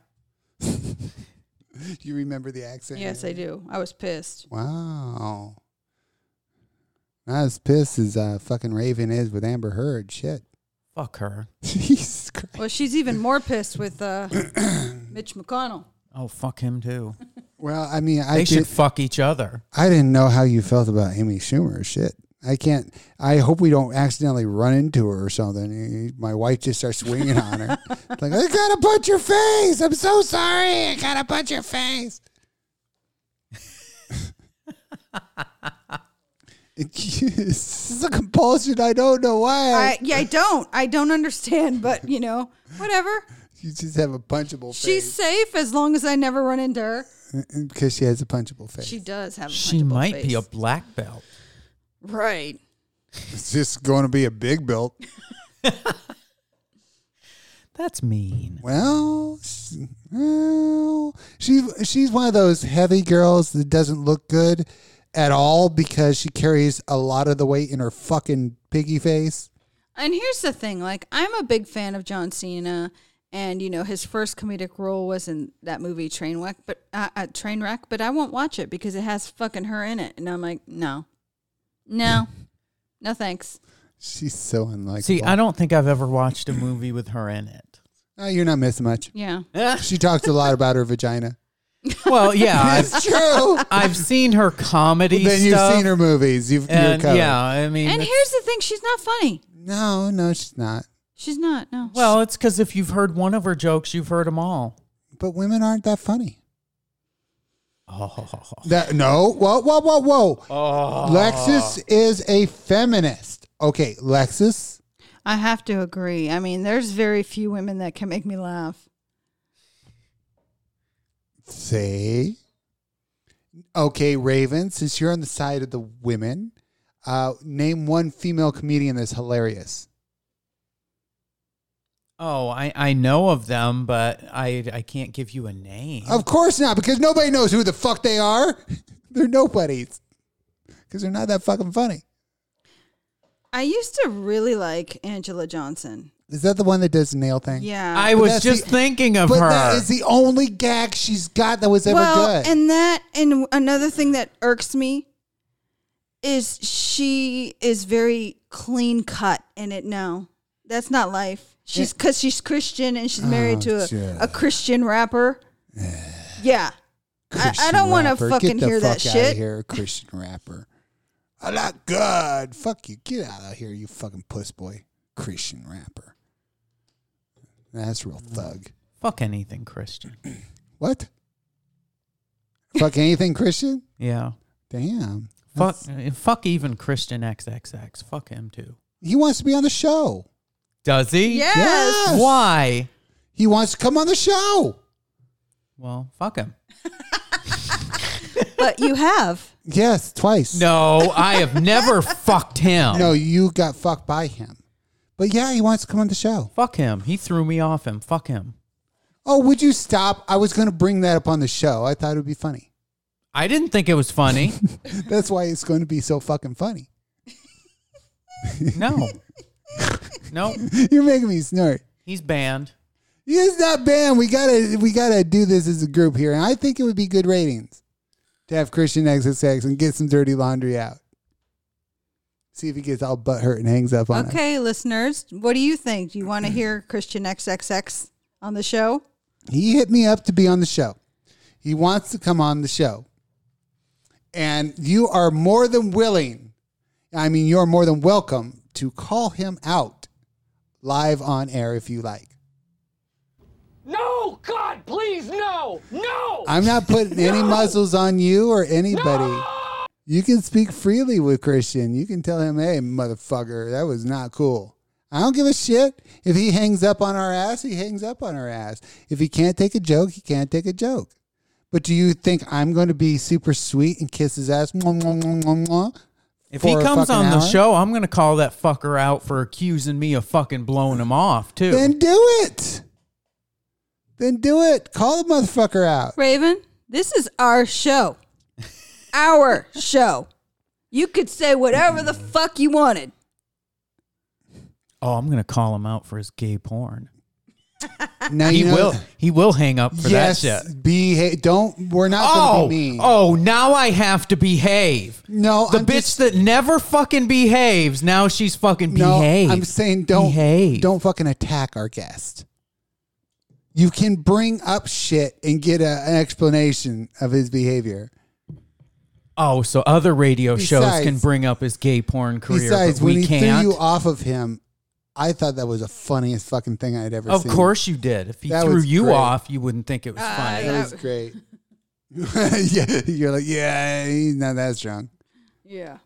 Speaker 2: Do you remember the accent?
Speaker 3: Yes, I do. I was pissed.
Speaker 2: Wow. Not as pissed as uh, fucking Raven is with Amber Heard. Shit.
Speaker 4: Fuck her.
Speaker 2: Jesus Christ.
Speaker 3: Well, she's even more pissed with uh, Mitch McConnell.
Speaker 4: Oh, fuck him too.
Speaker 2: Well, I mean, I
Speaker 4: They
Speaker 2: did,
Speaker 4: should fuck each other.
Speaker 2: I didn't know how you felt about Amy Schumer. Shit. I can't. I hope we don't accidentally run into her or something. My wife just starts swinging on her. Like, I gotta punch your face. I'm so sorry. I gotta punch your face. this is a compulsion. I don't know why.
Speaker 3: I, yeah, I don't. I don't understand, but you know, whatever.
Speaker 2: You just have a punchable
Speaker 3: She's safe as long as I never run into her.
Speaker 2: face because she has a punchable face.
Speaker 3: She does have. A
Speaker 4: She
Speaker 3: punchable
Speaker 4: might be
Speaker 3: face.
Speaker 4: a black belt.
Speaker 3: right.
Speaker 2: It's just going to be a big built.
Speaker 4: That's mean.
Speaker 2: Well, s- well, she she's one of those heavy girls that doesn't look good at all because she carries a lot of the weight in her fucking piggy face.
Speaker 3: And here's the thing, like I'm a big fan of John Cena, and you know his first comedic role was in that movie Trainwreck, but uh, uh, Trainwreck, but I won't watch it because it has fucking her in it, and I'm like, no, no, no, thanks.
Speaker 2: She's so unlikable.
Speaker 4: See, I don't think I've ever watched a movie with her in it.
Speaker 2: Oh, you're not missing much.
Speaker 3: Yeah,
Speaker 2: She talks a lot about her vagina.
Speaker 4: Well, yeah, I've,
Speaker 2: True.
Speaker 4: I've seen her comedy
Speaker 2: then you've
Speaker 4: stuff,
Speaker 2: seen her movies. You've you're
Speaker 4: and
Speaker 2: covered.
Speaker 4: yeah, I mean,
Speaker 3: and
Speaker 4: it's-
Speaker 3: here's the thing, she's not funny.
Speaker 2: No, no, she's not.
Speaker 3: She's not. No.
Speaker 4: well, it's because if you've heard one of her jokes, you've heard them all.
Speaker 2: But women aren't that funny.
Speaker 4: Oh,
Speaker 2: That no. Whoa, whoa, whoa, whoa. Lexus is a feminist. Okay, Lexus.
Speaker 3: I have to agree. I mean, there's very few women that can make me laugh.
Speaker 2: Say, okay, Raven, since you're on the side of the women, uh, name one female comedian that's hilarious.
Speaker 4: oh, I, I know of them, but I I can't give you a name.
Speaker 2: Of course not, because nobody knows who the fuck they are. they're nobodies because they're not that fucking funny.
Speaker 3: I used to really like Angela Johnson.
Speaker 2: Is that the one that does the nail thing?
Speaker 3: Yeah.
Speaker 4: I
Speaker 2: But
Speaker 4: was
Speaker 2: that's
Speaker 4: just
Speaker 2: the-
Speaker 4: thinking of
Speaker 2: But
Speaker 4: her.
Speaker 2: that is the only gag she's got that was ever
Speaker 3: well,
Speaker 2: good.
Speaker 3: and that and another thing that irks me is she is very clean cut in it now. That's not life. She's cuz she's Christian and she's married
Speaker 2: Eh. Oh,
Speaker 3: to
Speaker 2: yeah. Eh.
Speaker 3: a, a Christian rapper. yeah. I, I
Speaker 2: Christian
Speaker 3: don't want to
Speaker 2: rapper.
Speaker 3: fucking
Speaker 2: Get the
Speaker 3: hear that
Speaker 2: fuck outta
Speaker 3: shit.
Speaker 2: here, Christian rapper. I'm not good. Fuck you. Get out of here, you fucking puss boy. Christian rapper. That's real
Speaker 3: Mm.
Speaker 2: thug.
Speaker 4: Fuck anything, Christian.
Speaker 2: What? Fuck anything Christian?
Speaker 4: Yeah.
Speaker 2: Damn.
Speaker 4: Fuck, uh, fuck even Christian XXX. Fuck him too.
Speaker 2: He wants to be on the show.
Speaker 4: Does he?
Speaker 3: Yes.
Speaker 2: Yes.
Speaker 4: Why?
Speaker 2: He wants to come on the show.
Speaker 4: Well, fuck him.
Speaker 3: But you have.
Speaker 2: Yes, twice.
Speaker 4: No, I have never fucked him.
Speaker 2: No, you got fucked by him. But yeah, he wants to come on the show.
Speaker 4: Fuck him. He threw me off him. Fuck him.
Speaker 2: Oh, would you stop? I was going to bring that up on the show. I thought it would be funny.
Speaker 4: I didn't think it was funny.
Speaker 2: That's why it's going to be so fucking funny.
Speaker 4: No. No.
Speaker 2: You're making me snort.
Speaker 4: He's banned.
Speaker 2: It's not banned. We gotta we gotta do this as a group here, and I think it would be good ratings to have Christian XXX and get some dirty laundry out. See if he gets all butt hurt and hangs up on us.
Speaker 3: Okay, listeners, what do you think? Do you
Speaker 2: Mm.
Speaker 3: want to hear Christian XXX on the show?
Speaker 2: He hit me up to be on the show. He wants to come on the show, and you are more than willing. I mean, you're more than welcome to call him out live on air if you like.
Speaker 6: No, God, please, no, no.
Speaker 2: I'm not putting any muzzles on you or anybody. You can speak freely with Christian. You can tell him, hey, motherfucker, that was not cool. I don't give a shit. If he hangs up on our ass, he hangs up on our ass. If he can't take a joke, he can't take a joke. But do you think I'm going to be super sweet and kiss his ass? Mwah, mwah, mwah, mwah, mwah,
Speaker 4: If
Speaker 2: for
Speaker 4: he
Speaker 2: a
Speaker 4: comes
Speaker 2: fucking
Speaker 4: on the
Speaker 2: hour?
Speaker 4: show, I'm going to call that fucker out for accusing me of fucking blowing him off, too.
Speaker 2: Then do it. Then do it. Call the motherfucker out.
Speaker 3: Raven, this is our show. Our show. You could say whatever the fuck you wanted.
Speaker 4: oh, I'm going to call him out for his gay porn.
Speaker 2: Now
Speaker 4: He
Speaker 2: you know-
Speaker 4: will he will hang up for
Speaker 2: Yes.
Speaker 4: that shit.
Speaker 2: Be, don't. We're not
Speaker 4: Oh,
Speaker 2: going to be mean.
Speaker 4: oh, now I have to behave.
Speaker 2: No,
Speaker 4: The
Speaker 2: I'm
Speaker 4: bitch
Speaker 2: just-
Speaker 4: that never fucking behaves, now she's fucking behave.
Speaker 2: No, I'm saying don't
Speaker 4: behave.
Speaker 2: don't fucking attack our guest. You can bring up shit and get a, an explanation of his behavior.
Speaker 4: Oh, so other radio shows
Speaker 2: Besides-
Speaker 4: can bring up his gay porn career,
Speaker 2: Besides,
Speaker 4: but
Speaker 2: when
Speaker 4: we
Speaker 2: he
Speaker 4: can't.
Speaker 2: threw you off of him, I thought that was the funniest fucking thing I'd ever
Speaker 4: of
Speaker 2: seen.
Speaker 4: course you did. If he
Speaker 2: That
Speaker 4: threw
Speaker 2: was
Speaker 4: you
Speaker 2: great. Ah,
Speaker 4: off, you wouldn't think it was funny.
Speaker 2: that was great. yeah, you're like, yeah, he's not that strong,
Speaker 3: Yeah.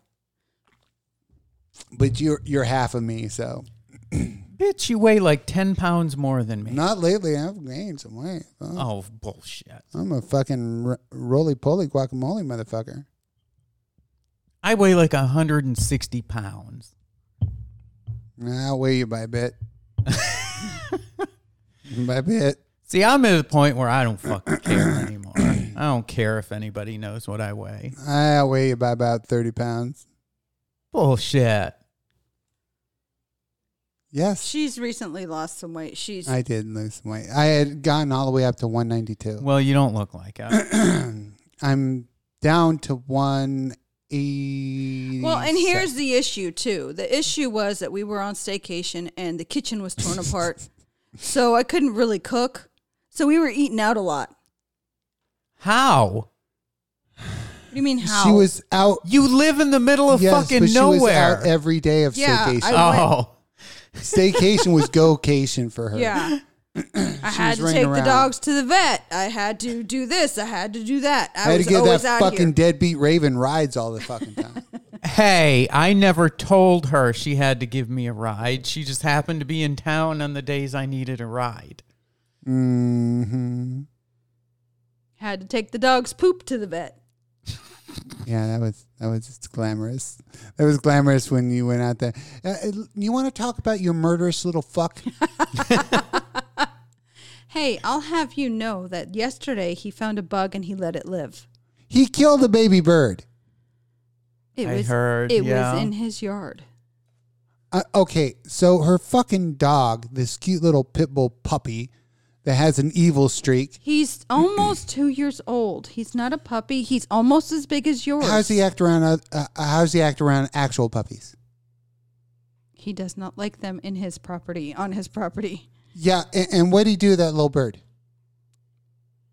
Speaker 2: but you're you're half of me, so
Speaker 4: Bitch, you weigh like ten pounds more than me.
Speaker 2: not lately. I've gained some weight. Oh,
Speaker 4: Oh bullshit!
Speaker 2: I'm a fucking r- roly poly guacamole motherfucker.
Speaker 4: I weigh like hundred and sixty pounds.
Speaker 2: I'll weigh you by a bit. That's it.
Speaker 4: See, I'm at a point where I don't fucking care anymore. I don't care if anybody knows what I weigh.
Speaker 2: I weigh by about 30 pounds.
Speaker 4: Bullshit.
Speaker 2: Yes.
Speaker 3: She's recently lost some weight. She's
Speaker 2: I did lose some weight. I had gotten all the way up to 192.
Speaker 4: Well, you don't look like it.
Speaker 2: I'm down to 180.
Speaker 3: well, and here's the issue too. The issue was that we were on staycation and the kitchen was torn apart, so I couldn't really cook. So we were eating out a lot.
Speaker 4: How?
Speaker 3: What do you mean how?
Speaker 2: She was out.
Speaker 4: You live in the middle of
Speaker 2: yes, but
Speaker 4: fucking
Speaker 2: she was out
Speaker 4: nowhere.
Speaker 2: every day of
Speaker 3: Yeah,
Speaker 2: staycation.
Speaker 3: I-
Speaker 4: oh.
Speaker 2: staycation was go-cation for her.
Speaker 3: Yeah. I had to
Speaker 2: running
Speaker 3: take
Speaker 2: around.
Speaker 3: the dogs to the vet. I had to do this. I had to do that. I,
Speaker 2: I had
Speaker 3: was
Speaker 2: to give that
Speaker 3: always out
Speaker 2: fucking
Speaker 3: here.
Speaker 2: deadbeat Raven rides all the fucking time.
Speaker 4: Hey, I never told her she had to give me a ride. She just happened to be in town on the days I needed a ride.
Speaker 2: mm-hmm.
Speaker 3: had to take the dog's poop to the vet.
Speaker 2: Yeah, that was that was just glamorous. That was glamorous when you went out there. Uh, uh, you want to talk about your murderous little fuck?
Speaker 3: Hey, I'll have you know that yesterday he found a bug and he let it live.
Speaker 2: He killed a baby bird.
Speaker 3: It
Speaker 4: I
Speaker 3: was
Speaker 4: heard,
Speaker 3: it
Speaker 4: yeah.
Speaker 3: was in his yard.
Speaker 2: Uh, okay, so her fucking dog, this cute little pit bull puppy that has an evil streak.
Speaker 3: He's almost two years old. He's not a puppy. He's almost as big as yours.
Speaker 2: How's he act around? oth- Uh, uh, how's he act around actual puppies?
Speaker 3: He does not like them in his property, on his property.
Speaker 2: Yeah, and, and what did he do to that little bird?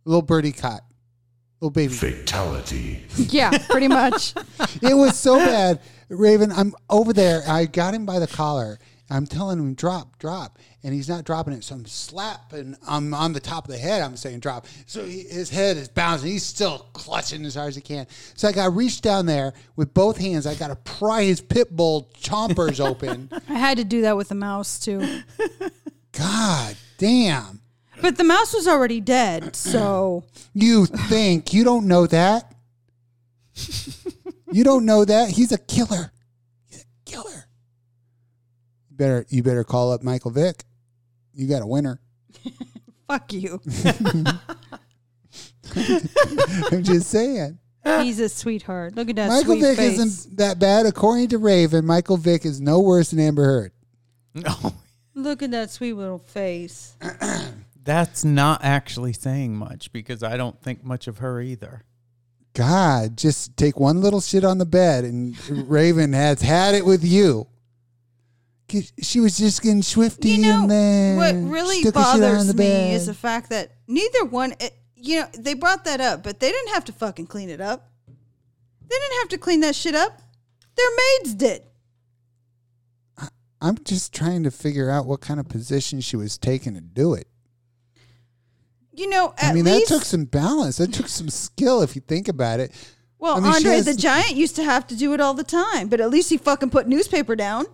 Speaker 2: Little birdie caught, little baby.
Speaker 10: Fatality.
Speaker 3: Yeah, pretty much.
Speaker 2: it was so bad. Raven, I'm over there. I got him by the collar. I'm telling him, drop, drop. And he's not dropping it. So I'm slapping. I'm on the top of the head. I'm saying, drop. So he, his head is bouncing. He's still clutching as hard as he can. So I got reached down there with both hands. I got to pry his pit bull chompers open.
Speaker 3: I had to do that with a mouse too.
Speaker 2: God damn.
Speaker 3: But the mouse was already dead, so
Speaker 2: You think you don't know that? you don't know that he's a killer. He's a killer. You better you better call up Michael Vick. You got a winner.
Speaker 3: fuck you.
Speaker 2: I'm just saying.
Speaker 3: He's a sweetheart. Look at that
Speaker 2: Michael
Speaker 3: sweet
Speaker 2: Vick
Speaker 3: face.
Speaker 2: isn't that bad, according to Raven. Michael Vick is no worse than Amber Heard.
Speaker 4: No,
Speaker 3: Look at that sweet little face.
Speaker 4: that's not actually saying much because I don't think much of her either.
Speaker 2: God, just take one little shit on the bed, and Raven has had it with you. She was just getting swifty
Speaker 3: You know
Speaker 2: in there.
Speaker 3: what really
Speaker 2: Took a shit on
Speaker 3: bothers
Speaker 2: the
Speaker 3: me is
Speaker 2: bed.
Speaker 3: the fact that neither one, it, you know, they brought that up, but they didn't have to fucking clean it up. They didn't have to clean that shit up. Their maids did.
Speaker 2: I'm just trying to figure out what kind of position she was taking to do it.
Speaker 3: You know, at
Speaker 2: I mean,
Speaker 3: least
Speaker 2: that took some balance. That took some skill, if you think about it.
Speaker 3: well,
Speaker 2: I mean, she
Speaker 3: Andre
Speaker 2: has-
Speaker 3: the Giant used to have to do it all the time, but at least he fucking put newspaper down.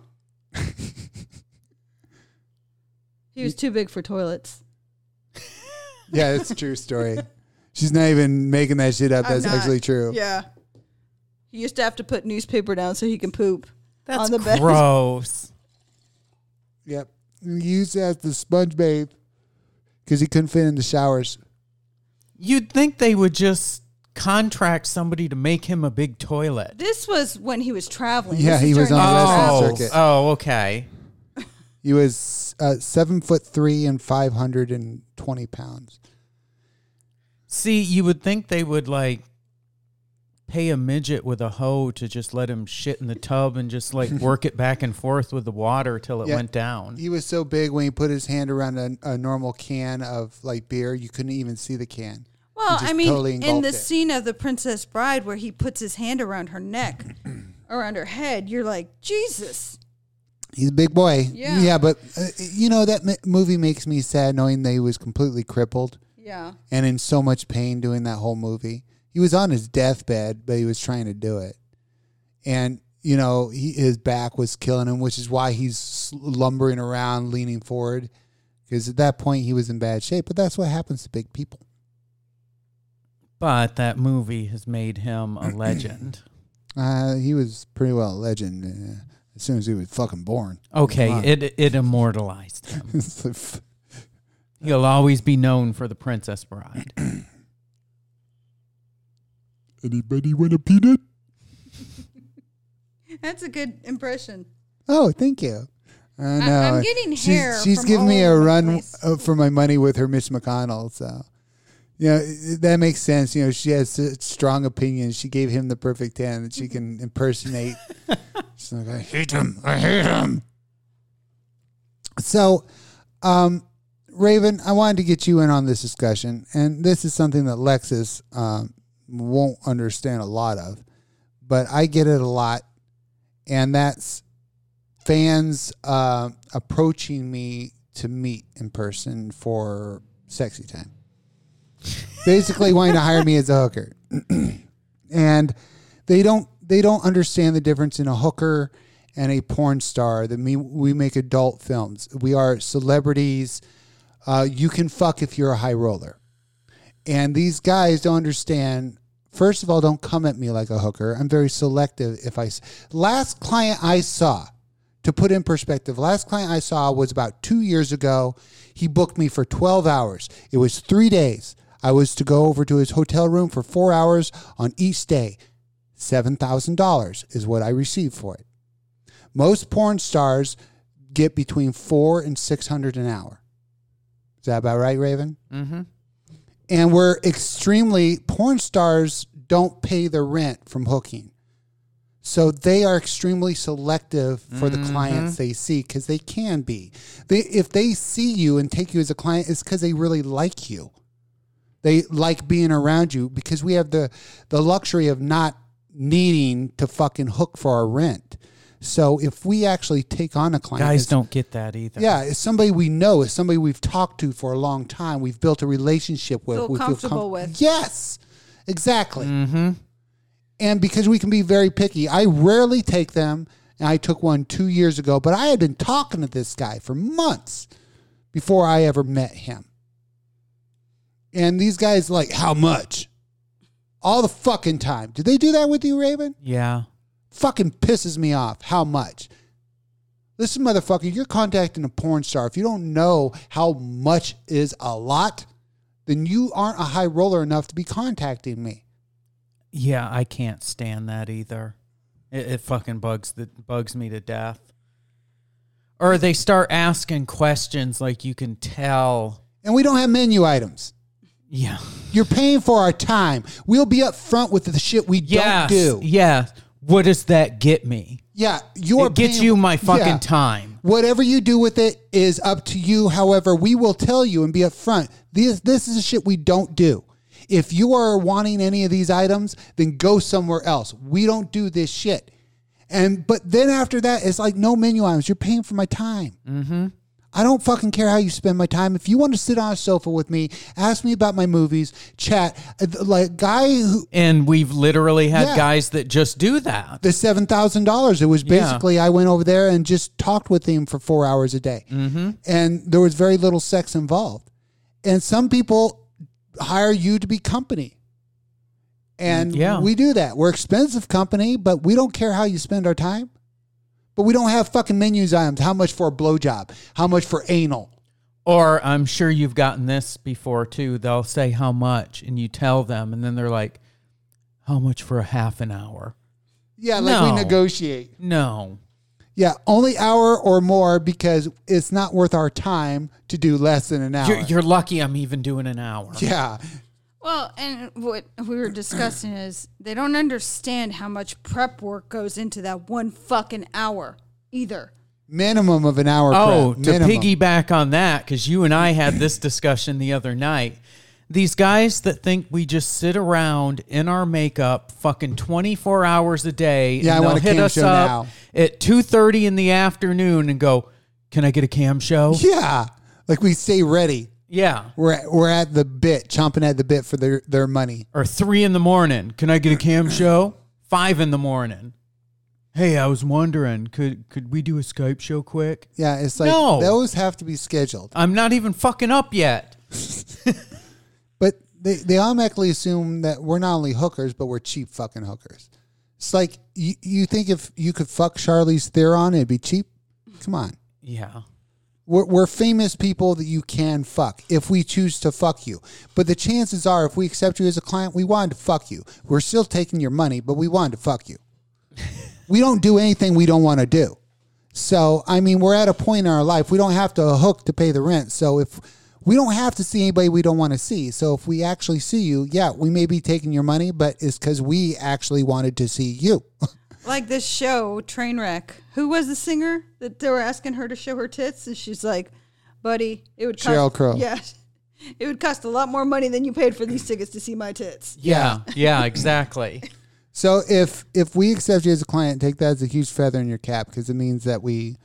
Speaker 3: he was too big for toilets.
Speaker 2: Yeah, it's a true story. She's not even making that shit up.
Speaker 3: I'm
Speaker 2: That's
Speaker 3: not.
Speaker 2: actually true.
Speaker 3: Yeah. He used to have to put newspaper down so he can poop
Speaker 4: That's
Speaker 3: on the bed.
Speaker 4: gross.
Speaker 2: Yep. He used that as the sponge babe because he couldn't fit in the showers.
Speaker 4: You'd think they would just contract somebody to make him a big toilet.
Speaker 3: This was when he was traveling.
Speaker 2: Yeah,
Speaker 3: This
Speaker 2: he was
Speaker 3: during
Speaker 2: on
Speaker 3: his
Speaker 2: the wrestling
Speaker 3: travels.
Speaker 4: Oh,
Speaker 2: circuit.
Speaker 4: oh, okay.
Speaker 2: He was uh, seven foot three and 520 pounds.
Speaker 4: See, you would think they would like pay a midget with a hoe to just let him shit in the tub and just like work it back and forth with the water till it
Speaker 2: Yeah.
Speaker 4: went down.
Speaker 2: He was so big when he put his hand around a, a normal can of like beer, you couldn't even see the can.
Speaker 3: Well,
Speaker 2: He just
Speaker 3: I mean,
Speaker 2: totally
Speaker 3: in
Speaker 2: engulfed
Speaker 3: the
Speaker 2: it.
Speaker 3: scene of The Princess Bride where he puts his hand around her neck, around her head, you're like, Jesus.
Speaker 2: He's a big boy.
Speaker 3: Yeah.
Speaker 2: but uh, you know that m- movie makes me sad knowing that he was completely crippled
Speaker 3: Yeah.
Speaker 2: and in so much pain doing that whole movie. He was on his deathbed, but he was trying to do it, and you know he, his back was killing him, which is why he's lumbering around, leaning forward, because at that point he was in bad shape. But that's what happens to big people.
Speaker 4: But that movie has made him a legend.
Speaker 2: Uh, he was pretty well a legend uh, as soon as he was fucking born.
Speaker 4: Okay,
Speaker 2: Come on.
Speaker 4: it it immortalized him.
Speaker 2: It's like, f-
Speaker 4: He'll always be known for the Princess Bride.
Speaker 5: Anybody want a peanut?
Speaker 7: That's a good impression.
Speaker 2: Oh, thank you. I know.
Speaker 7: I'm getting
Speaker 2: she's,
Speaker 7: hair
Speaker 2: She's
Speaker 7: from
Speaker 2: giving
Speaker 7: all
Speaker 2: me a
Speaker 7: over the
Speaker 2: run
Speaker 7: place.
Speaker 2: uh, for my money with her Mitch McConnell. So, you know, i- that makes sense. You know, she has such strong opinions. She gave him the perfect hand that she can impersonate. she's like, I hate him. I hate him. So, um, Raven, I wanted to get you in on this discussion. And this is something that Lexus um, won't understand a lot of, but I get it a lot. And that's fans uh, approaching me to meet in person for sexy time. Basically, wanting to hire me as a hooker, and they don't they don't understand the difference in a hooker and a porn star. That me we make adult films. We are celebrities. Uh, you can fuck if you're a high roller, and these guys don't understand. First of all, don't come at me like a hooker. I'm very selective. If I s- last client I saw, to put in perspective, last client I saw was about two years ago. He booked me for 12 hours. It was three days. I was to go over to his hotel room for four hours on each day. $7,000 is what I received for it. Most porn stars get between four and 600 an hour. Is that about right, Raven?
Speaker 4: Mm-hmm.
Speaker 2: and we're extremely porn stars don't pay their rent from hooking so they are extremely selective for the clients
Speaker 4: Mm-hmm.
Speaker 2: they see because they can be they, if they see you and take you as a client it's because they really like you they like being around you because we have the the luxury of not needing to fucking hook for our rent so if we actually take on a client
Speaker 4: Guys
Speaker 2: it's-
Speaker 4: don't get that either.
Speaker 2: yeah, it's somebody we know. It's somebody we've talked to for a long time. We've built a relationship with.
Speaker 7: Feel
Speaker 2: we
Speaker 7: comfortable with.
Speaker 2: Yes, exactly. And because we can be very picky, I rarely take them. And I took one two years ago, but I had been talking to this guy for months before I ever met him. And these guys like how much? All the fucking time. Did they do that with you, Raven?
Speaker 4: Yeah.
Speaker 2: fucking pisses me off how much. Listen, motherfucker, you're contacting a porn star. If you don't know how much is a lot, then you aren't a high roller enough to be contacting me.
Speaker 4: Yeah, I can't stand that either. It, it fucking bugs the bugs me to death. Or they start asking questions like you can tell.
Speaker 2: And we don't have menu items.
Speaker 4: Yeah.
Speaker 2: You're paying for our time. We'll be up front with the shit we
Speaker 4: Yes.
Speaker 2: don't do.
Speaker 4: Yeah. What does that get me?
Speaker 2: Yeah, you're
Speaker 4: it gets
Speaker 2: paying-
Speaker 4: you my fucking
Speaker 2: Yeah.
Speaker 4: time.
Speaker 2: Whatever you do with it is up to you. However, we will tell you and be upfront. This this is the shit we don't do. If you are wanting any of these items, then go somewhere else. We don't do this shit. And but then after that, it's like no menu items. You're paying for my time. Mm-hmm. I don't fucking care how you spend my time. If you want to sit on a sofa with me, ask me about my movies, chat. Uh, th- Like guy who
Speaker 4: And we've literally had
Speaker 2: Yeah.
Speaker 4: guys that just do that.
Speaker 2: the seven thousand dollars. It was
Speaker 4: Yeah.
Speaker 2: basically I went over there and just talked with him for four hours a day, mm-hmm. and there was very little sex involved. And some people hire you to be company, and
Speaker 4: Yeah.
Speaker 2: we do that. We're expensive company, but we don't care how you spend our time. But we don't have fucking menus items. How much for a blowjob? How much for anal?
Speaker 4: Or I'm sure you've gotten this before too. They'll say how much and you tell them and then they're like, How much for a half an hour?
Speaker 2: Yeah, like
Speaker 4: No.
Speaker 2: we negotiate.
Speaker 4: No.
Speaker 2: Yeah, only hour or more because it's not worth our time to do less than an hour.
Speaker 4: You're, you're lucky I'm even doing an hour.
Speaker 2: yeah.
Speaker 7: Well, and what we were discussing is they don't understand how much prep work goes into that one fucking hour either.
Speaker 2: minimum of an hour.
Speaker 4: Oh,
Speaker 2: prep.
Speaker 4: to
Speaker 2: Minimum.
Speaker 4: piggyback on that, because you and I had this discussion the other night. These guys that think we just sit around in our makeup fucking 24 hours a day
Speaker 2: Yeah, I
Speaker 4: and they'll
Speaker 2: want a
Speaker 4: hit
Speaker 2: cam
Speaker 4: us
Speaker 2: show
Speaker 4: up at 2.30 in the afternoon and go, can I get a cam show?
Speaker 2: Yeah, like we stay ready.
Speaker 4: Yeah.
Speaker 2: We're at, we're at the bit, chomping at the bit for their their money.
Speaker 4: Or 3 in the morning, can I get a cam show? 5 in the morning. Hey, I was wondering, could could we do a Skype show quick?
Speaker 2: Yeah, it's like
Speaker 4: No.
Speaker 2: those have to be scheduled,
Speaker 4: I'm not even fucking up yet.
Speaker 2: but they they automatically assume that we're not only hookers, but we're cheap fucking hookers. It's like you you think if you could fuck Charlize Theron, it'd be cheap. Come on,
Speaker 4: Yeah.
Speaker 2: We're, we're famous people that you can fuck if we choose to fuck you. But the chances are, if we accept you as a client, we wanted to fuck you. We're still taking your money, but we wanted to fuck you. we don't do anything we don't want to do. So, I mean, we're at a point in our life, we don't have to hook to pay the rent. So, if we don't have to see anybody we don't want to see. So, if we actually see you, yeah, we may be taking your money, but it's because we actually wanted to see you.
Speaker 7: Like this show, Trainwreck. Who was the singer that they were asking her to show her tits? And she's like, buddy, it would cost.
Speaker 2: Sheryl Crow.
Speaker 7: Yeah. It would cost a lot more money than you paid for these tickets to see my tits.
Speaker 4: Yeah. Yeah, exactly.
Speaker 2: So if if we accept you as a client, take that as a huge feather in your cap because it means that we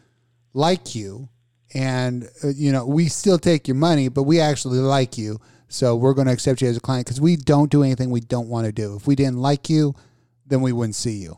Speaker 2: like you, and uh, you know we still take your money, but we actually like you. So we're going to accept you as a client because we don't do anything we don't want to do. If we didn't like you, then we wouldn't see you.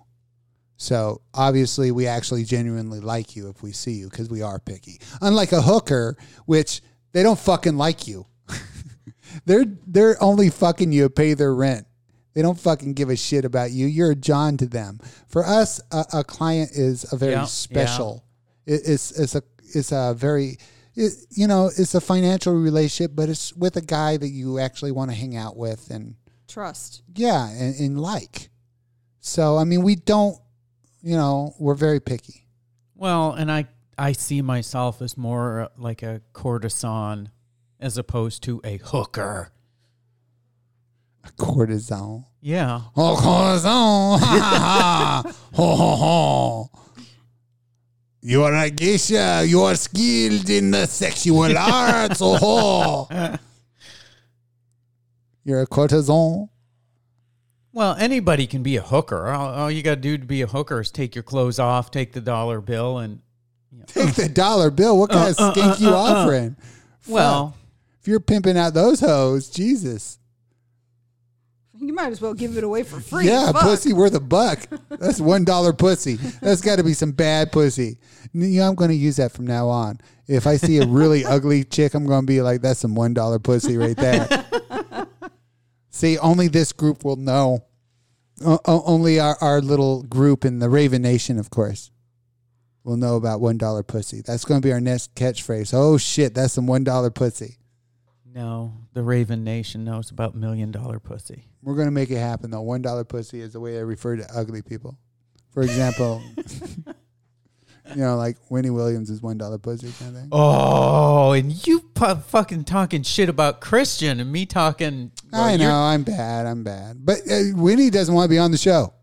Speaker 2: So obviously, we actually genuinely like you if we see you because we are picky. Unlike a hooker, which they don't fucking like you. they're they're only fucking you to pay their rent. They don't fucking give a shit about you. You're a John to them. For us, a, a client is a very
Speaker 4: Yeah,
Speaker 2: special. It, it's it's a it's a very it, you know it's a financial relationship, but it's with a guy that you actually want to hang out with and
Speaker 7: Trust.
Speaker 2: yeah and, and like. So I mean, we don't you know we're very picky.
Speaker 4: Well, and I I see myself as more uh, like a courtesan as opposed to a hooker.
Speaker 2: Cortisone.
Speaker 4: Yeah.
Speaker 2: Oh, cortisone. Ha, ha, ha. Ho, ho, ho. You are a geisha. You are skilled in the sexual arts. Oh, ho. You're a courtesan.
Speaker 4: Well, anybody can be a hooker. All, all you got to do to be a hooker is take your clothes off, take the dollar bill, and
Speaker 2: Take the dollar bill. What kind of skink you offering?
Speaker 4: well,
Speaker 2: If you're pimping out those hoes, Jesus.
Speaker 7: You might as well give it away for free.
Speaker 2: yeah,
Speaker 7: Fuck.
Speaker 2: pussy worth a buck. That's one dollar pussy. That's got to be some bad pussy. You know, I'm going to use that from now on. If I see a really ugly chick, I'm going to be like, "That's some one dollar pussy right there." see, only this group will know. O- o- only our, our little group in the Raven Nation, of course, will know about one dollar pussy. That's going to be our next catchphrase. Oh shit, that's some one dollar pussy.
Speaker 4: no, the Raven Nation knows about million dollar pussy.
Speaker 2: We're gonna make it happen though. One dollar pussy is the way I refer to ugly people. For example, you know, like Winnie Williams is one dollar pussy kind of thing.
Speaker 4: Oh, and you pu- fucking talking shit about Christian and me talking. well,
Speaker 2: I know
Speaker 4: you're-
Speaker 2: I'm bad. I'm bad. But uh, Winnie doesn't want to be on the show.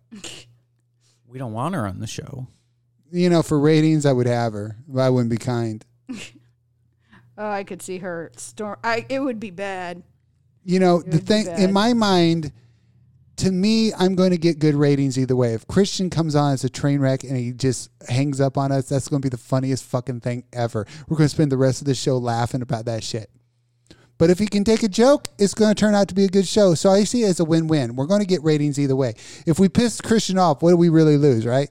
Speaker 4: We don't want her on the show.
Speaker 2: You know, for ratings, I would have her, but I wouldn't be kind.
Speaker 7: Oh, I could see her storm. I it would be bad.
Speaker 2: You know, the thing in my mind, to me, I'm going to get good ratings either way. If Christian comes on as a train wreck and he just hangs up on us, that's going to be the funniest fucking thing ever. We're going to spend the rest of the show laughing about that shit. But if he can take a joke, it's going to turn out to be a good show. So I see it as a win win. We're going to get ratings either way. If we piss Christian off, what do we really lose, right?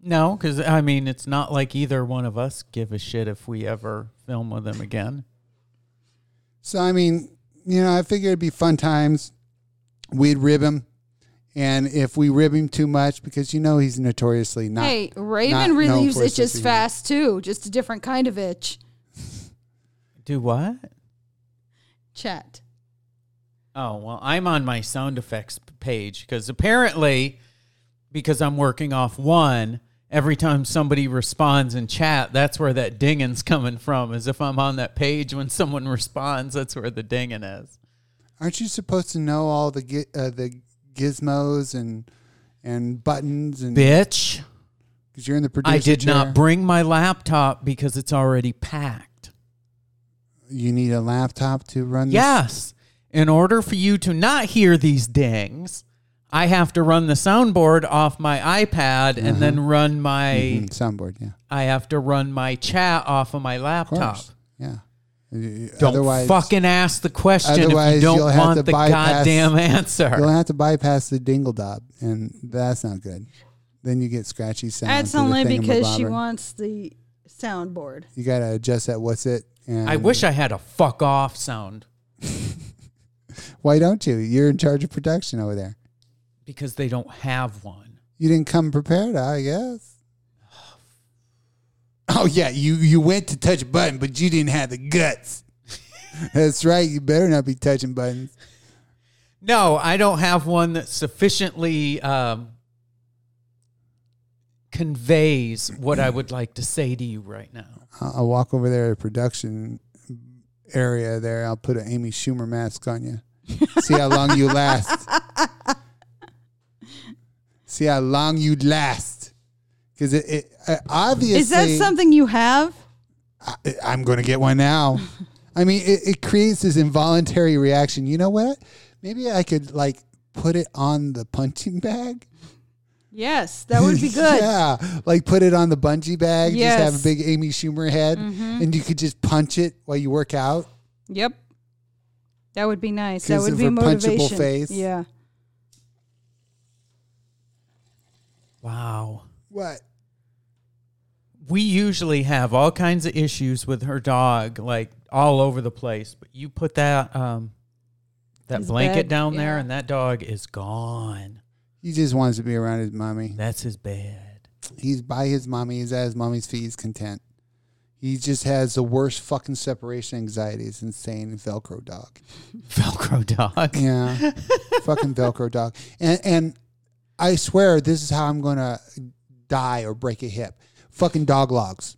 Speaker 4: No, because I mean, it's not like either one of us give a shit if we ever film with them again.
Speaker 2: So I mean, you know, I figured it'd be fun times. We'd rib him, and if we rib him too much, because you know he's notoriously not.
Speaker 7: hey,
Speaker 2: not
Speaker 7: Raven
Speaker 2: known
Speaker 7: relieves
Speaker 2: for his
Speaker 7: itches
Speaker 2: sense of humor.
Speaker 7: fast too. Just a different kind of itch.
Speaker 4: Do what?
Speaker 7: Chat.
Speaker 4: Oh, well, I'm on my sound effects page because apparently, because I'm working off one, every time somebody responds in chat, that's where that dinging's coming from. As if I'm on that page when someone responds, that's where the dinging is.
Speaker 2: Aren't you supposed to know all the gi- uh, the gizmos and and buttons and
Speaker 4: Bitch,
Speaker 2: because you're in the producer?
Speaker 4: I did
Speaker 2: Mm. chair.
Speaker 4: not bring my laptop because it's already packed.
Speaker 2: You need a laptop to run. this?
Speaker 4: Yes. In order for you to not hear these dings, I have to run the soundboard off my iPad and then run my
Speaker 2: Mhm, soundboard. Yeah,
Speaker 4: I have to run my chat off of my
Speaker 2: of
Speaker 4: laptop.
Speaker 2: course. Yeah. Y- y-
Speaker 4: Don't fucking ask the question if you
Speaker 2: otherwise
Speaker 4: don't
Speaker 2: you'll have
Speaker 4: want
Speaker 2: to
Speaker 4: the
Speaker 2: bypass-
Speaker 4: goddamn answer.
Speaker 2: You'll have to bypass the dingle dob, and that's not good. Then you get scratchy sound.
Speaker 7: That's only because she wants
Speaker 2: wants.
Speaker 7: the soundboard.
Speaker 2: you gotta adjust that what's it and
Speaker 4: I wish I had a fuck off sound
Speaker 2: why don't you you're in charge of production over there
Speaker 4: because they don't have one.
Speaker 2: you didn't come prepared i guess Oh yeah, you you went to touch a button, but you didn't have the guts. That's right. You better not be touching buttons.
Speaker 4: No, I don't have one that sufficiently um, conveys what I would like to say to you right now.
Speaker 2: I'll, I'll walk over there to production area. There, I'll put an Amy Schumer mask on you. See how long you last. See how long you last. Because it, it uh, obviously
Speaker 3: Is that something you have?
Speaker 2: I- I'm going to get one now. I mean, it, it creates this involuntary reaction. You know what? Maybe I could like put it on the punching bag.
Speaker 3: Yes, that would be good.
Speaker 2: yeah, like put it on the bungee bag. Just have
Speaker 3: Yes. Mm-hmm.
Speaker 2: a big Amy Schumer head, and you could just punch it while you work out.
Speaker 3: Yep. That would be nice. That
Speaker 2: Gives
Speaker 3: would
Speaker 2: it
Speaker 3: be
Speaker 2: her punchable
Speaker 3: motivation.
Speaker 2: face.
Speaker 3: Yeah.
Speaker 4: Wow.
Speaker 2: What?
Speaker 4: We usually have all kinds of issues with her dog, like all over the place. But you put that um, that
Speaker 3: His
Speaker 4: blanket
Speaker 3: bed,
Speaker 4: down there,
Speaker 3: yeah.
Speaker 4: and that dog is gone.
Speaker 2: He just wants to be around his mommy.
Speaker 4: That's his bed.
Speaker 2: He's by his mommy. He's at his mommy's feet. He's content. He just has the worst fucking separation anxiety. It's insane. Velcro dog.
Speaker 4: Velcro dog.
Speaker 2: Yeah. Fucking Velcro dog. And and I swear this is how I'm gonna die or break a hip. Fucking dog logs.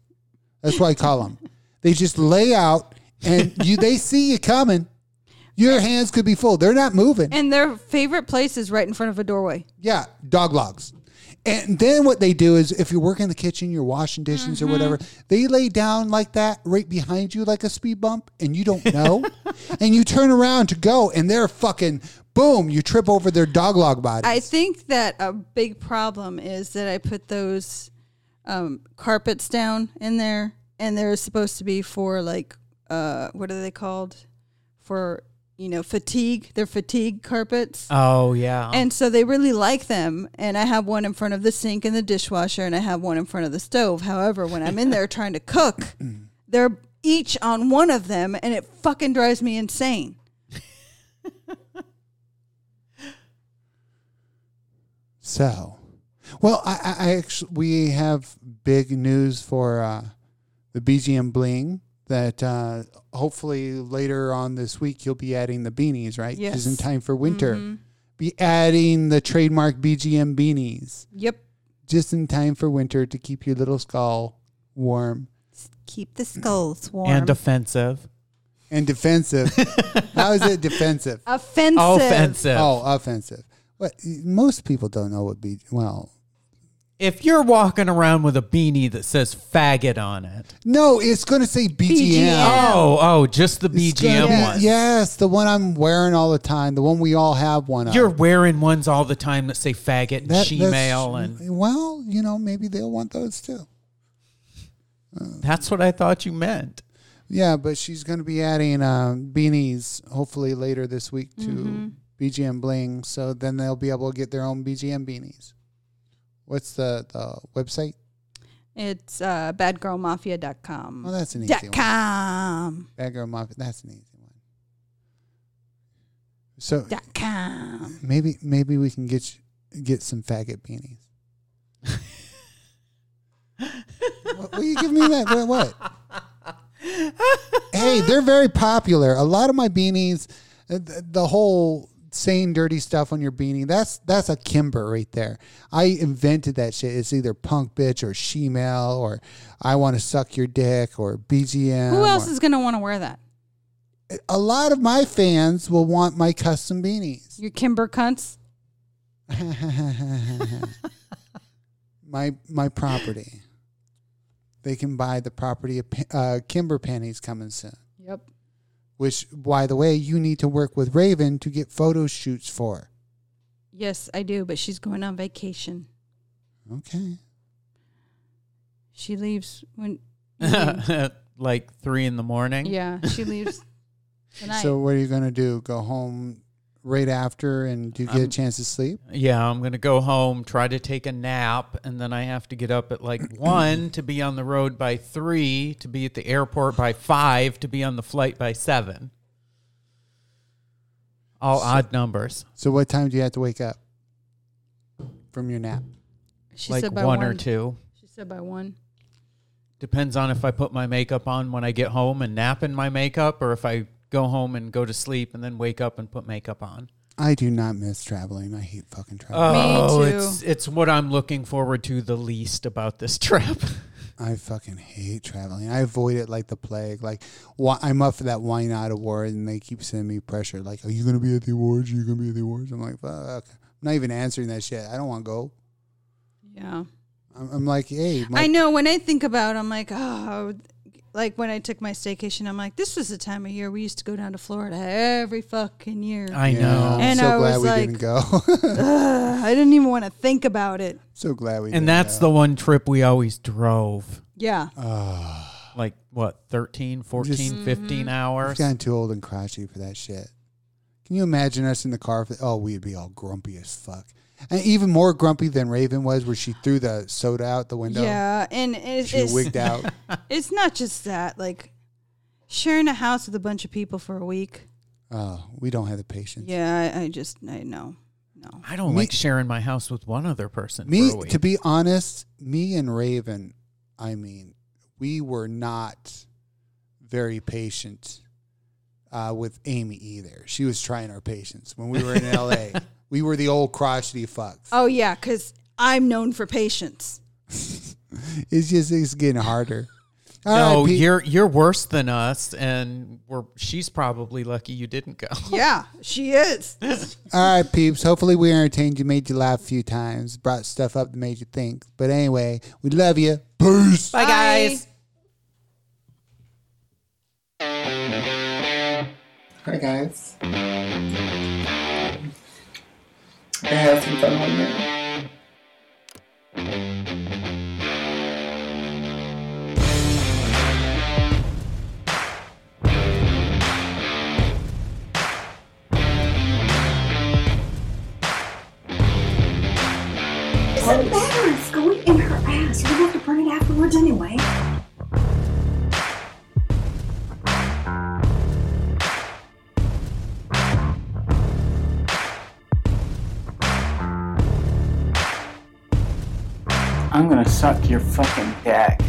Speaker 2: That's what I call them. They just lay out and you they see you coming. Your hands could be full. They're not moving.
Speaker 3: And their favorite place is right in front of a doorway.
Speaker 2: Yeah, dog logs. And then what they do is if you work in the kitchen, you're washing dishes or whatever, they lay down like that right behind you like a speed bump and you don't know. and you turn around to go and they're fucking boom, you trip over their dog log body.
Speaker 3: I think that a big problem is that I put those um, carpets down in there, and they're supposed to be for like uh, what are they called? For you know fatigue. They're fatigue carpets.
Speaker 4: Oh yeah.
Speaker 3: And so they really like them. And I have one in front of the sink and the dishwasher, and I have one in front of the stove. However, when I'm in there trying to cook, they're each on one of them, and it fucking drives me insane.
Speaker 2: so, well, I, I I actually, we have big news for uh, the BGM Bling that uh, hopefully later on this week you'll be adding the beanies, right? 'Cause
Speaker 3: Yes.
Speaker 2: in time for winter. Be adding the trademark BGM beanies.
Speaker 3: Yep.
Speaker 2: just in time for winter to keep your little skull warm
Speaker 3: Keep the skulls warm.
Speaker 4: and offensive.
Speaker 2: and defensive. How is it defensive?
Speaker 3: offensive.
Speaker 4: Offensive.
Speaker 2: Oh, offensive. What most people don't know what be well.
Speaker 4: If you're walking around with a beanie that says faggot on it.
Speaker 2: No, it's going to say BGM.
Speaker 4: Oh, oh, just the
Speaker 2: It's gonna
Speaker 4: BGM
Speaker 2: be-
Speaker 4: one.
Speaker 2: Yes, the one I'm wearing all the time, the one we all have one of.
Speaker 4: You're wearing ones all the time that say faggot and
Speaker 2: That- that's-
Speaker 4: shemale, and
Speaker 2: well, you know, maybe they'll want those too.
Speaker 4: that's what I thought you meant.
Speaker 2: Yeah, but she's going to be adding um, beanies hopefully later this week to BGM Bling, so then they'll be able to get their own BGM beanies. What's the, the website?
Speaker 3: It's uh, badgirlmafia.com.
Speaker 2: Oh, that's an easy
Speaker 3: Dot com.
Speaker 2: one. Batgirl Mafia. That's an easy one. So
Speaker 3: Dot com.
Speaker 2: maybe maybe we can get you, get some faggot beanies. what, will you give me that? What? what? hey, they're very popular. A lot of my beanies, uh, th- the whole saying dirty stuff on your beanie. That's that's a Kimber right there. I invented that shit. It's either punk bitch or shemale or I want to suck your dick or BGM.
Speaker 3: Who else
Speaker 2: or-
Speaker 3: is going to want to wear that?
Speaker 2: a lot of my fans will want my custom beanies.
Speaker 3: Your Kimber cunts?
Speaker 2: my my property. They can buy the property of pa- uh, Kimber panties coming soon.
Speaker 3: Yep.
Speaker 2: Which, by the way, you need to work with Raven to get photo shoots for.
Speaker 3: Yes, I do, but she's going on vacation.
Speaker 2: Okay.
Speaker 3: She leaves when.
Speaker 4: like three in the morning.
Speaker 3: Yeah, she leaves tonight.
Speaker 2: So, what are you gonna do? Go home right after, and do you get a chance to sleep?
Speaker 4: Yeah, I'm gonna go home, try to take a nap, and then I have to get up at like one to be on the road by three, to be at the airport by five, to be on the flight by seven. All odd numbers,
Speaker 2: So, what time do you have to wake up from your nap?
Speaker 3: she
Speaker 4: like
Speaker 3: said by
Speaker 4: one or two.
Speaker 3: She said by one.
Speaker 4: Depends on if I put my makeup on when I get home and nap in my makeup, or if I go home and go to sleep and then wake up and put makeup on.
Speaker 2: I do not miss traveling. I hate fucking traveling.
Speaker 4: Oh,
Speaker 3: too.
Speaker 4: it's it's what I'm looking forward to the least about this trip.
Speaker 2: I fucking hate traveling. I avoid it like the plague. Like why, I'm up for that why not award, and they keep sending me pressure. Like, are you gonna be at the awards? Are you gonna be at the awards? I'm like, fuck. I'm not even answering that shit. I don't want to go.
Speaker 3: Yeah.
Speaker 2: I'm, I'm like, hey, my,
Speaker 3: I know when I think about it, I'm like, oh, like when I took my staycation, I'm like, this was the time of year we used to go down to Florida every fucking year.
Speaker 4: I know.
Speaker 2: I'm
Speaker 3: And
Speaker 2: so
Speaker 3: I
Speaker 2: glad
Speaker 3: was
Speaker 2: we
Speaker 3: like-
Speaker 2: didn't go.
Speaker 3: Ugh, I didn't even want to think about it.
Speaker 2: so glad we. didn't
Speaker 4: And that's
Speaker 2: go.
Speaker 4: the one trip we always drove.
Speaker 3: Yeah.
Speaker 4: Like what, 13, 14,
Speaker 2: Just-
Speaker 4: 15
Speaker 2: We've
Speaker 4: hours?
Speaker 2: gotten too old and crotchety for that shit. Can you imagine us in the car? For, oh, we'd be all grumpy as fuck, and even more grumpy than Raven was, where she threw the soda out the window.
Speaker 3: Yeah. And it,
Speaker 2: She
Speaker 3: it's,
Speaker 2: wigged out.
Speaker 3: it's not just that, like sharing a house with a bunch of people for a week.
Speaker 2: Oh, we don't have the patience.
Speaker 3: Yeah. I, I just, I know. No.
Speaker 4: I don't
Speaker 2: Me-
Speaker 4: like sharing my house with one other person
Speaker 2: Me,
Speaker 4: for a week.
Speaker 2: to be honest, me and Raven, I mean, we were not very patient uh, with Amy either. She was trying our patience when we were in LA. We were the old crotchety fucks.
Speaker 3: Oh, yeah. Cause I'm known for patience.
Speaker 2: It's just it's getting harder. All
Speaker 4: no,
Speaker 2: right, Pete.
Speaker 4: you're you're worse than us and we're she's probably lucky you didn't go.
Speaker 3: Yeah. She is.
Speaker 2: All right, peeps. Hopefully, we entertained you, made you laugh a few times, brought stuff up that made you think. But anyway, we love you. Peace.
Speaker 4: Bye guys.
Speaker 1: Hi guys. I had some fun one night.
Speaker 12: doesn't matter. It's going in her ass. You have to burn it afterwards anyway.
Speaker 1: I'm gonna suck your fucking dick.